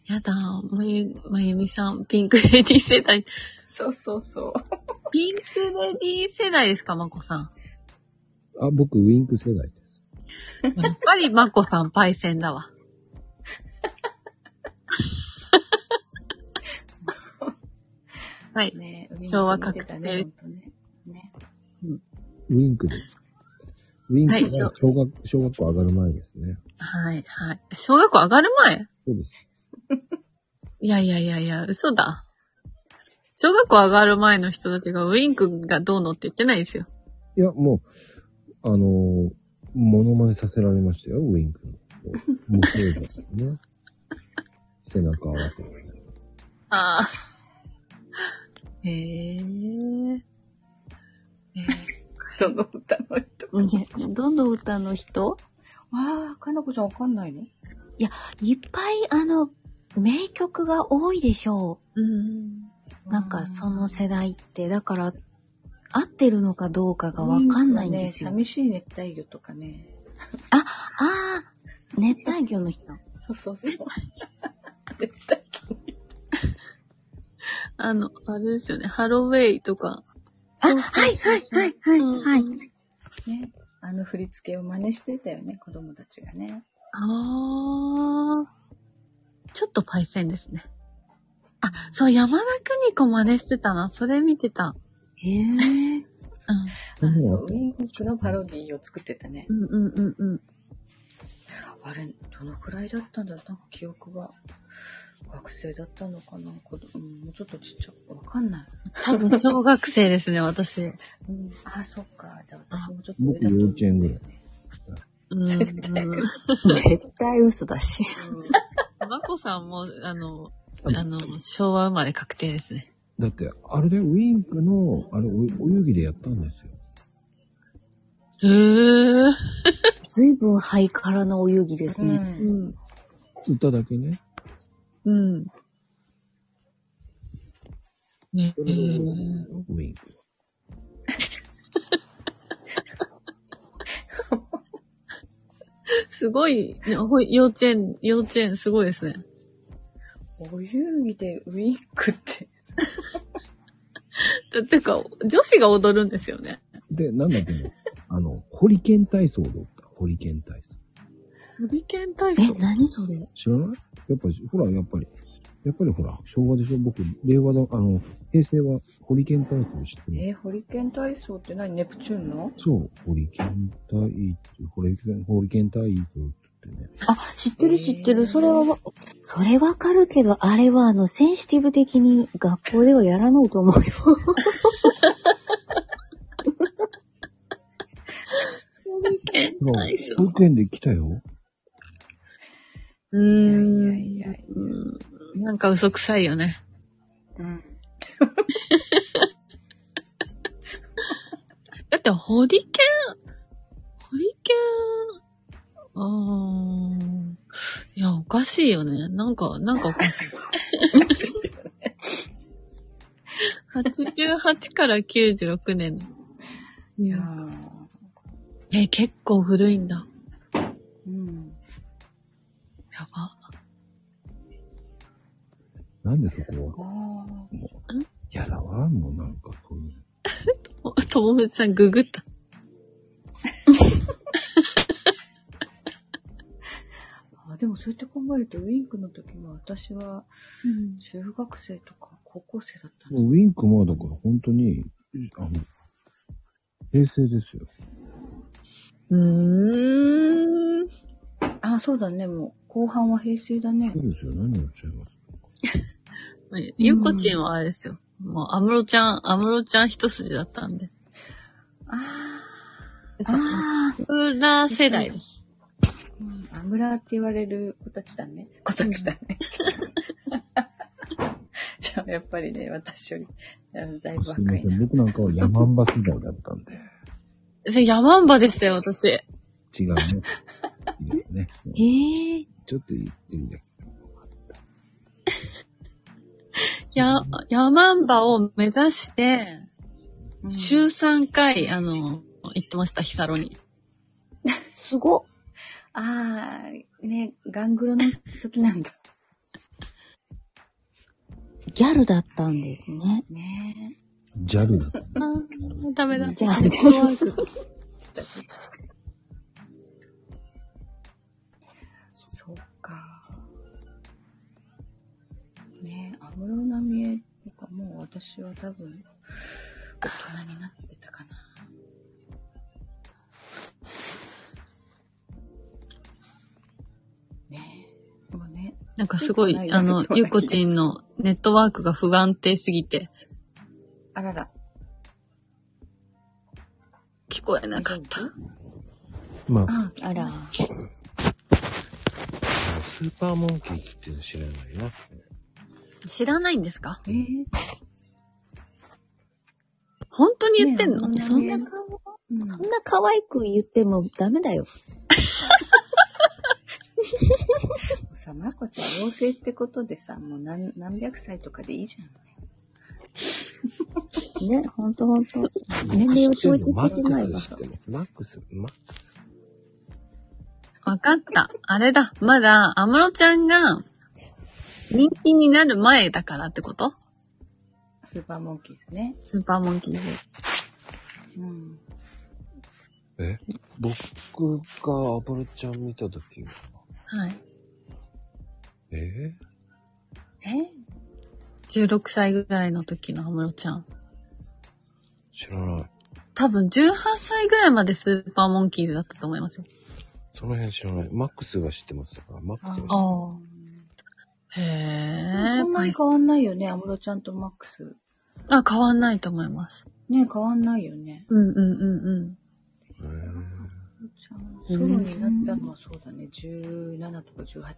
S3: やだ、まゆ、まゆみさん、ピンクレディ世代。
S5: そうそうそう。
S3: ピンクレディ世代ですか、まこさん。
S1: あ、僕、ウィンク世代です。
S3: やっぱりまこさん、パイセンだわ。はい。
S5: ね、
S3: 昭和
S5: 見てた
S3: 覚
S5: ね
S3: 醒
S5: ほんとねね。
S1: ウィンクです。ウィンク
S3: はい
S1: は
S3: そう
S1: 小学、小学校上がる前ですね。
S3: はい、はい。小学校上がる前
S1: そうです。
S3: いやいやいやいや、嘘だ。小学校上がる前の人たちがウィンクがどうのって言ってないですよ。
S1: いや、もう、あのー、モノマネさせられましたよ、ウィンクの。無声だったね。 背中合わせて。
S3: ああ。へえ。えー
S5: その歌の人。
S6: ねどの歌の人
S5: わあ、かなこちゃんわかんないの
S6: いっぱいあの、名曲が多いでしょ
S3: うん。
S6: う。なんかその世代って。だから、合ってるのかどうかがわかんないんですよ。
S5: ね、寂しい熱帯魚とかね。
S6: ああ、熱帯魚の人。
S5: そうそうそう。
S3: あの、あれですよね。ハロウェイとか。
S6: あ、はいはいはいはいはい。
S5: ね。あの振り付けを真似してたよね、子供たちがね。
S3: あー。ちょっとパイセンですね。あ、そう、山田邦子真似してたな。それ見てた。
S6: へえ。
S3: う
S5: あそう、ウィンクのパロディーを作ってたね。
S3: ん。うんうんうんうん。
S5: あれ、どのくらいだったんだろうなんか記憶が。学生だったのかな子供うんもうちょっとちっちゃく、わかんない。
S3: 多分小学生ですね、 私。
S5: うん、あ、そっか。じゃあ私もちょっと
S1: 僕幼稚園ぐらい。
S3: うん。
S5: 絶対
S6: 絶対嘘だし。
S3: まこさんも、あの、あの、昭和生まれ確定ですね。
S1: だって、あれでウィンクの、あれ、お泳ぎでやったんですよ。
S3: へえ。
S6: ずいぶんハイカラなお遊戯です
S5: う。
S6: ね。
S3: うんん。
S1: 歌だけね。
S3: うん。ねえ。
S1: ウィンク。
S3: すごい、ねほい幼稚園、幼稚園すごいですね。
S5: お遊戯でウィンクって。
S3: だてか、女子が踊るんですよね。
S1: で、なんだっけね、あの、ホリケン体操だった。ホリケン体操。
S3: ホリケン体
S6: え
S3: 操、
S6: 何それ
S1: 知らないやっぱ、ほら、やっぱり、やっぱりほら、昭和でしょ僕、令和だ、あの、平成はホリケン体操知ってる。
S5: えー、ホリケン体操って何ネプチューンの
S1: そう、ホリケン体操、ホリケン、ホリケン体操って言ってね。
S6: あ、知ってる知ってる。それはわ、それわかるけど、あれはあの、センシティブ的に学校ではやらないと思うよ。
S3: ホリケン
S1: ほら
S3: 体操。
S1: 保育園で来たよ。
S3: うーん。
S5: いやいやいや
S3: うんなんか嘘くさいよね。
S5: うん。
S3: だって、ホリケン、ホリケン、あー。いや、おかしいよね。なんか、なんかおかしい。88から96年。
S5: いやー
S3: え、結構古いんだ。
S5: うん。
S3: やば。
S1: なんでそこは
S5: ああ。
S1: 嫌だわ、もうなんかそういう。
S3: お友藤さん、ググった。
S5: あでもそうやって考えると、ウィンクの時も私は中学生とか高校生だったんだ。
S1: ウィンクもだから本当に、あの、平成ですよ。
S3: うーん。
S5: あ、そうだね。もう後半は平成だね
S1: そ。うですよ、何をおっしゃいます
S3: ゆうこちんはあれですよ。もう、アムロちゃん、アムロちゃん一筋だったんで。そう
S6: ああ、
S3: 裏世代です。
S5: うんアムラーって言われる子たちだね。子たちだね。じゃあ、やっぱりね、私より、あのだいぶ
S1: すみま
S5: 若い
S1: せん、
S5: な。
S1: 僕なんかはヤマンバ世代だったんで。
S3: それヤマンバでしたよ、私。
S1: 違うね。 いいですね。
S6: ええ
S1: ちょっと言ってみて。
S3: や、ヤマンバを目指して、
S5: うん
S3: 週3回、あの、行ってました、ヒサロに。
S6: すごっ。
S5: ああ、ね、ガングロの時なんだ。
S6: ギャルだったんですね。
S5: ね
S1: ジャルだったんで
S3: あーダメだ。
S6: じゃあ、じゃあ、
S5: そうか。ね安室奈美恵とかもう私は多分、大人になってたかな。ねえ、もうね、
S3: なんかすご
S5: ない
S3: い、
S5: な
S3: あの、ゆうこちんのネットワークが不安定すぎて、
S5: あらら。
S3: 聞こえなかった。
S1: す。まあ、
S5: あ、
S6: あら、
S1: スーパーモンキーっていうの知らないな。
S3: 知らないんですか
S5: えー、
S3: 本当に言ってんの、
S5: ねえ
S6: そんな、
S5: うん
S6: そんな可愛く言ってもダメだよ。
S5: さ、まこちゃん、妖精ってことでさ、もう何何百歳とかでいいじゃん。
S6: ね、ほんとほんと。年齢を統一
S1: マ
S6: して
S1: ッ
S6: しまえ
S1: ク
S6: ば。
S1: ス知ってます。マックス、マックス。
S3: わかった。あれだ。まだ、アムロちゃんが、人気になる前だからってこと
S5: スーパーモンキーズね。
S3: スーパーモンキーズ。
S5: うん。
S1: え僕がアブロちゃん見たときは、
S3: はい。
S1: え
S5: え
S3: 16歳ぐらいの時のアムロちゃん。
S1: 知らない。
S3: 多分18歳ぐらいまでスーパーモンキーズだったと思いますよ。
S1: その辺知らない。マックスは知ってますだから、マックスは知ってます。
S3: ああ。へえ。
S5: そんなに変わんないよね、安室ちゃんとマックス。
S3: あ、変わんないと思います。
S5: ね変わんないよね。
S3: うんうんうんうん。
S1: へー
S5: ソロになったのはそうだね、17とか18くらい。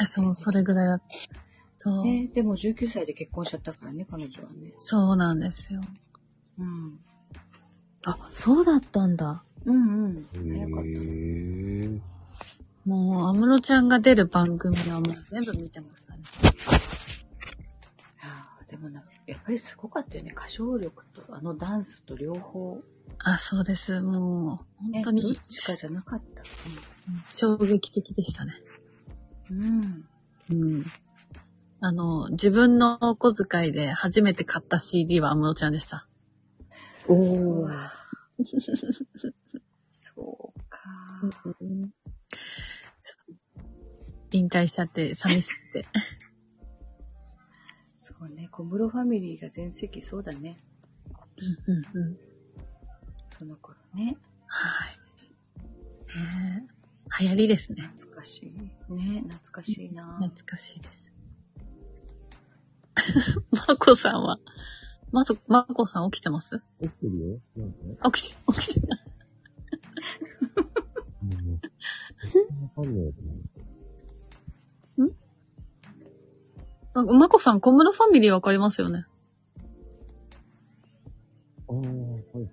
S3: あそう、それぐらいだった。そう。
S5: ねでも19歳で結婚しちゃったからね、彼女はね。
S3: そうなんですよ。
S5: うん。
S6: あ、そうだったんだ。
S5: うんうん。早かった。
S1: へー
S3: もう、安室ちゃんが出る番組はもう全部見てましたね。
S5: あーでもな、やっぱりすごかったよね、歌唱力と、あのダンスと両方。
S3: あ、そうです。もう、本当に
S5: ね、どっちかじゃなかった。
S3: 衝撃的でしたね。
S5: うん。
S3: うん。あの、自分のお小遣いで初めて買った CD は安室ちゃんでした。
S6: おー。
S5: そうか。
S3: 引退しちゃって寂しく て。
S5: そうね。小室ファミリーが全席そうだね。
S3: うんうん。
S5: その頃ね。
S3: はい。ねえ流行りですね。
S5: 懐かしい。ね懐かしいな。
S3: 懐かしいです。 まこさんは、まそ、まこさん起きてます
S1: 起きてるよ。なんかね。
S3: 起きて、起きてた。
S1: もうわかんないけど
S3: なんかまこさん、小室ファミリーわかりますよね。
S1: ああ、はいはい。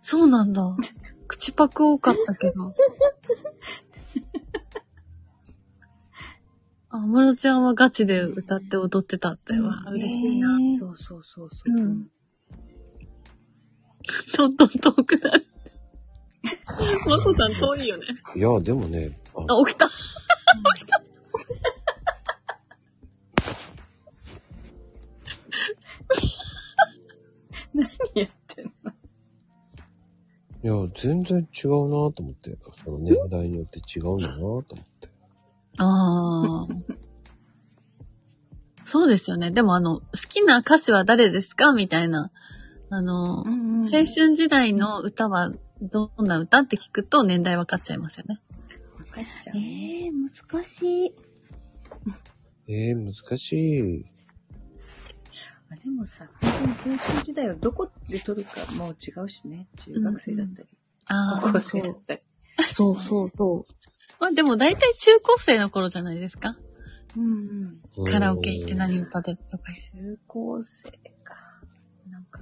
S3: そうなんだ。口パク多かったけ ど。あ、ムロちゃんはガチで歌って踊ってたってわ。嬉しいな。
S6: ね
S5: そうそうそうそう。
S6: うん
S5: うん
S3: どんどん遠くなる。マコさん遠いよね。
S1: いや、でもね、あ
S3: あ、起きた。
S5: 何やってんの
S1: いや、全然違うなと思って。その年代によって違うんだなと思って。
S3: ああ。そうですよね。でもあの、好きな歌手は誰ですかみたいな。あの、
S5: ん
S3: 青春時代の歌はどんな歌って聞くと年代分かっちゃいますよね。
S5: わかっちゃう
S6: え
S5: ね。
S6: え難しい。
S1: ええ難しい。
S5: まあでもさ、本当に青春時代をどこで撮るかもう違うしね。中学生だったり、
S3: ああ。
S5: 高校生だったり。
S6: そうそうそ
S3: まあでも大体中高生の頃じゃないですか。
S5: うんうん。
S3: カラオケ行って何歌ってたとか。
S5: 中高生か。なんか、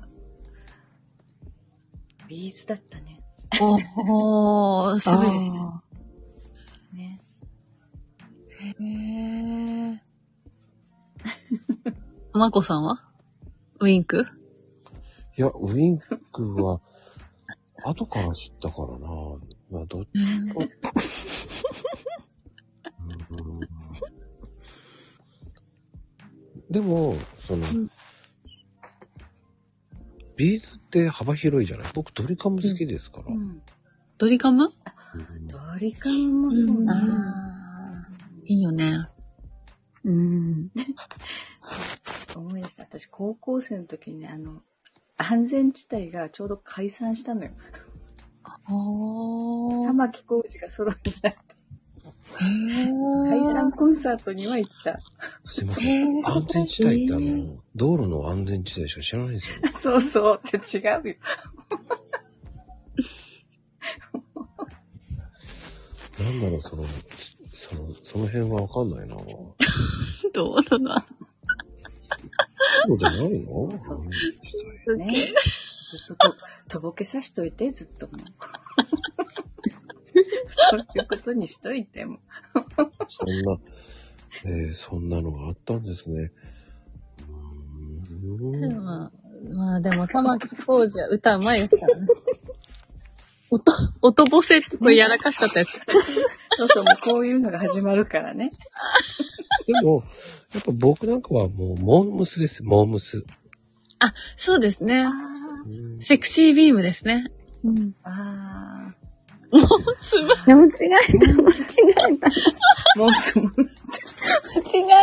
S5: ビーズだったね。
S3: おー、
S6: う。
S3: 渋いですね。
S6: あ
S5: ね。
S3: へえ。まこさんはウィンク
S1: いや、ウィンクは、後から知ったからなまあ、どっちも。うんでも、その、ビーズって幅広いじゃない僕、ドリカム好きですから。
S5: うん。
S3: ドリカム
S1: うん
S5: ドリカムもそうね。
S3: いいよね。
S6: ーうん。
S5: 思い出した。私、高校生の時にね、あの、安全地帯がちょうど解散したのよ。
S3: おー。
S5: 玉置浩二がソロになって、
S3: へ
S5: 解
S3: ー
S5: 散コンサートには行った。
S1: すいません。安全地帯ってあの、道路の安全地帯しか知らないんですよ。
S5: そうそうって違うよ。
S1: なんだろう、その、その、その辺はわかんないな
S3: どうだな。
S1: そうじゃないの
S5: そう
S1: ちょっ
S5: ね。ずっとと、とぼけさしといて、ずっともう。そういうことにしといても。
S1: とそんな、えーそんなのがあったんですね。うーん
S3: まあ、まあでも玉置浩二は歌うまいですからね。音、音ボセってこれやらかしちゃったやつ。
S5: そうそう、もうこういうのが始まるからね。
S1: でも、やっぱ僕なんかはもう、モームスです、モームス。
S3: そうですね。
S1: うん
S3: セクシービームですね。
S6: うん。
S5: あ
S3: すごい。
S6: でも違えた、間違え た。
S5: あ。もうすぐ。
S6: 間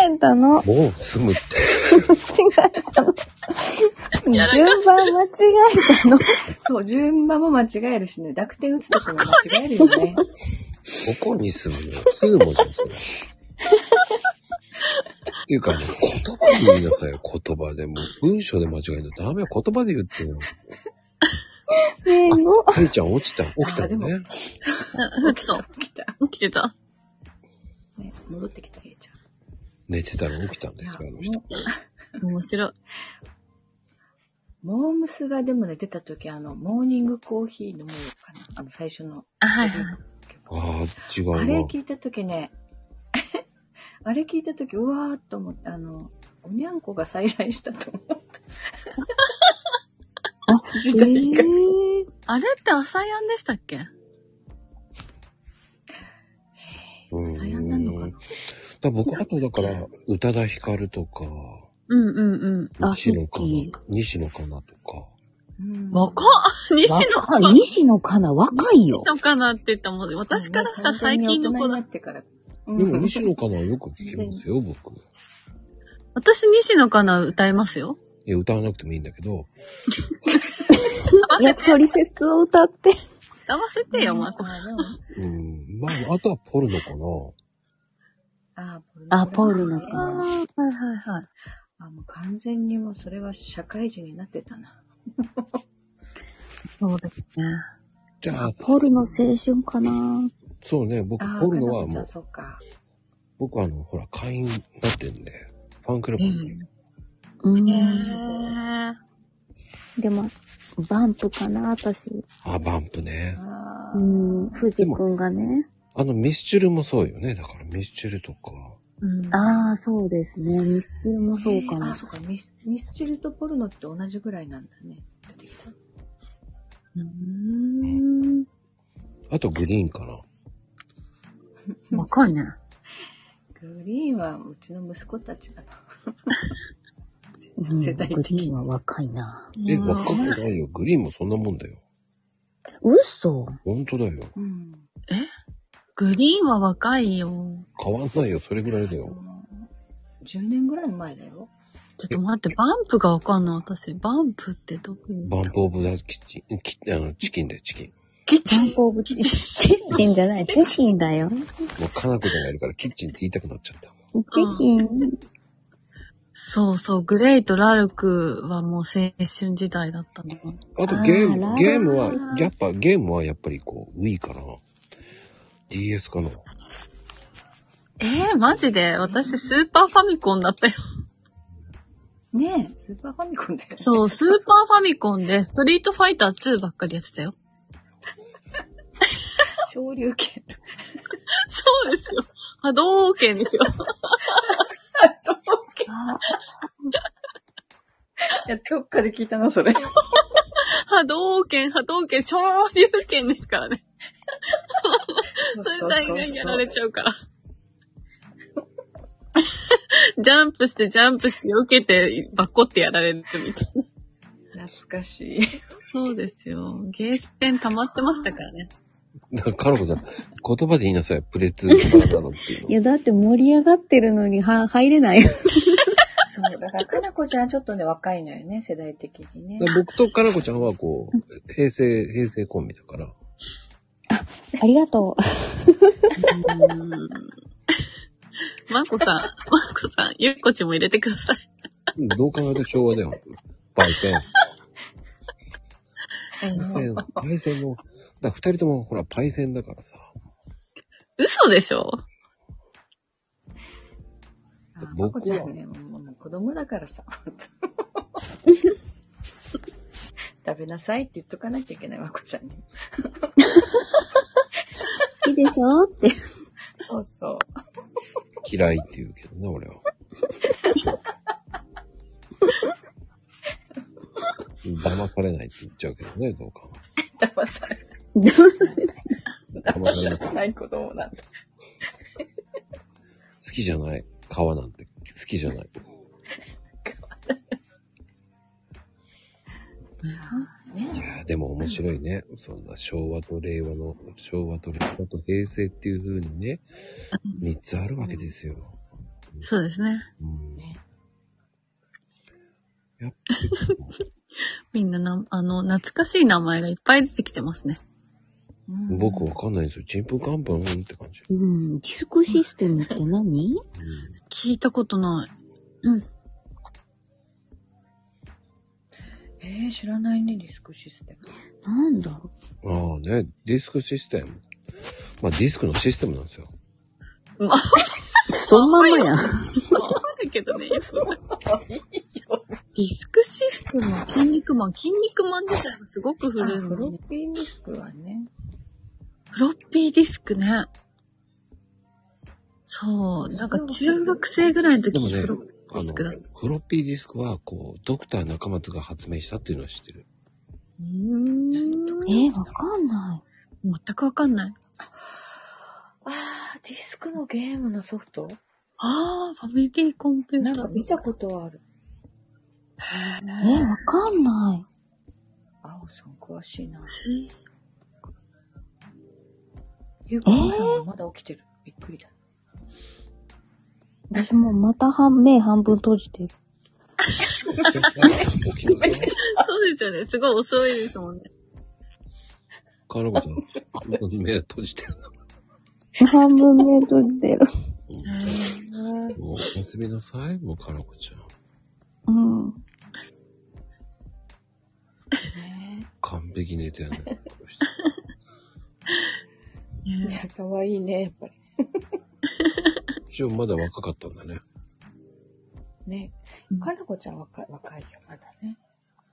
S6: 違えたの。
S1: もう住むって。
S6: 間違えたの。順番間違 えたの。
S5: そう、順番も間違えるしね。濁点打つとこも間違えるよ ね。
S1: ここに住むの。すぐ文字にする。っていうか、もう言葉で言いなさいよ、言葉で。もう文章で間違えるのダメよ、言葉で言ってよ。
S6: 英語。
S1: ふいちゃん落ちた、起きたのね。
S3: 起きそう。
S5: 来た。
S3: 起きてた。
S5: ね、戻ってきた、えいちゃん。
S1: 寝てたら起きたんですよ、あの人。
S3: 面白い。
S5: モームスがでもね、出た時、あの、モーニングコーヒー飲もうかな。あの、最初の
S3: あ、はいはい。
S5: 曲。
S1: ああ、違うな。
S5: あれ聞いた時ね、 あれ聞いた時、うわーっと思って、あの、おにゃんこが再来したと思った。時代が。
S6: えー
S3: あれって朝やんでしたっけ
S1: うん
S5: さやんなのかな
S1: だ僕、あとだから、宇多田ヒカルとか、
S6: うんうんうん。あ、ヒ
S1: 西野
S6: ッ
S1: カ
S6: キ
S1: ナ、西野カナとか、
S5: うん
S3: 若っ西野か
S6: ー。あ、
S3: な
S6: 西野かな若いよ。
S3: のかなって言ったもん。私からしたら最近の子
S5: も
S3: だ
S5: う完全に大人にな。ってから。
S1: でも
S5: うん
S1: 西野カナはよく聞きますよ、僕。
S3: 私西野かな歌いますよ。
S1: いや、歌わなくてもいいんだけど、
S6: やっぱり説を歌って。
S3: 歌わせてよ、マコ
S5: あ
S3: さん。
S5: で
S1: う
S5: も
S1: ん、まあ、あとはポルノかな。
S5: あ
S6: あ、ポールの
S3: あ
S6: か。
S3: はいはいはい。
S5: あ、もう完全にもうそれは社会人になってたな。
S3: そうですね。
S1: じゃあ、
S6: ポールの青春かな。
S1: そうね、僕、
S5: ああ、
S1: ポルノは
S5: かなこち
S1: も
S5: ゃ、、
S1: うん
S5: そっか。
S1: 僕はあの、ほら、会員になってんで、ファンクラブに。
S6: うん。
S3: へ
S6: でも、バンプかな、私。
S1: あ、バンプね。
S5: ああ、
S6: うん。藤くんがね。
S1: あの、ミスチルもそうよね。だから、ミスチルとか。
S3: うん
S6: ああ、そうですね。ミスチルもそうか
S5: あ
S6: な
S5: あ、。そっか。ミスミスチルとポルノって同じぐらいなんだね。出てきた。
S6: うーん。
S1: あと、グリーンかな。
S3: 若いね。
S5: グリーンはうちの息子たちだな。
S6: うん
S5: 世代的
S6: グリーンは若いな。
S1: え、若くないよ。グリーンもそんなもんだよ。
S6: 嘘
S1: ほんとだよ。
S5: うん。
S3: グリーンは若いよ。
S1: 変わんないよ。それぐらいだよ。
S5: 10年ぐらい前だよ。
S3: ちょっと待って、バンプがわかんない、私。バンプってどこに
S1: バンプオブザキッチン、キッあの、チキンでチキン。
S3: キッ
S6: キ
S3: チン
S6: ンポーブ キッチン。キッチンじゃ ない。チキンだよ。
S1: もう、かなこちゃんがいるから、キッチンって言いたくなっちゃった。
S6: チキン。
S3: そうそう、グレイとラルクはもう青春時代だったの。
S1: あと、ゲー
S6: あ
S1: ム、
S6: ら
S1: ゲームは、やっぱ、ゲームはやっぱりこう、Wii かな。DS かな。
S3: えー、マジで私スーパーファミコンだったよ。
S5: ねえ、スーパーファミコンだよ、ね。
S3: そう、スーパーファミコンでストリートファイター2ばっかりやってたよ。
S5: 昇竜拳とか。
S3: そうですよ。波動拳ですよ。
S5: いや、どっかで聞いたな、それ。
S3: 波動拳、波動拳、昇竜拳ですからね。それ大概やられちゃうから。 ジャンプして、ジャンプして、避けて、バコってやられるみたいな。
S5: 懐かしい。
S3: そうですよ。ゲース点溜まってましたからね。
S1: だから、かなこちゃん、言葉で言いなさい。プレツーなのっていうの
S6: いや、だって盛り上がってるのに、は、入れない。
S5: そう、だから、かなこちゃんはちょっとね、若いのよね、世代的にね
S1: だ。から僕とかなこちゃんはこう、平成、平成コンビだから。
S6: ありが と
S3: マコさん、マコさん、ゆっこちも入れてください。
S1: どう考えても昭和だよ。焙煎。焙煎、焙煎も、だから二人ともほら、焙煎だからさ。
S3: 嘘でしょ
S5: あーま
S1: 僕
S5: こ
S1: は
S5: ちゃんね、もうもう子供だから さ。本当食べなさいって言っとかなきゃいけない、まこちゃんに。
S6: う。好きでしょ って。
S5: そうそう。
S1: 嫌いって言うけどね、俺は。騙されないって言っちゃうけどね、どうか。
S5: 騙され
S6: でもそれ
S1: 騙されない。
S5: ない子供なんだ。
S1: 好きじゃない。皮なんて好きじゃない。い
S5: ね。
S1: やーでも面白いね。そんな昭和と令和の、昭和と令和と平成っていう風にね、三つあるわけですよ。
S3: そうですね。
S1: うん
S5: ね
S1: やっぱり
S3: みんなな、あの、懐かしい名前がいっぱい出てきてますね。
S5: うん
S1: 僕わかんないんですよ。ちんぷんかんぷんって感じ。
S6: うん。ディスクシステムって何
S3: 聞いたことない。
S5: えー、知らないね、ディスクシステム。
S6: なんだろ
S1: ああね、ディスクシステム。まあディスクのシステムなんですよ。
S6: う。そのまんまやん。
S3: だけどね、よくディスクシステムは筋肉マン。筋肉マン自体がすごく
S5: あ
S3: 古い
S5: フ
S3: の
S5: ロッ
S3: に。
S5: ピーディスクはね。
S3: フロッピーディスクね。そう。なんか中学生ぐらいの時
S1: でもね
S3: フロッピーデ
S1: あ
S3: ィ
S1: の
S3: スクだった。、
S1: フロッピーディスクは、こう、ドクター中松が発明したっていうのは知ってる。
S3: うーん。
S6: えー、わかんない。
S3: 全くわかんない。
S5: あー、ディスクのゲームのソフト
S6: ああ、ファミリーコンピュ
S5: な
S6: ー
S5: ん
S6: タ
S5: か
S6: ー
S5: 見
S6: です。
S5: たことはある。
S6: え、わかんない。
S5: あおさん詳しいな。
S6: し
S5: ゆうこさんがまだ起きてる。びっくりだ。
S6: 私もうまた半目半分閉じてる。
S4: 起きてますよ。
S3: そうですよね。すごい遅いですもんね。
S4: かのこちゃん、目閉じてる
S6: 半分目閉じてる。
S4: な。もう、おやすみなさい、もうかのこちゃん。
S6: うん。
S5: ね
S4: 完璧寝てるね。
S5: え。いや、かわいいね、やっぱり。
S4: 一応まだ若かったんだね。
S5: ね
S3: うん
S5: かなこちゃん若い、若いよ、まだね。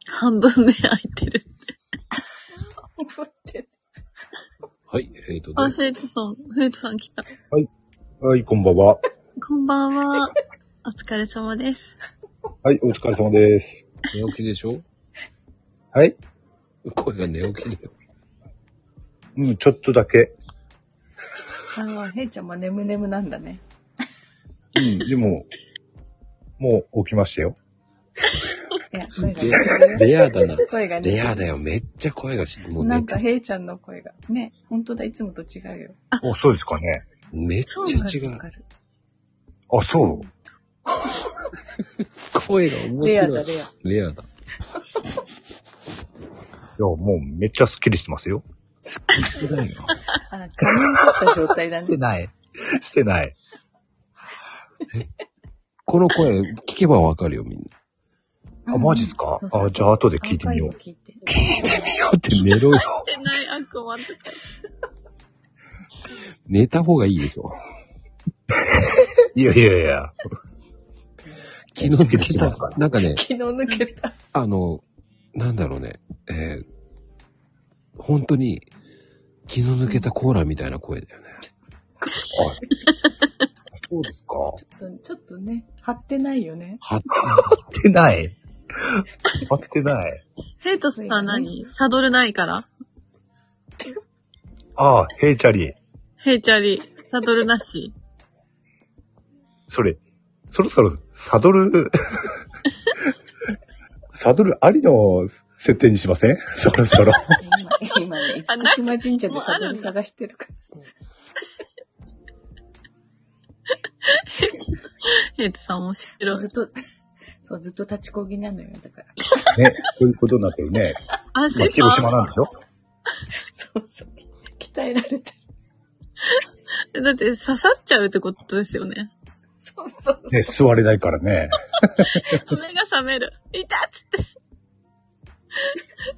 S3: 半分目開いてる。
S5: ふって。
S4: はい、ヘイトで
S3: あ、ヘイトさん、ヘイトさん来た。
S7: はい、こんばんは。
S3: こんばんは。お疲れ様です。
S7: はい、お疲れ様です。
S4: 寝起きでしょ
S7: はい
S4: 声が寝起きで。
S7: うん、ちょっとだけ。
S5: あの、へいちゃんも眠眠なんだね。
S7: うん、でも、もう起きましたよ。
S5: いや、
S4: す
S5: 声
S4: げ
S5: が
S4: え
S5: 似 てるよ。
S4: レアだな。
S5: 声が
S4: レ
S5: ね。
S4: アだよ。めっちゃ声がし、もう
S5: な
S4: 寝
S5: んか、
S4: て、
S5: へいちゃんの声が。ね、本当だ、いつもと違うよ。
S7: あ、そうですかね。
S4: めっち
S3: そうなん
S4: ゃ
S3: だ
S4: 違
S5: わ
S4: う。
S5: かる。
S7: あ、そう。
S4: 声が面白い。
S5: レアだ、レア。
S4: レアだ。
S7: いや、もうめっちゃスッキリしてますよ。
S4: してないよ。
S5: あ、仮眠取った状態だね。
S4: ない。
S7: してない。
S1: この声、聞けばわかるよ、みんな。
S7: あ、マジっすか
S5: そうそう
S7: あ、じゃあ後で聞いてみ
S5: ア
S7: よ
S5: ー
S7: う
S5: カイブ。聞いて。
S1: だって寝ろよ。
S3: 寝てない悪魔とか。
S1: 寝た方がいいでしょ。
S7: いやいやいや。
S1: 昨日抜け
S7: そう
S1: た
S7: ですか。
S1: なんかね、
S5: 昨日抜けた。
S1: あの、なんだろうね、えー、本当に気の抜けたコーラみたいな声だよね。
S7: そうですか
S5: ちょっとちょっとね、張ってないよね。
S1: はっ
S7: して ない。待ってない。
S3: ヘイトさんは何サドルないから
S7: あ、ヘイチャリ。
S3: ヘイチャリ、サドルなし。
S7: それ、そろそろサド ル、サドルありの設定にしませんそろそろ。
S5: 今、今ね、
S3: あ
S5: 厳島神社でサドル探してるからさ。
S3: ヘイトさん面白
S5: ず
S3: い
S5: っ。と、そう、ずっと立ちこぎなのよ、だから。
S7: ね、そういうことになってるね。
S3: あ、
S7: まあ、
S3: シェ
S7: 広島
S3: パ
S7: なんでしょ
S5: そうそう。鍛えられてる。
S3: ーだって刺さっちゃうってことですよね。
S5: そうそうそう。
S7: ね、座れないからね。
S3: 目が覚める。いたっつって。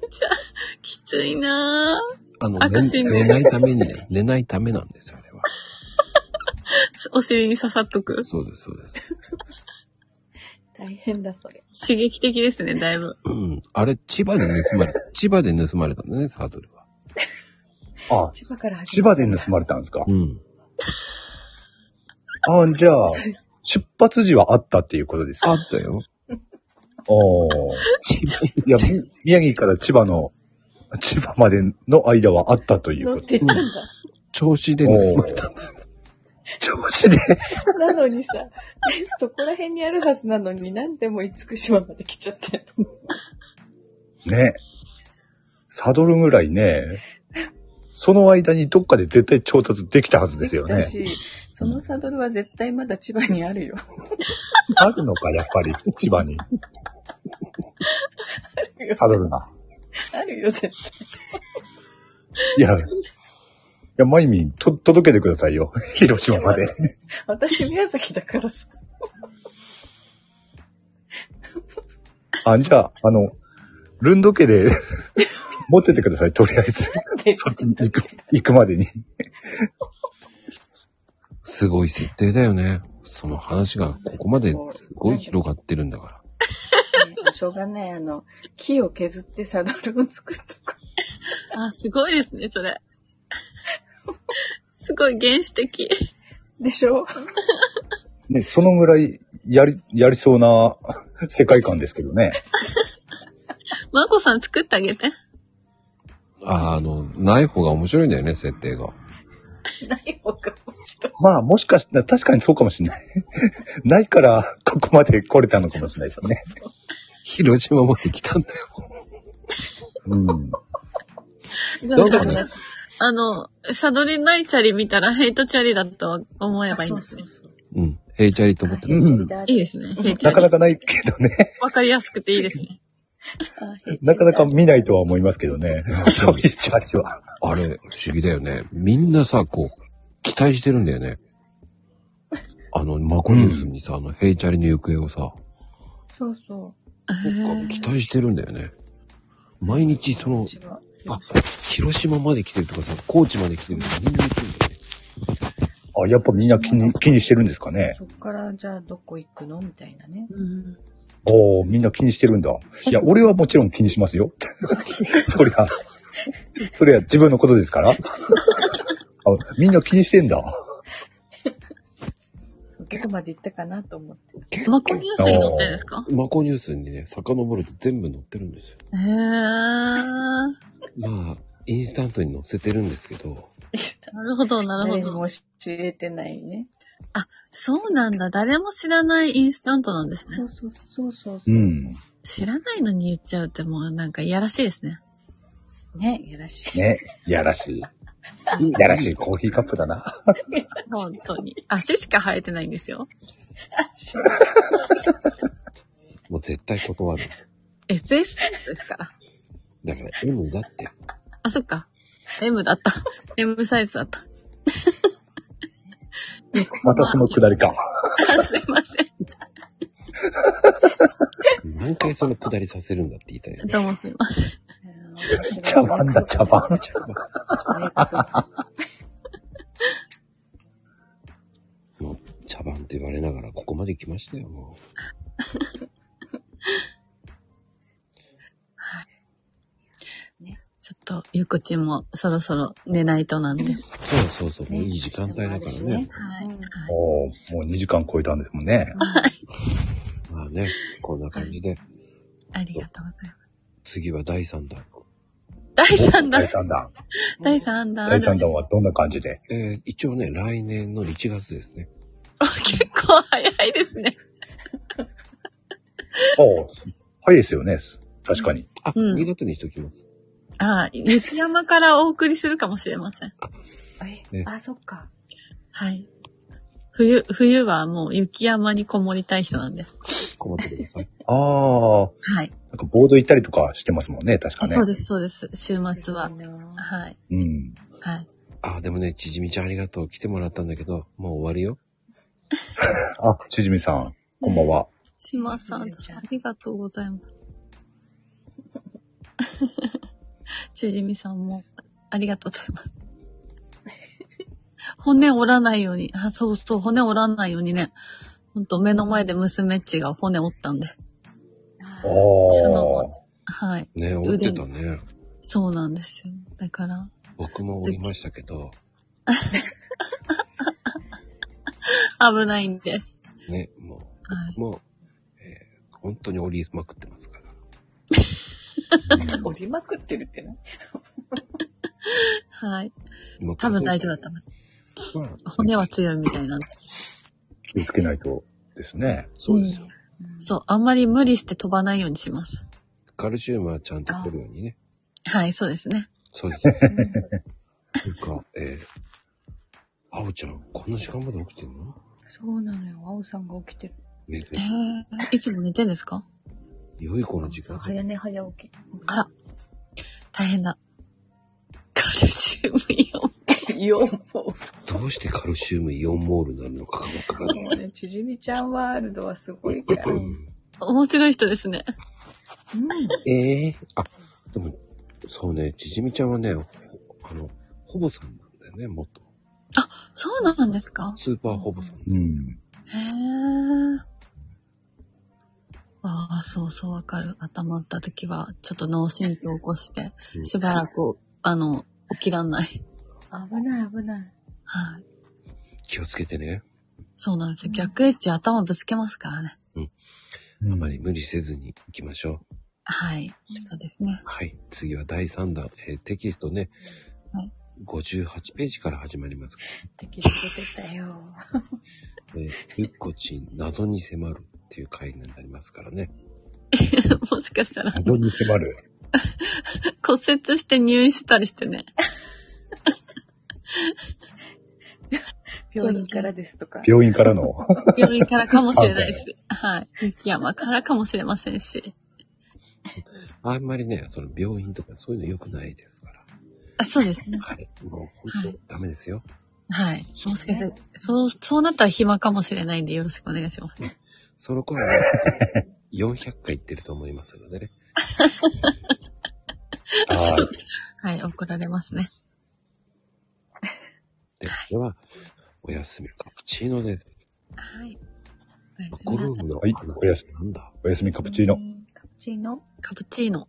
S3: じゃあ、きついなぁ。
S1: あの、
S3: 私
S1: 寝
S3: ね
S1: 寝ないためにね、寝ないためなんですよ、あれは。
S3: お尻に刺さっとく。
S1: そうです、そうです。
S5: 大変だ、それ。
S3: 刺激的ですね、だいぶ。
S1: うん。あれ、千葉で盗まれ、千葉で盗まれたんだね、サドルは。
S7: あ、
S5: 千葉から始
S7: 千
S5: ま
S7: 葉
S5: る
S7: で盗まれたんですか
S1: うん。
S7: あじゃあ、出発時はあったっていうことですか
S1: あったよ。
S7: おー
S1: 千葉
S7: いや、み宮城から千葉の、千葉までの間はあったという
S5: 乗
S7: こ
S5: っ
S7: と。
S5: てたん
S1: 調子で盗まれたんだよ。
S7: 調子で。
S5: だ。なのにさ、 そこら辺にあるはずなのに、なんでもう厳島まで来ちゃって。
S7: ね。サドルぐらいね。その間にどっかで絶対調達できたはずですよ
S5: だ
S7: ね。
S5: し、そのサドルは絶対まだ千葉にあるよ。
S7: あるのか、やっぱり、千葉に。サドルが。
S5: あるよ、絶対。
S7: いや、いや、まゆみん、と、届けてくださいよ。広島まで。
S5: 私、宮崎だからさ。
S7: あ、じゃあ、あの、ルンド家 で、持ってってください、とりあえず。
S5: で
S7: そっちに行く、行くまでに。
S1: すごい設定だよね。その話がここまですごい広がってるんだから。
S5: しょうがない、あの、木を削ってサドルを作っとく。
S3: あ、すごいですね、それ。 すごい原始的。
S5: でしょ
S7: ね、そのぐらい、やり、やりそうな世界観ですけどね。
S3: マコさん作ってあげて。
S1: ああの、ない方が面白いんだよね、設定が。
S5: ない方が面白い。
S7: まあもしかしたら確かにそうかもしれない。 ないからここまで来れたのかもしれないですね。
S5: そう
S1: 広島まで来たんだよ。
S7: うん。
S3: じゃ
S1: ど
S3: あ
S1: うか
S3: さ、
S1: ね
S3: あの、サドルないチャリ見たらヘイトチャリだと思えばいいん
S5: そう
S3: です
S5: そ
S3: ね
S5: う。そう。
S1: うん。ヘイチャリと思ったら、
S7: うん
S5: あ
S3: いいですね。ヘイチ
S7: な
S3: ャ
S7: か
S3: リ
S7: な。かないけどね。
S3: わかりやすくていいですね。
S7: なかなか見ないとは思いますけどね。 そういうチャリは。
S1: あれ、不思議だよね。みんなさ、こう、期待してるんだよね。あの、マコニュースにさ、あの、ヘイチャリの行方をさ、
S5: そうそ
S1: 期待してるんだよね。毎日、その
S5: う。、私は
S1: あ、広島まで来てるとかさ、高知まで来てるとか、みんな言ってるんだよね。
S7: あ、やっぱみんな気に気にしてるんですかね。
S5: そっからじゃあどこ行くのみたいなね。
S3: うん。
S7: おー、みんな気にしてるんだ。いや、俺はもちろん気にしますよ。 そりゃ。そりゃ自分のことですから。あみんな気にしてんだ。
S5: そうどこまで行ったかなと思って。
S3: マコニュースに載ってるんですか
S1: マコニュースにね、遡ると全部載ってるんですよ。
S3: へー。
S1: まあ、インスタントに載せてるんですけど、
S3: なるほど、なるほ
S5: 誰に
S3: ど。
S5: も教えてないね。
S3: そうなんだ。誰も知らないインスタントなんですね
S5: そ。うそうそうそうそうう。
S7: ん。
S3: 知らないのに言っちゃうってもうなんかいやらしいですね。
S5: ね、やらしい。
S7: ね。いやらしい。いやらしいコーヒーカップだな。
S3: 本当に。足しか生えてないんですよ。
S1: もう絶対断る。
S3: SS ですから。
S1: だから M だって。
S3: あ、そっか。M だった。M サイズだった。
S7: またそのくだりか。
S3: あすいません。
S1: 何回その下りさせるんだって言いたいよね。
S3: どうもすいません。
S7: 茶番だ、茶番。
S1: もう、茶番って言われながらここまで来ましたよ、も
S3: ちょっと、ゆこちんもそろそろ寝ないとなんで。
S1: う。そうそうそう、もういい時間帯だからね。
S3: はい。
S7: おーもう2時間超えたんですもんね。
S1: まあね、こんな感じで、
S3: ありがとうございま
S1: 次は第3弾。
S3: す。第3
S7: 第
S3: 弾、
S7: 3弾。
S3: 第3弾。
S7: 第3弾はどんな感じで
S1: えー、一応ね、来年の1月ですね。
S3: あ結構早いですね。
S7: おー早いですよね。確かに。
S1: あ、
S3: うん
S1: 2月にしときます。
S3: あ、雪山からお送りするかもしれません。
S5: えあ、そっか。
S3: はい。冬、冬はもう雪山にこもりたい人なんで。
S1: 困ってください。
S7: ああ、
S3: はい。
S7: なんかボード行ったりとかしてますもんね、確かね。
S3: そうです、そうです。週末は
S5: す。ごいなあ
S3: はい。
S7: うん。
S3: はい。
S1: あ、でもね、ちじみちゃんありがとう。来てもらったんだけど、もう終わりよ。
S7: あ、ちじみさん、こんばんは。
S3: 島さん、ありがとうございます。 ちじみさんも、ありがとうございます。骨折らないように、あ、そうそう、骨折らないようにね。ほんと、目の前で娘っちが骨折ったんで。
S7: あ
S3: スノボ
S7: ー
S3: はい。
S1: ね、折ってたね。
S3: そうなんですよ。だから、
S1: 僕も折りましたけど、
S3: 危ないんで。
S1: ね、も、。
S3: はいう
S1: もう、えー本当に折りまくってますから。
S5: 折りまくってるって な。
S3: はい。
S1: もう
S3: 多分大丈夫だと思う。骨は強いみたいなんで。
S7: 気をつけないとですね。
S1: そうですよ。
S3: そう、あんまり無理して飛ばないようにします。
S1: カルシウムはちゃんと取るようにね。
S3: はい、そうですね。
S1: そうです。なんか、えー、あおちゃん、こんな時間まで起きてんの
S5: そうなのよ。青さんが起きてる。
S1: 珍
S3: え
S1: し
S3: ー、いつも寝てんですか
S1: い。良い子の時間。
S5: 早寝早起き。
S3: あら、大変だ。カルシウムイオン。
S5: よも
S1: どうしてカルシウムイオンモールになるのかがわから
S5: う。
S1: な い。
S5: もうね、ちじみちゃんワールドはすごいから。うん。
S3: 面白い人ですね。
S1: ええあ、でも、そうね、ちじみちゃんはね、あの、ほぼさんなんだよね、もっと。
S3: そうなんですか
S1: スーパーほぼさん。
S7: うん。
S3: へー。ああ、そうそうわかる。頭打った時は、ちょっと脳震盪起こして、しばらく、あの、起きらんない。
S5: 危ない危ない。
S3: はい。
S1: 気をつけてね。
S3: そうなんですよ。逆エッジ頭ぶつけますからね。
S1: あまり無理せずに行きましょう。
S3: はい。そうですね。
S1: はい。次は第3弾。えーテキストね。
S3: はい
S1: 58ページから始まります。
S5: テキスト出たよ。
S1: えー、ゆっこちん、謎に迫るっていう回になりますからね。
S3: もしかしたら
S7: どんに迫る。
S3: 骨折して入院したりしてね。
S5: 病院からですとか。
S7: 病院からの。
S3: 病院からかもしれないです。はい。雪山からかもしれませんし。
S1: あんまりね、その病院とかそういうの良くないですから。
S3: あそうですね。
S1: はい。もう本当ダメですよ。
S3: はい。もしかして、そう、そうなったら暇かもしれないんでよろしくお願いします。
S1: その頃は、400回 行ってると思いますのでね。
S7: あー
S3: そう はい、怒られますね。
S1: ででは、おやすみカプチーノです。
S3: はい。おやす
S1: コ
S3: みな
S1: ル
S3: さい
S1: ームの
S7: はい
S1: 話
S7: おやす
S1: なんだ
S7: おやすみカプチーノ。
S5: カプチーノ。
S3: カプチーノ。